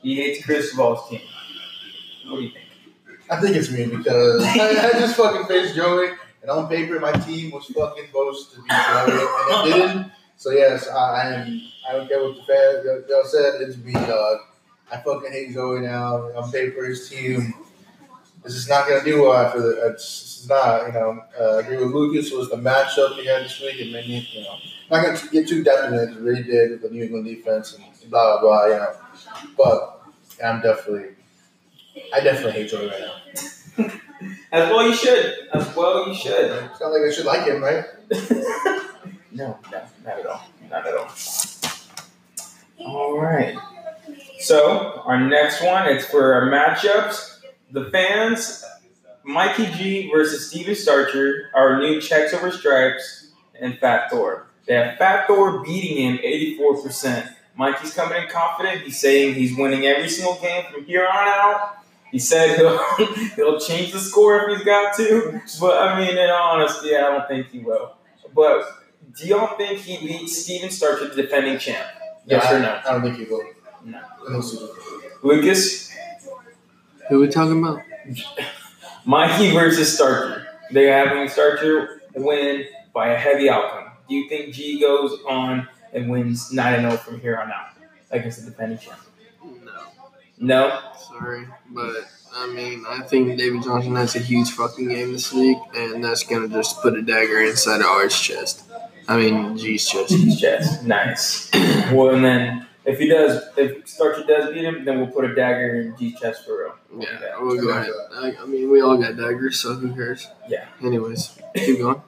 [SPEAKER 1] He hates Cristobal's team. What do you think?
[SPEAKER 4] I think it's me because I, I just fucking faced Joey, and on paper my team was fucking supposed to be Joey, and it didn't. So yes, I, I am. I don't care what the fans y'all- y'all said. It's me, dog. I fucking hate Joey now. On paper, his team. This is not gonna do well after the. uh, It's, this is not. You know, uh, I agree with Lucas. Was the matchup he had this week, and maybe you know, not gonna get too definite. It really did with the New England defense and blah blah blah. You know, but I'm definitely. I definitely hate Joey right now.
[SPEAKER 1] As well, you should. As well, you should.
[SPEAKER 4] It's not like I should like him, right?
[SPEAKER 1] no, no, not at all. Not at all. All right. So our next one, it's for our matchups. The fans, Mikey G versus Steven Starcher, our new checks over stripes, and Fat Thor. They have Fat Thor beating him 84%. Mikey's coming in confident. He's saying he's winning every single game from here on out. He said he'll, he'll change the score if he's got to. But I mean, in all honesty, I don't think he will. But do y'all think he beats Steven Starcher, the defending champ? Yes
[SPEAKER 4] I,
[SPEAKER 1] or no?
[SPEAKER 4] I don't think he will.
[SPEAKER 1] No.
[SPEAKER 4] No Super Bowl.
[SPEAKER 1] Lucas,
[SPEAKER 3] who we talking about?
[SPEAKER 1] Mikey versus Starcher. They're having Starcher win by a heavy outcome. Do you think G goes on and wins 9 0 from here on out against the defending champ?
[SPEAKER 3] No,
[SPEAKER 1] No?
[SPEAKER 3] sorry, but I mean, I think David Johnson has a huge fucking game this week, and that's gonna just put a dagger inside of R's chest. I mean, G's chest.
[SPEAKER 1] Chess. Nice. well, and then if he does, if Starcher does beat him, then we'll put a dagger in G's chest for real.
[SPEAKER 3] Yeah, we'll go ahead. I, I mean, we all got daggers, so who cares?
[SPEAKER 1] Yeah.
[SPEAKER 3] Anyways, keep going.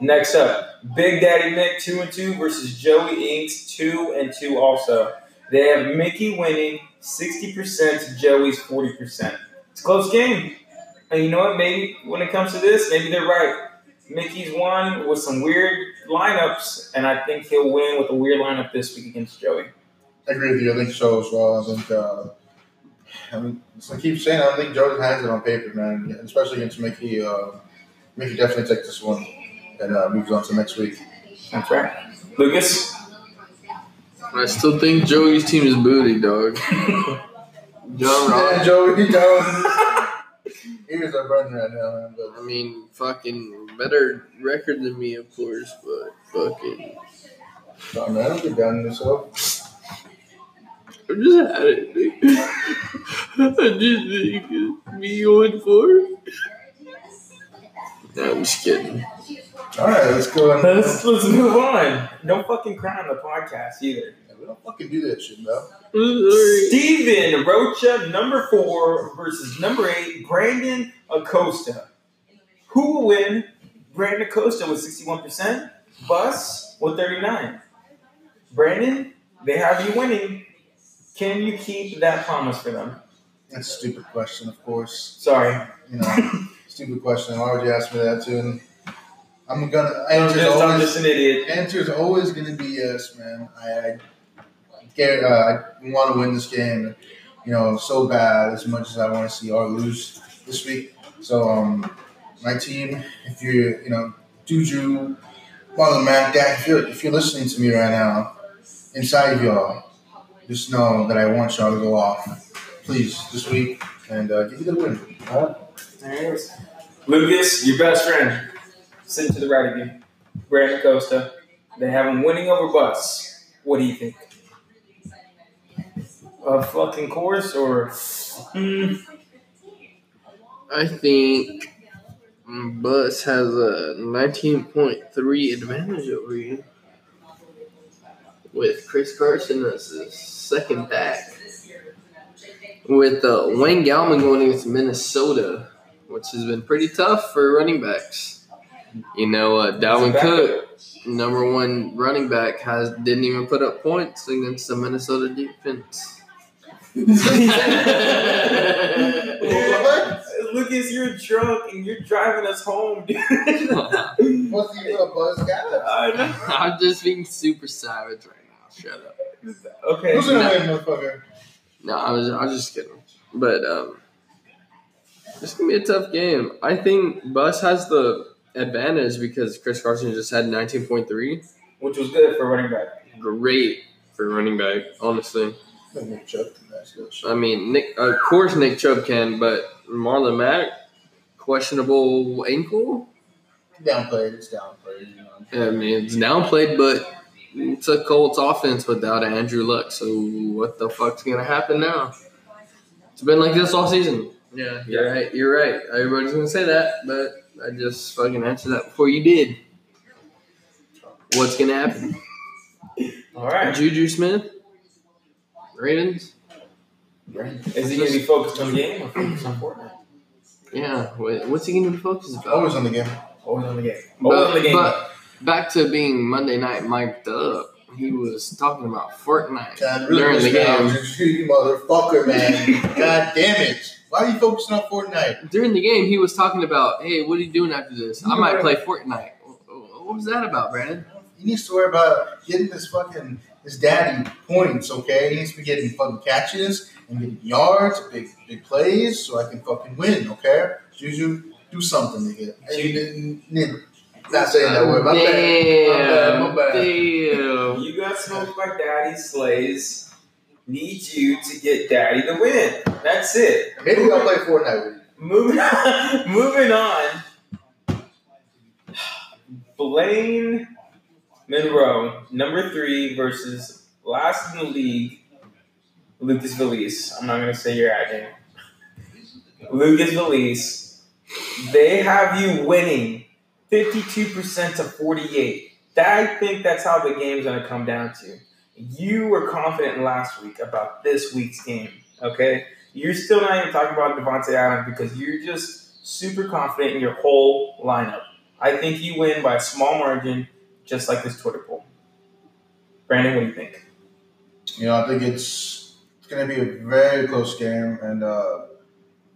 [SPEAKER 1] Next up, Big Daddy Mick two and two versus Joey Inks two and two. Also, they have Mickey winning sixty percent to Joey's forty percent. It's a close game, and you know what? Maybe when it comes to this, maybe they're right. Mickey's won with some weird lineups, and I think he'll win with a weird lineup this week against Joey.
[SPEAKER 4] I agree with you. I think so as well. I think, uh, I mean, as I keep saying, I think Jordan has it on paper, man. Especially against Mickey. Uh, Mickey definitely takes this one and uh, moves on to next week.
[SPEAKER 1] That's right, Lucas.
[SPEAKER 3] I still think Joey's team is booty, dog. John
[SPEAKER 4] Man,
[SPEAKER 3] Ross.
[SPEAKER 4] Joey Jones. he is a burn right now, man. But
[SPEAKER 3] I mean, fucking better record than me, of course, but fucking.
[SPEAKER 4] nah, man, don't get down on yourself.
[SPEAKER 3] I'm just at it. dude. I just think it's me on four. No, I'm just kidding.
[SPEAKER 4] All right, let's go. And,
[SPEAKER 1] Let's let's move on. Don't fucking cry on the podcast either.
[SPEAKER 4] we don't fucking do that shit, though.
[SPEAKER 3] I'm sorry.
[SPEAKER 1] Steven Rocha, number four, versus number eight, Brandon Acosta. Who will win? Brandon Acosta with 61%, Bus with 39 Brandon, they have you winning. Can you keep that promise for them?
[SPEAKER 4] That's a stupid question, of course.
[SPEAKER 1] Sorry.
[SPEAKER 4] You know, stupid question. Why would you ask me that, too? And I'm gonna
[SPEAKER 1] I'm
[SPEAKER 4] answer.
[SPEAKER 1] just, I'm
[SPEAKER 4] always
[SPEAKER 1] just an idiot.
[SPEAKER 4] answer is always going to be yes, man. I, I get, uh, I want to win this game, you know, so bad as much as I want to see our lose this week. So, um, my team, if you, you know, Juju, Marlon Mack, Dak, if you're, if you're listening to me right now, inside of y'all, just know that I want y'all to go off, please, this week, and uh, give you the win. All right?
[SPEAKER 1] There it is. Lucas, your best friend, sitting to the right of you, Brandon Acosta. They have him winning over Bus. What do you think? A fucking course or? Hmm.
[SPEAKER 3] I think Bus has a 19.3 advantage over you. With Chris Carson as his second back. With uh, Wayne Gallman going against Minnesota, which has been pretty tough for running backs. You know, uh, Dalvin Cook, number one running back, has didn't even put up points against the Minnesota defense.
[SPEAKER 1] What? Lucas, you're drunk and you're driving us home, dude.
[SPEAKER 4] What's the uh, buzz guy?
[SPEAKER 1] I know.
[SPEAKER 3] I'm just being super savage right now. Shut up.
[SPEAKER 1] Okay.
[SPEAKER 4] Who's gonna win, motherfucker?
[SPEAKER 3] No, I was I was just kidding. But um, this gonna be a tough game. I think Bus has the advantage because Chris Carson just had 19.3.
[SPEAKER 1] Which was good for running back.
[SPEAKER 3] Great for running back, honestly.
[SPEAKER 4] Let me choke the match, little shit.
[SPEAKER 3] I mean, Nick, of course Nick Chubb can, but Marlon Mack, questionable ankle.
[SPEAKER 4] Downplayed. It's downplayed. You know.
[SPEAKER 3] I mean, it's downplayed, but it's a Colts offense without Andrew Luck. So what the fuck's gonna happen now? It's been like this all season. Yeah, you're right. You're right. Everybody's gonna say that, but I just fucking answered that before you did. What's gonna happen?
[SPEAKER 1] All right.
[SPEAKER 3] Juju Smith, Ravens.
[SPEAKER 1] Is he gonna be focused on the game Oh, or focused on Fortnite?
[SPEAKER 3] Yeah, wha- what's he gonna be focused about?
[SPEAKER 4] Always on the game.
[SPEAKER 1] Always on the game. Always on the
[SPEAKER 3] But,
[SPEAKER 1] game.
[SPEAKER 3] but back to being Monday night mic'd up. He was talking about Fortnite
[SPEAKER 4] God, really
[SPEAKER 3] during the
[SPEAKER 4] pissed me off.
[SPEAKER 3] game.
[SPEAKER 4] You motherfucker, man. God damn it. Why are you focusing on Fortnite?
[SPEAKER 3] during the game, he was talking about, "Hey, what are you doing after this? I might play Fortnite." What was that about, Brandon?
[SPEAKER 4] He needs to worry about getting this fucking his daddy points, okay? He needs to be getting fucking catches and getting yards, big big plays, so I can fucking win, okay? Juju, do something to get. And- and- and- Not saying that word. My bad.
[SPEAKER 3] Damn,
[SPEAKER 4] My bad, my bad.
[SPEAKER 3] damn.
[SPEAKER 1] You got smoked by Daddy Slays. Need you to get Daddy to win. That's it.
[SPEAKER 4] Maybe I'll play Fortnite with you.
[SPEAKER 1] Moving, moving on. Blaine Monroe, number three, versus last in the league, Lucas Valise. I'm not gonna say your ad name. Lou gets the lease. They have you winning 52% to 48. That, I think that's how the game's going to come down to. You were confident last week about this week's game, okay? You're still not even talking about Devontae Adams because you're just super confident in your whole lineup. I think you win by a small margin, just like this Twitter poll. Brandon, what do you think?
[SPEAKER 4] You know, I think it's it's going to be a very close game, and uh,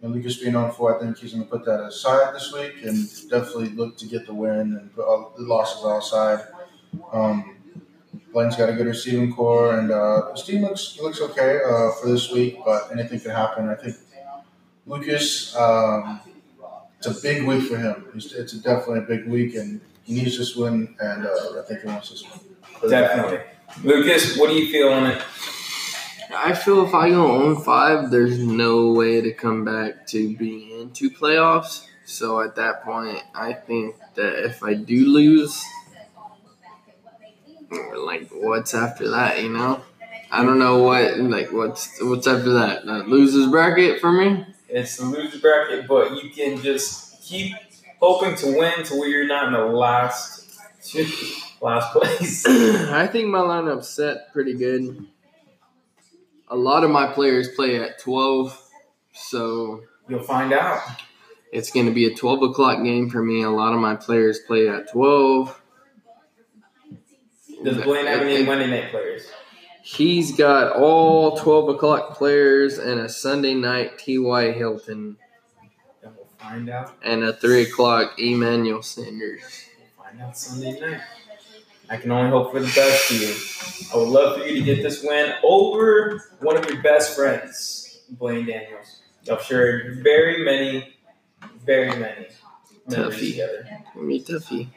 [SPEAKER 4] you know, Lucas being on four, I think he's going to put that aside this week and definitely look to get the win and put all the losses all aside. Um, Blaine's got a good receiving core, and uh, his team looks looks okay uh, for this week, but anything could happen. I think Lucas, um, it's a big week for him. It's, it's definitely a big week, and he needs this win, and uh, I think he wants this win.
[SPEAKER 1] Definitely. Lucas, what do you feel on it?
[SPEAKER 3] I feel if I go on five, there's no way to come back to being into playoffs. So at that point, I think that if I do lose, like what's after that? You know, I don't know what like what's what's after that. That losers bracket for me.
[SPEAKER 1] It's the loser bracket, but you can just keep hoping to win to where you're not in the last last place.
[SPEAKER 3] I think my lineup's set pretty good. A lot of my players play at twelve, so
[SPEAKER 1] You'll find out.
[SPEAKER 3] it's going to be a twelve o'clock game for me. A lot of my players play at twelve.
[SPEAKER 1] Does Blaine have
[SPEAKER 3] It-
[SPEAKER 1] any
[SPEAKER 3] it-
[SPEAKER 1] Monday night players?
[SPEAKER 3] He's got all 12 o'clock players and a Sunday night T.Y. Hilton
[SPEAKER 1] Then we'll find out.
[SPEAKER 3] and a 3 o'clock Emmanuel Sanders.
[SPEAKER 1] We'll find out Sunday night. I can only hope for the best for you. I would love for you to get this win over one of your best friends, Blaine Daniels. I'm sure very many, very many memories
[SPEAKER 3] Toughie.
[SPEAKER 1] together.
[SPEAKER 3] Me toughy.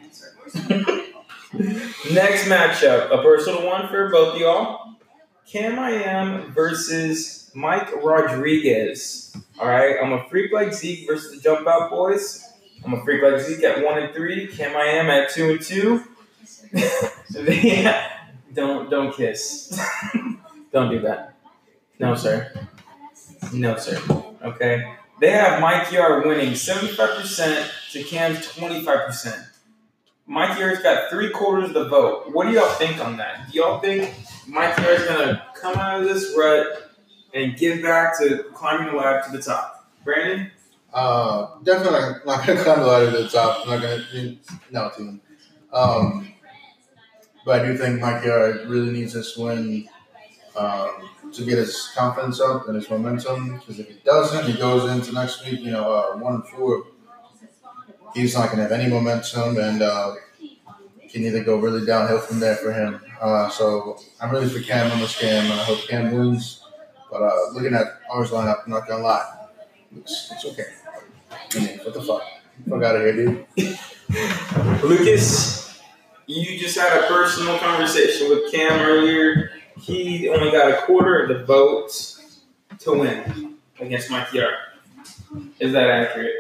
[SPEAKER 1] Next matchup, a personal one for both y'all. Cam I am versus Mike Rodriguez. All right, I'm a freak like Zeke versus the Jump Out Boys. I'm a freak like Zeke at one and three. Cam I am at two and two. They- don't don't kiss. don't do that. No sir. No sir. Okay. They have Mike Yar winning 75% to Cam's 25%. Mike Yar's got three quarters of the vote. What do y'all think on that? Do y'all think Mike Yar's gonna come out of this rut and give back to climbing the ladder to the top? Brandon?
[SPEAKER 4] Uh, definitely not, not going to climb the ladder to the top. I'm not going to no team. Um, but I do think Mike Yard really needs this win um, to get his confidence up and his momentum. Because if he doesn't, he goes into next week, you know, uh, one and four. He's not going to have any momentum, and uh, can either go really downhill from there for him. Uh, so I'm really for Cam on this game, and I hope Cam wins. But uh, looking at ours lineup, I'm not going to lie. It's, it's okay. I mean, what the fuck? Fuck out of here, dude.
[SPEAKER 1] Lucas, you just had a personal conversation with Cam earlier. He only got a quarter of the vote to win against Mike Yar. Is that accurate?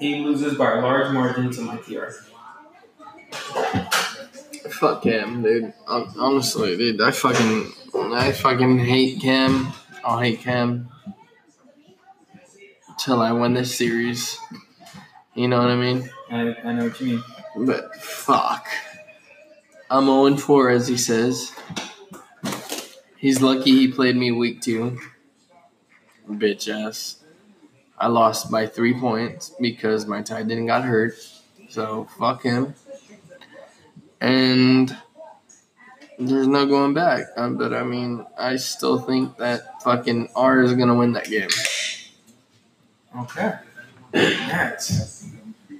[SPEAKER 1] He loses by a large margin to Mike Yar.
[SPEAKER 3] Fuck Cam, dude. Hon- Honestly, dude, I fucking, I fucking hate Cam. I'll hate Cam till I win this series. You know what I mean?
[SPEAKER 1] I, I know what you mean.
[SPEAKER 3] But fuck. I'm 0 4, as he says. He's lucky he played me week two. Bitch ass. I lost by three points because my tie didn't got hurt. So fuck him. And there's no going back. Um, but I mean, I still think that fucking R is going to win that game.
[SPEAKER 1] Okay. Nice.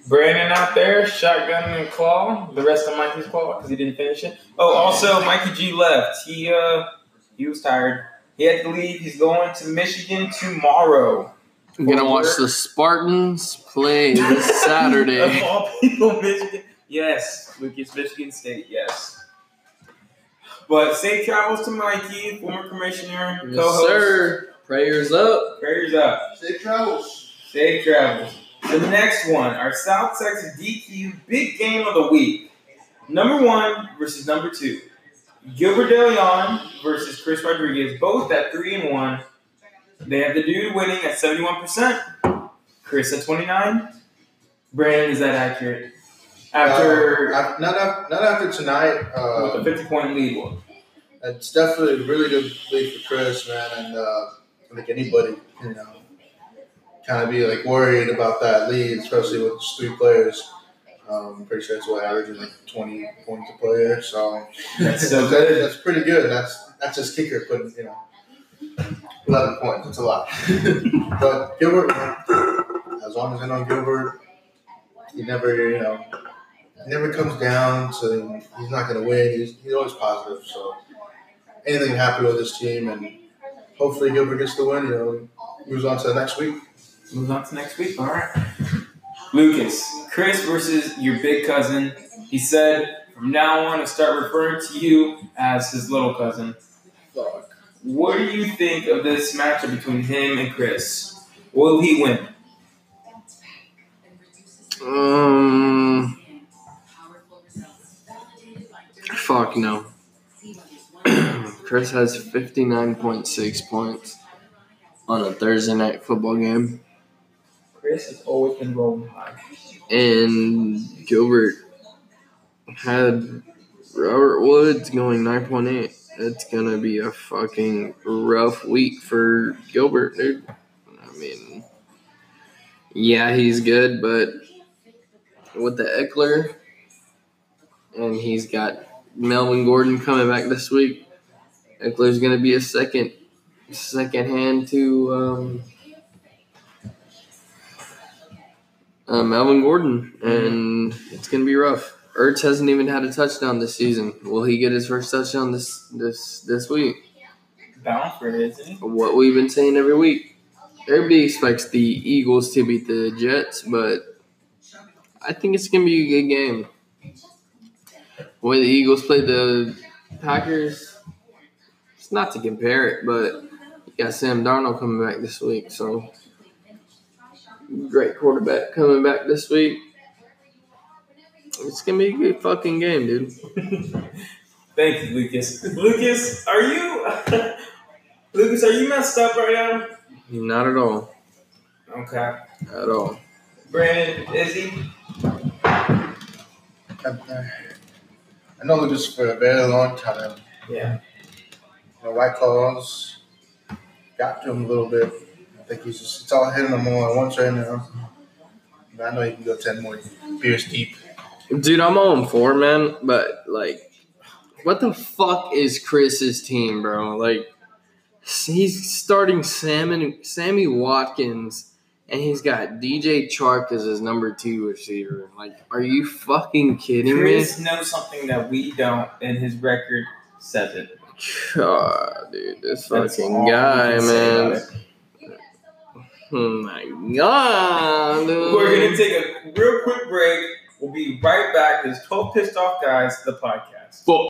[SPEAKER 1] Brandon out there, shotgun and claw. The rest of Mikey's claw because he didn't finish it. Oh, also Mikey G left. He uh, he was tired. He had to leave. He's going to Michigan tomorrow.
[SPEAKER 3] I'm going to watch the Spartans play this
[SPEAKER 1] of
[SPEAKER 3] Saturday.
[SPEAKER 1] all people, Michigan. Yes, Lucas, Michigan State. Yes. But safe travels to Mikey, former commissioner,
[SPEAKER 3] Yes,
[SPEAKER 1] co-host.
[SPEAKER 3] sir. Prayers up.
[SPEAKER 1] Prayers up.
[SPEAKER 4] Safe travels.
[SPEAKER 1] Safe travels. The next one, our South Texas DQ big game of the week. Number one versus number two. Gilbert De Leon versus Chris Rodriguez, both at three and one. They have the dude winning at 71%, Chris at 29. Brandon, is that accurate? After
[SPEAKER 4] Uh, af- not, af- not after tonight.
[SPEAKER 1] with a
[SPEAKER 4] Uh,
[SPEAKER 1] 50 point lead one.
[SPEAKER 4] it's definitely a really good lead for Chris, man. And uh, I think anybody, you know, kind of be like worried about that lead, especially with just three players. Um, I'm pretty sure it's what averaging like 20 points a player. So
[SPEAKER 1] That's so
[SPEAKER 4] That-
[SPEAKER 1] good.
[SPEAKER 4] That's pretty good. That's that's his kicker putting you know 11 points. That's a lot. but Gilbert, man, as long as I know Gilbert, he never you know he never comes down. So he's not going to win. He's he's always positive. So anything happy with this team, and hopefully Gilbert gets the win. You know, moves on to the next week.
[SPEAKER 1] Move on to next week. All right. Lucas, Chris versus your big cousin. He said from now on to start referring to you as his little cousin.
[SPEAKER 4] Fuck.
[SPEAKER 1] What do you think of this matchup between him and Chris? Will he win?
[SPEAKER 3] Um. Fuck no. Chris has 59.6 points on a Thursday night football game,
[SPEAKER 1] Chris has always been rolling high.
[SPEAKER 3] and Gilbert had Robert Woods going 9.8. It's gonna be a fucking rough week for Gilbert, dude. I mean, yeah, he's good, but with the Eckler, and he's got Melvin Gordon coming back this week. Eckler's going to be a second second hand to um, uh, Melvin Gordon, and it's going to be rough. Ertz hasn't even had a touchdown this season. Will he get his first touchdown this this this week?
[SPEAKER 1] Bound for it, isn't he?
[SPEAKER 3] What we've been saying every week. Everybody expects the Eagles to beat the Jets, but I think it's going to be a good game. The way the Eagles played the Packers, it's not to compare it, but you got Sam Darnold coming back this week, so great quarterback coming back this week. It's gonna be a good fucking game, dude.
[SPEAKER 1] Thank you, Lucas. Lucas, are you Lucas, are you messed up right now?
[SPEAKER 3] Not at all,
[SPEAKER 1] Okay.
[SPEAKER 3] at all.
[SPEAKER 1] Brandon, is he?
[SPEAKER 4] I, I- I know Lucas for a very long time.
[SPEAKER 1] Yeah.
[SPEAKER 4] you know, White Claws got to him a little bit. I think he's just, it's all hitting him all at once right now. But I know he can go 10 more beers deep.
[SPEAKER 3] Dude, I'm on four, man. But like, what the fuck is Chris's team, bro? Like, he's starting Sam and Sammy Watkins, and he's got DJ Chark as his number two receiver. Like, are you fucking kidding
[SPEAKER 1] Chris knows something that we don't, and his record says it.
[SPEAKER 3] me? God, dude, this
[SPEAKER 1] That's all
[SPEAKER 3] fucking
[SPEAKER 1] we
[SPEAKER 3] guy,
[SPEAKER 1] can say about
[SPEAKER 3] man. Oh my god, dude.
[SPEAKER 1] We're gonna take a real quick break. We'll be right back. There's 12 pissed off guys, the podcast.